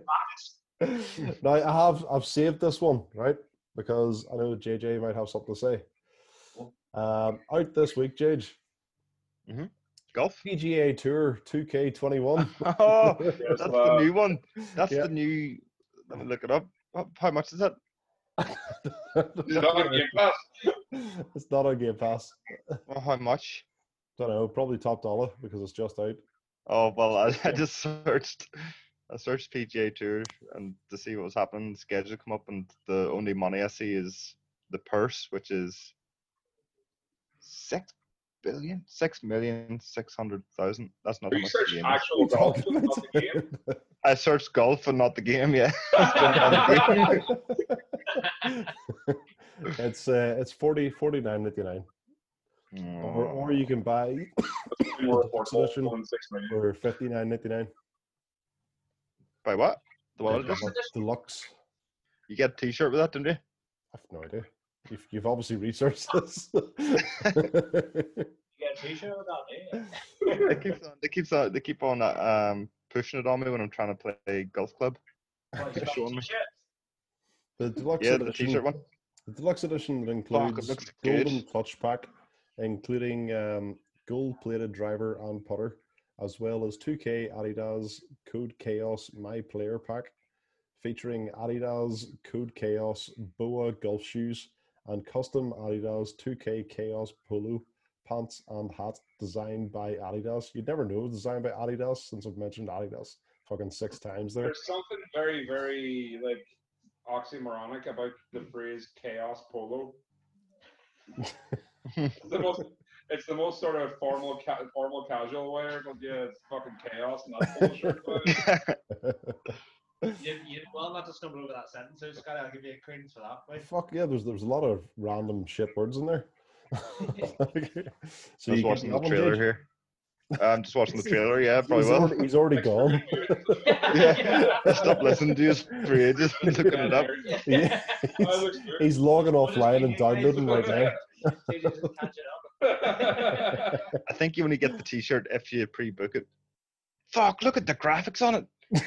Speaker 2: facts.
Speaker 1: now I have I've saved this one right because I know JJ might have something to say. Um, out this week, JJ.
Speaker 5: golf.
Speaker 1: PGA Tour 2K21.
Speaker 5: Oh,
Speaker 3: Yes,
Speaker 5: that's the
Speaker 3: well,
Speaker 5: new one. That's
Speaker 1: Yeah.
Speaker 5: the new. Let me look it up. How- How much is that?
Speaker 3: it's not on Game Pass.
Speaker 1: it's not on Game Pass.
Speaker 5: Well, How much?
Speaker 1: Don't know. Probably top dollar because it's just out.
Speaker 5: Oh well, I, I just searched. I searched PGA Tour and to see what was happening. The schedule come up, and the only money I see is the purse, which is six billion, six million, six hundred thousand. That's not that much.
Speaker 3: Research
Speaker 5: the game is.
Speaker 3: actual golf,
Speaker 1: Talking
Speaker 3: not
Speaker 1: about
Speaker 3: the game.
Speaker 5: I searched golf and not the game. Yeah,
Speaker 1: it's uh, it's 40 49.99 or, or you can buy
Speaker 3: Mm-hmm. More
Speaker 1: Solution.
Speaker 3: affordable, one six million.
Speaker 1: for 59.99
Speaker 5: by what? The wallet
Speaker 2: Deluxe
Speaker 5: edition?
Speaker 2: edition?
Speaker 1: deluxe.
Speaker 5: You get a T-shirt with that, don't you?
Speaker 1: I have no idea. You've, you've obviously researched this.
Speaker 2: get a t-shirt with that, eh?
Speaker 5: They keeps on. They keeps on. They keep on uh, um, pushing it on me when I'm trying to play golf club.
Speaker 2: What, you
Speaker 5: They're
Speaker 2: got a
Speaker 5: showing me.
Speaker 2: t-shirt?
Speaker 1: The deluxe
Speaker 5: Yeah, the
Speaker 1: edition.
Speaker 5: t-shirt one.
Speaker 1: The deluxe edition that
Speaker 5: Fuck, it
Speaker 1: includes
Speaker 5: looks good.
Speaker 1: golden clutch pack, including um, gold-plated driver and putter, as well as 2K Adidas Code Chaos My Player Pack, featuring Adidas Code Chaos Boa golf shoes and custom Adidas 2K Chaos polo pants and hat designed by Adidas. You'd never know it was designed by Adidas since I've mentioned Adidas fucking six times there.
Speaker 3: There's something very, very like oxymoronic about the phrase chaos polo. it's the most it's the most sort of formal ca- formal casual wear, but yeah, it's fucking chaos and that's bullshit. but-
Speaker 2: You, you, well, not to stumble over that sentence, so Scotty, I'll give you a credence for that. Wait.
Speaker 1: Fuck yeah, there's there's a lot of random shit words in there.
Speaker 5: I
Speaker 1: so
Speaker 5: was
Speaker 1: you
Speaker 5: watching
Speaker 1: watching
Speaker 5: the trailer here. I'm just watching the trailer. Yeah, probably
Speaker 1: He's
Speaker 5: will.
Speaker 1: already, he's already gone.
Speaker 5: Yeah. I stopped listening to you for ages and looking it up.
Speaker 1: Yeah.
Speaker 3: I
Speaker 1: He's,
Speaker 3: was there.
Speaker 1: he's logging
Speaker 2: What is
Speaker 1: offline and
Speaker 2: video games?
Speaker 1: downloading right now.
Speaker 2: So you just catch it up.
Speaker 5: I think you only get the T-shirt if you pre-book it. Fuck! Look at the graphics on it.
Speaker 3: we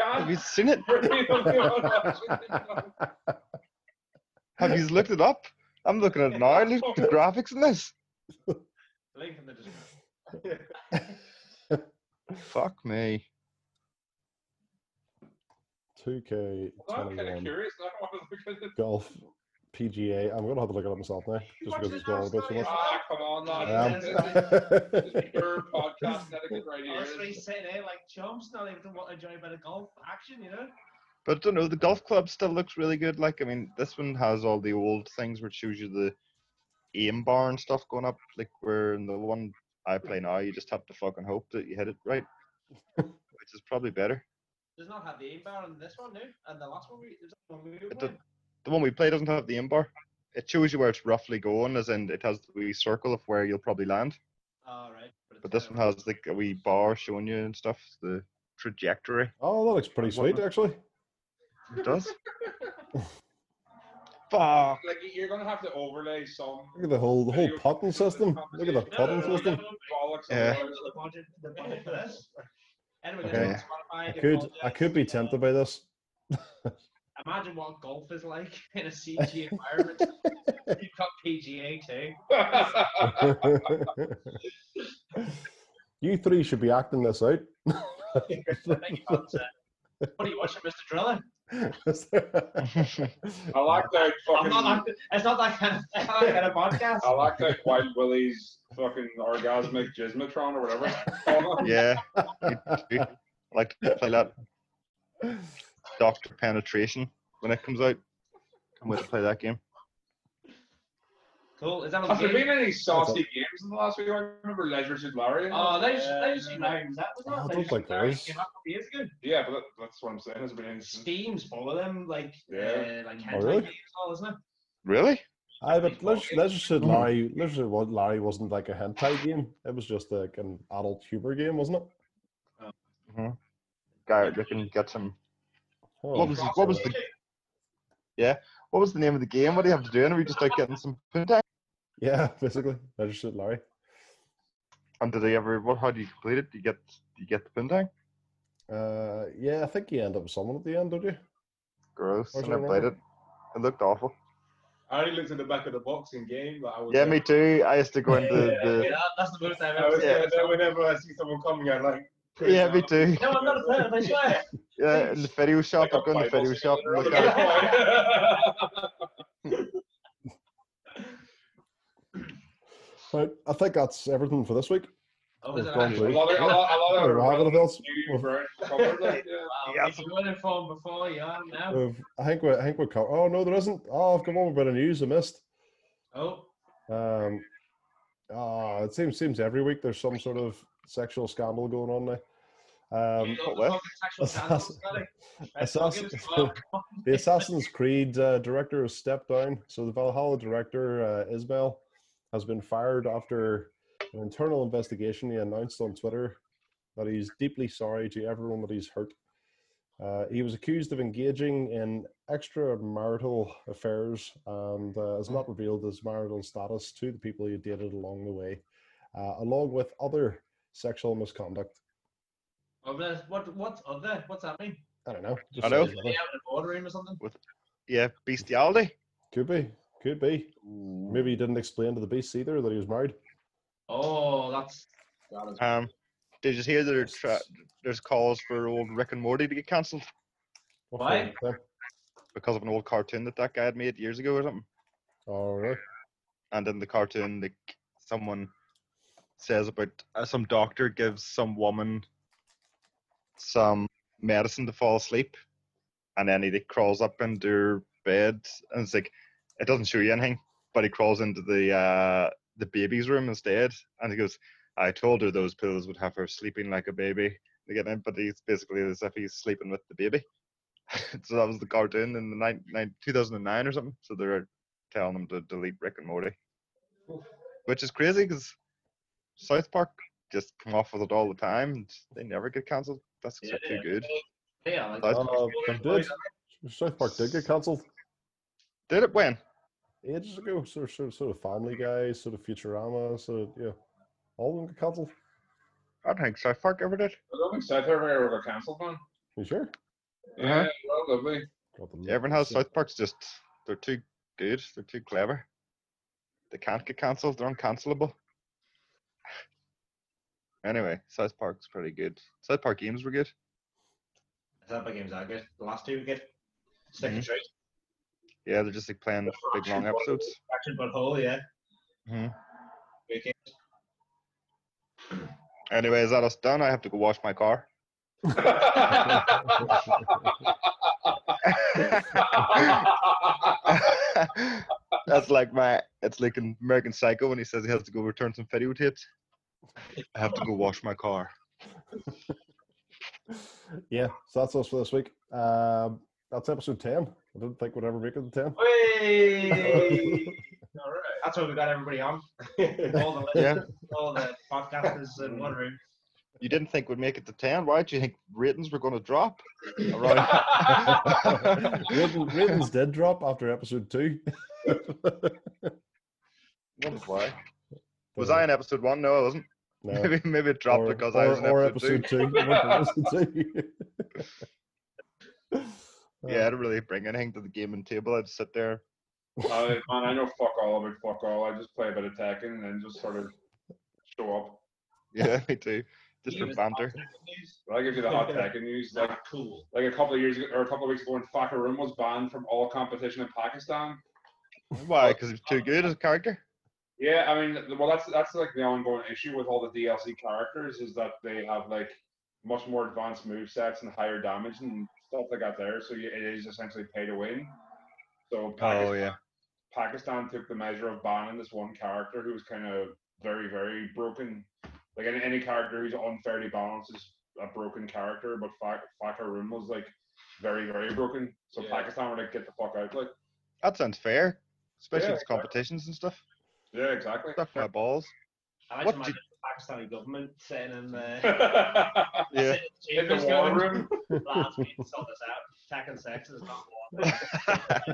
Speaker 5: Have you
Speaker 3: can't.
Speaker 5: seen it?
Speaker 3: we're the only one watching it.
Speaker 5: Have you looked it up? I'm looking at it now. Look at the graphics in this.
Speaker 2: Link in the description.
Speaker 5: Fuck me.
Speaker 3: I'm kind of
Speaker 1: 2K21
Speaker 3: curious. now. I want to look at it.
Speaker 1: golf PGA. I'm gonna have to look it up myself now, just because it's gone on a bit too much.
Speaker 3: Ah, come on,
Speaker 1: I
Speaker 3: lads. This is- this
Speaker 1: am.
Speaker 3: is pure podcast etiquette right
Speaker 2: Honestly,
Speaker 3: here.
Speaker 2: sitting there like chumps, not even want to enjoy a bit of golf action, you know?
Speaker 5: But I don't know, the golf club still looks really good. Like, I mean, this one has all the old things where it shows you the aim bar and stuff going up. Like, where in the one I play now, you just have to fucking hope that you hit it right, which is probably better.
Speaker 2: Does not have the aim bar on this one, no? And the last one we, there's one we
Speaker 5: It
Speaker 2: won.
Speaker 5: don't- The one we play doesn't have the aim bar. It shows you where it's roughly going, as in it has the wee circle of where you'll probably land.
Speaker 2: All Ah, right. it's
Speaker 5: But this
Speaker 2: better.
Speaker 5: one has like a wee bar showing you and stuff the trajectory.
Speaker 1: Oh, that looks pretty sweet, actually.
Speaker 5: It does. Fuck.
Speaker 3: Like you're gonna have to overlay some
Speaker 1: Look at the whole the whole putting system. Look at the
Speaker 2: No, no,
Speaker 1: putting
Speaker 2: no, no,
Speaker 1: system.
Speaker 2: no, no,
Speaker 3: bollocks.
Speaker 5: Yeah.
Speaker 3: on
Speaker 2: the budget, the budget for this. Anyway,
Speaker 1: Okay.
Speaker 2: that's on
Speaker 1: I
Speaker 2: Spotify, if you
Speaker 1: could
Speaker 2: want
Speaker 1: I
Speaker 2: this,
Speaker 1: could be
Speaker 2: uh,
Speaker 1: tempted by this.
Speaker 2: Imagine what golf is like in a CG environment. You've got PGA too.
Speaker 3: the-
Speaker 1: you three should be acting this out.
Speaker 2: Thank you, Bouncer. uh, What are you watching, Mr. Driller?
Speaker 3: I like that
Speaker 2: I'm
Speaker 3: fucking.
Speaker 2: not like, it's not that kind of, it's not that kind of podcast.
Speaker 3: I like that Wild Willie's fucking orgasmic gismatron or whatever. it's called.
Speaker 5: Yeah. I like to play that Doctor Penetration when it comes out. I'm going to play that game.
Speaker 2: Cool. Is that
Speaker 3: Has
Speaker 2: on
Speaker 3: there
Speaker 2: game?
Speaker 3: been any saucy games in the last week? I remember Leisure Suit Larry.
Speaker 2: Oh, they just, they just announced that.
Speaker 1: Oh, I
Speaker 2: wasn't it? They
Speaker 1: don't
Speaker 2: just
Speaker 1: like
Speaker 2: announced
Speaker 1: those.
Speaker 2: it a couple years ago.
Speaker 3: yeah, but that, that's what I'm saying. Has there been any?
Speaker 2: Mm-hmm. Steam's full of them, like,
Speaker 3: Yeah.
Speaker 2: uh, like hentai
Speaker 1: really?
Speaker 2: games, all, isn't it?
Speaker 5: Really?
Speaker 1: I but Leisure Leisure Suit Larry, Leisure Suit Wa- Larry wasn't like a hentai game. It was just like an adult humor game, wasn't it?
Speaker 5: hmm Guy, you can get some.
Speaker 1: Oh,
Speaker 5: What was what was the? Yeah. What was the name of the game? What do you have to do? And we just like getting some food down?
Speaker 1: yeah, basically Leisure Suit Larry.
Speaker 5: And did they ever? What? How do you complete it? Do you get? Do you get the pin down?
Speaker 1: Uh, yeah, I think you end up with someone at the end, don't you?
Speaker 5: Gross.
Speaker 1: Or
Speaker 5: I
Speaker 1: do
Speaker 5: never
Speaker 1: you
Speaker 5: played it.
Speaker 1: remember?
Speaker 5: It looked awful.
Speaker 4: I only looked at the back of the box in game. Like I was
Speaker 5: Yeah,
Speaker 4: like-
Speaker 5: me too. I used to go into
Speaker 2: Yeah,
Speaker 5: the.
Speaker 2: that's the most I've
Speaker 4: I
Speaker 2: ever
Speaker 4: was
Speaker 2: seen.
Speaker 4: yeah. there whenever I see someone coming, I like. put it
Speaker 5: Yeah, me
Speaker 4: down.
Speaker 5: too.
Speaker 2: No, I'm not a player, I swear.
Speaker 5: Yeah, in the video shop. I go in the video shop and look at it.
Speaker 2: Oh,
Speaker 1: Right, I think that's everything for this week.
Speaker 2: Oh,
Speaker 1: We've
Speaker 2: is it
Speaker 1: gone
Speaker 2: actually?
Speaker 3: A lot of, a lot, a lot
Speaker 1: Hey,
Speaker 3: of
Speaker 1: we're having a else.
Speaker 3: new brand covered, like, yeah.
Speaker 2: Wow,
Speaker 5: Yeah,
Speaker 2: if you weren't informed before, you are now.
Speaker 1: We've- I think we I think we're co- oh no there isn't. Oh I've got one bit of news I missed.
Speaker 2: Oh,
Speaker 1: Um ah, it seems seems every week there's some sort of sexual scandal going on now. Um,
Speaker 2: you know the
Speaker 5: what?
Speaker 2: fucking sexual scandals, Scotty. Let's not give
Speaker 1: Assassin-
Speaker 2: us- oh, come on.
Speaker 1: the Assassin's Creed uh, director has stepped down. So the Valhalla director uh, Ismail has been fired after an internal investigation. He announced on Twitter that he's deeply sorry to everyone that he's hurt. Uh, he was accused of engaging in extramarital affairs and uh, has not revealed his marital status to the people he dated along the way. uh, along with other sexual misconduct.
Speaker 2: Other, what, what's other? What's that mean?
Speaker 1: I don't know.
Speaker 5: I know.
Speaker 1: says
Speaker 2: Are they
Speaker 1: other.
Speaker 2: out in a boardroom or something?
Speaker 5: Yeah, bestiality.
Speaker 1: Could be. Could be. Maybe he didn't explain to the beast either that he was married.
Speaker 2: Oh, that's. That is,
Speaker 5: Um, did you hear there tra- there's calls for old Rick and Morty to get cancelled
Speaker 1: What
Speaker 2: Why?
Speaker 1: the heck?
Speaker 5: because of an old cartoon that that guy had made years ago or something?
Speaker 1: Oh, really?
Speaker 5: and in the cartoon like someone says about uh, some doctor gives some woman some medicine to fall asleep and then he like, crawls up into her bed and it's like it doesn't show you anything but he crawls into the uh the baby's room instead and he goes i told her those pills would have her sleeping like a baby They get in, but he's basically as if he's sleeping with the baby so that was the cartoon in the nine, nine, 2009 or something so they're telling them to delete rick and morty which is crazy because South Park just come off with it all the time. And they never get cancelled. That's
Speaker 2: Yeah,
Speaker 5: too good.
Speaker 2: yeah, like,
Speaker 5: That's-
Speaker 1: Uh, they did. South Park did get cancelled
Speaker 5: Did it when?
Speaker 1: ages ago. Sort of, sort of, sort of Family Guy, sort of Futurama, sort of, yeah. All of them got cancelled.
Speaker 5: I don't think South Park ever did.
Speaker 3: I don't think South Park ever got cancelled, man.
Speaker 1: You sure?
Speaker 3: Yeah,
Speaker 5: Uh-huh.
Speaker 3: well, lovely.
Speaker 1: Got the
Speaker 5: Everyone has
Speaker 1: look.
Speaker 5: South Park's just they're too good. They're too clever. They can't get cancelled. They're uncancelable. Anyway, South Park's pretty good. South Park games were good.
Speaker 2: that big game's that good. The last two were good. Stick
Speaker 5: Mhm.
Speaker 2: and trace.
Speaker 5: Yeah, they're just like playing big long episodes.
Speaker 2: Action but hole, yeah.
Speaker 5: Mhm.
Speaker 2: Great game.
Speaker 5: Anyway, is that us done? I have to go wash my car. That's like my. It's like in American Psycho when he says he has to go return some videotapes. I have to go wash my car.
Speaker 1: yeah, so that's us for this week. Um, that's episode 10. I don't think we'd ever make it to
Speaker 2: Hey! All right. That's why we got everybody on. All the
Speaker 5: Yeah.
Speaker 2: all the podcasters in one room.
Speaker 5: You didn't think we'd make it to ten. Why did you think ratings were going to drop? Around...
Speaker 1: 10. Ratings, ratings did drop after episode 2.
Speaker 5: Wondered why. Was I in episode one? No, I wasn't.
Speaker 1: No.
Speaker 5: Maybe maybe it dropped
Speaker 1: or,
Speaker 5: because
Speaker 1: or,
Speaker 5: I was in
Speaker 1: or
Speaker 5: episode,
Speaker 1: episode
Speaker 5: two.
Speaker 1: two. It wasn't episode two.
Speaker 5: Yeah, I didn't really bring anything to the gaming table. I'd sit there.
Speaker 3: I, man, I know fuck all about fuck all. I just play a bit of Tekken and then just sort of show up.
Speaker 5: Yeah, me too. Just
Speaker 2: You
Speaker 5: for
Speaker 2: was
Speaker 5: banter.
Speaker 3: But I give you the hot Tekken news. Like,
Speaker 2: Not cool.
Speaker 3: like a couple of years ago, or a couple of weeks ago, when Fakarum was banned from all competition in Pakistan.
Speaker 5: Why? Because he's too good as a character.
Speaker 3: Yeah, I mean, th- well, that's that's like the ongoing issue with all the DLC characters is that they have like much more advanced move sets and higher damage and stuff like that there. So you- it is essentially pay to win. So Pakistan,
Speaker 5: Oh yeah.
Speaker 3: Pakistan took the measure of banning this one character who was kind of very very broken. Like any, any character who's unfairly balanced is a broken character, but Fa- Fakarum was like very very broken. So
Speaker 4: Yeah.
Speaker 3: Pakistan were like, get the fuck out, like.
Speaker 5: That sounds fair. Especially
Speaker 3: Yeah,
Speaker 5: if it's competitions and stuff.
Speaker 3: Yeah, exactly.
Speaker 5: Stuff my balls.
Speaker 2: I like
Speaker 5: What
Speaker 2: to imagine the Pakistani government sitting in the,
Speaker 3: in
Speaker 5: Yeah.
Speaker 2: sitting in the
Speaker 3: the
Speaker 2: chambers
Speaker 3: war
Speaker 2: going,
Speaker 3: room.
Speaker 2: lads, we need to sort this out. Tech and sex is not war.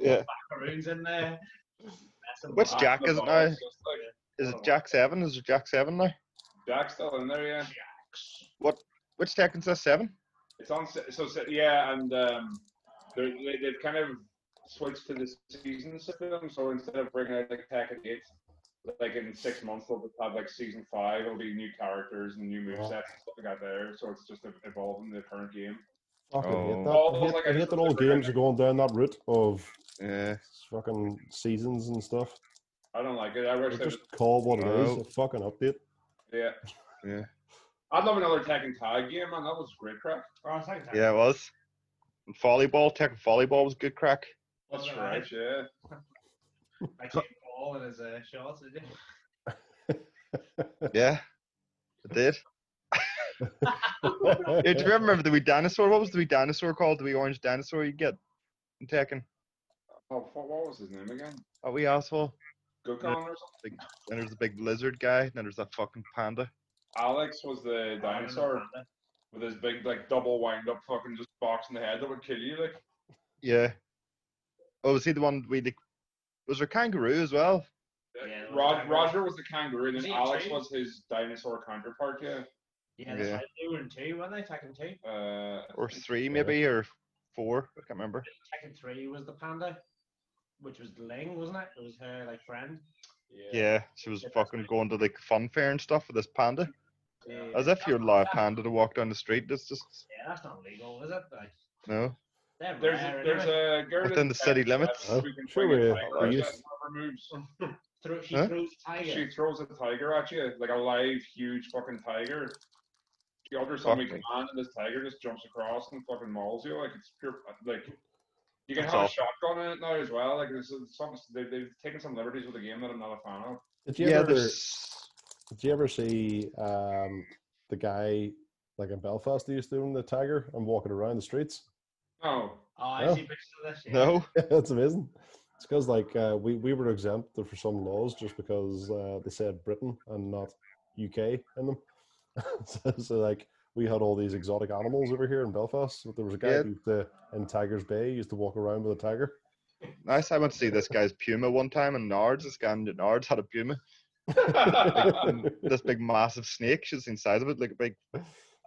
Speaker 5: yeah.
Speaker 2: Macaroons in there. Messing
Speaker 5: What's
Speaker 2: about.
Speaker 5: Jack,
Speaker 3: The
Speaker 5: isn't
Speaker 3: boss,
Speaker 5: I?
Speaker 3: just like, oh.
Speaker 5: Is it Jack Seven? Is it Jack Seven now?
Speaker 3: Jack's still in there, yeah.
Speaker 5: Which Tekken's that seven?
Speaker 3: It's on. se- So se- yeah, and um, they're, they, they've kind of switched to the season system. So instead of bringing out like Tekken eight, like in six months they'll just have like season five. It'll be new characters and new movesets and stuff like that there. So it's just evolving the current game.
Speaker 1: Fucking hate that.
Speaker 3: Oh.
Speaker 1: I hate, I hate that all games are going down that route of
Speaker 5: Yeah.
Speaker 1: fucking seasons and stuff.
Speaker 3: I don't like it. I wish
Speaker 1: They
Speaker 3: they
Speaker 1: Just call it what it is. A fucking update.
Speaker 3: would- yeah.
Speaker 5: Yeah.
Speaker 3: I'd love another Tekken tag game, man. That was great crack.
Speaker 2: Oh, it's like that.
Speaker 5: Yeah, it was. And volleyball, Tekken volleyball was good crack.
Speaker 2: Wasn't
Speaker 3: That's
Speaker 2: it
Speaker 3: right, yeah.
Speaker 2: I keep ball in his uh, shorts. Did you?
Speaker 5: Yeah. It did. Yeah, do you remember the wee dinosaur? What was the wee dinosaur called? The wee orange dinosaur you get in Tekken?
Speaker 3: Oh, what, what was his name again?
Speaker 5: That wee asshole.
Speaker 3: Gokon or something.
Speaker 5: Then there's the big lizard guy. Then there's that fucking panda.
Speaker 3: Alex was the
Speaker 2: I don't know.
Speaker 3: dinosaur with his big like double wind up fucking just boxing the head that would kill you like
Speaker 5: Yeah. Oh, was he the one we like was there kangaroo as well?
Speaker 2: Yeah,
Speaker 3: Rod,
Speaker 2: like-
Speaker 3: Roger was the kangaroo, and
Speaker 2: Was
Speaker 3: then
Speaker 2: he a
Speaker 3: Alex
Speaker 2: tree?
Speaker 3: was his dinosaur counterpart. Yeah.
Speaker 2: Yeah, that's
Speaker 5: Yeah.
Speaker 2: right. They were in two, weren't they? Tekken two.
Speaker 3: Uh,
Speaker 5: or three maybe or four. I can't remember.
Speaker 2: Tekken three was the panda, which was Ling, wasn't it? It was her like friend.
Speaker 5: Yeah, she was fucking going to like fun fair and stuff with this panda.
Speaker 2: Yeah,
Speaker 5: As if you're allowed panda to walk down the street. That's just
Speaker 2: Yeah, that's not legal, is it? Like,
Speaker 5: no.
Speaker 2: they're
Speaker 3: there's
Speaker 2: rare,
Speaker 3: a, there's
Speaker 2: anyway.
Speaker 3: a girl
Speaker 5: Within the city limits?
Speaker 1: Oh,
Speaker 3: who can
Speaker 1: sure
Speaker 3: swing a
Speaker 1: we-
Speaker 3: tiger
Speaker 1: we
Speaker 3: at
Speaker 1: used-
Speaker 3: you and removes-
Speaker 2: Thro- she
Speaker 5: Huh?
Speaker 2: throws a tiger.
Speaker 3: She throws a tiger at you, like a live, huge fucking tiger. She utters something
Speaker 5: Fuck me.
Speaker 3: command, and this tiger just jumps across and fucking mauls you. Like it's pure, like you can
Speaker 5: That's
Speaker 3: have
Speaker 5: all.
Speaker 3: a shotgun in it now as well. Like this is something they've, they've taken some liberties with the game that I'm not a fan of.
Speaker 1: Did you
Speaker 5: Yeah,
Speaker 1: ever
Speaker 5: there's
Speaker 1: did you ever see um, the guy like in Belfast who used to own the tiger and walking around the streets?
Speaker 3: No,
Speaker 2: Oh, I
Speaker 1: Oh.
Speaker 2: see pictures of this. Yeah.
Speaker 5: no.
Speaker 1: That's amazing. It's because like uh, we we were exempt for some laws just because uh, they said Britain and not UK in them. so, so like we had all these exotic animals over here in Belfast. But there was a guy
Speaker 5: Yeah.
Speaker 1: who used to, in Tiger's Bay he used to walk around with a tiger.
Speaker 5: Nice. I went to see this guy's puma one time in Nards. This guy in Nards had a puma. this big massive snake. She's seen size of it, like a big.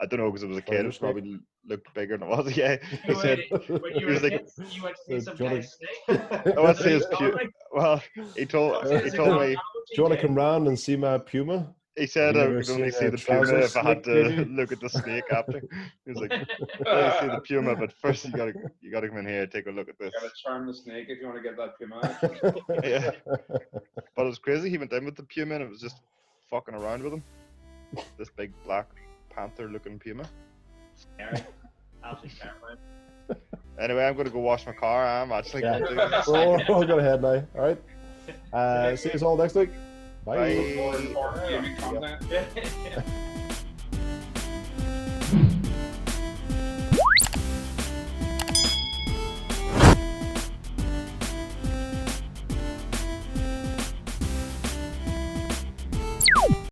Speaker 5: I don't know because it was a kid. It was
Speaker 1: Spider snake?
Speaker 5: probably looked bigger than it was. Yeah. He
Speaker 2: You
Speaker 5: said,
Speaker 2: went- when you were
Speaker 5: He's
Speaker 2: a
Speaker 5: like-
Speaker 2: kid, you went to see
Speaker 1: Uh,
Speaker 2: some
Speaker 1: Johnny-
Speaker 2: guy's snake.
Speaker 5: I want to see
Speaker 2: Like,
Speaker 5: his
Speaker 2: oh,
Speaker 5: puma.
Speaker 2: like,
Speaker 5: Well, he told
Speaker 2: oh,
Speaker 5: he
Speaker 2: it's a
Speaker 5: told
Speaker 2: dog.
Speaker 5: me.
Speaker 2: How would
Speaker 1: Do you want
Speaker 2: get-
Speaker 1: to come round and see my puma?
Speaker 5: He said
Speaker 1: You
Speaker 5: I
Speaker 1: ever
Speaker 5: could only
Speaker 1: seen
Speaker 5: see
Speaker 1: a
Speaker 5: the puma
Speaker 1: trouser
Speaker 5: if I had
Speaker 1: snake,
Speaker 5: to
Speaker 1: did
Speaker 5: look at the snake after. He was like, "I only see the puma, but first you gotta you gotta come in here and take a look at this."
Speaker 3: gotta charm the snake if you want to get that puma.
Speaker 5: Yeah. But it was crazy. He went in with the puma and it was just fucking around with him. This big black panther-looking puma.
Speaker 2: Scary. Absolutely terrifying.
Speaker 5: Anyway, I'm gonna go wash my car. I'm actually
Speaker 1: Yeah.
Speaker 5: gonna do this.
Speaker 1: We're all, we're all going ahead now. All right. Uh, see you all next week. Bye.
Speaker 5: Bye.
Speaker 3: Or- or gaming content.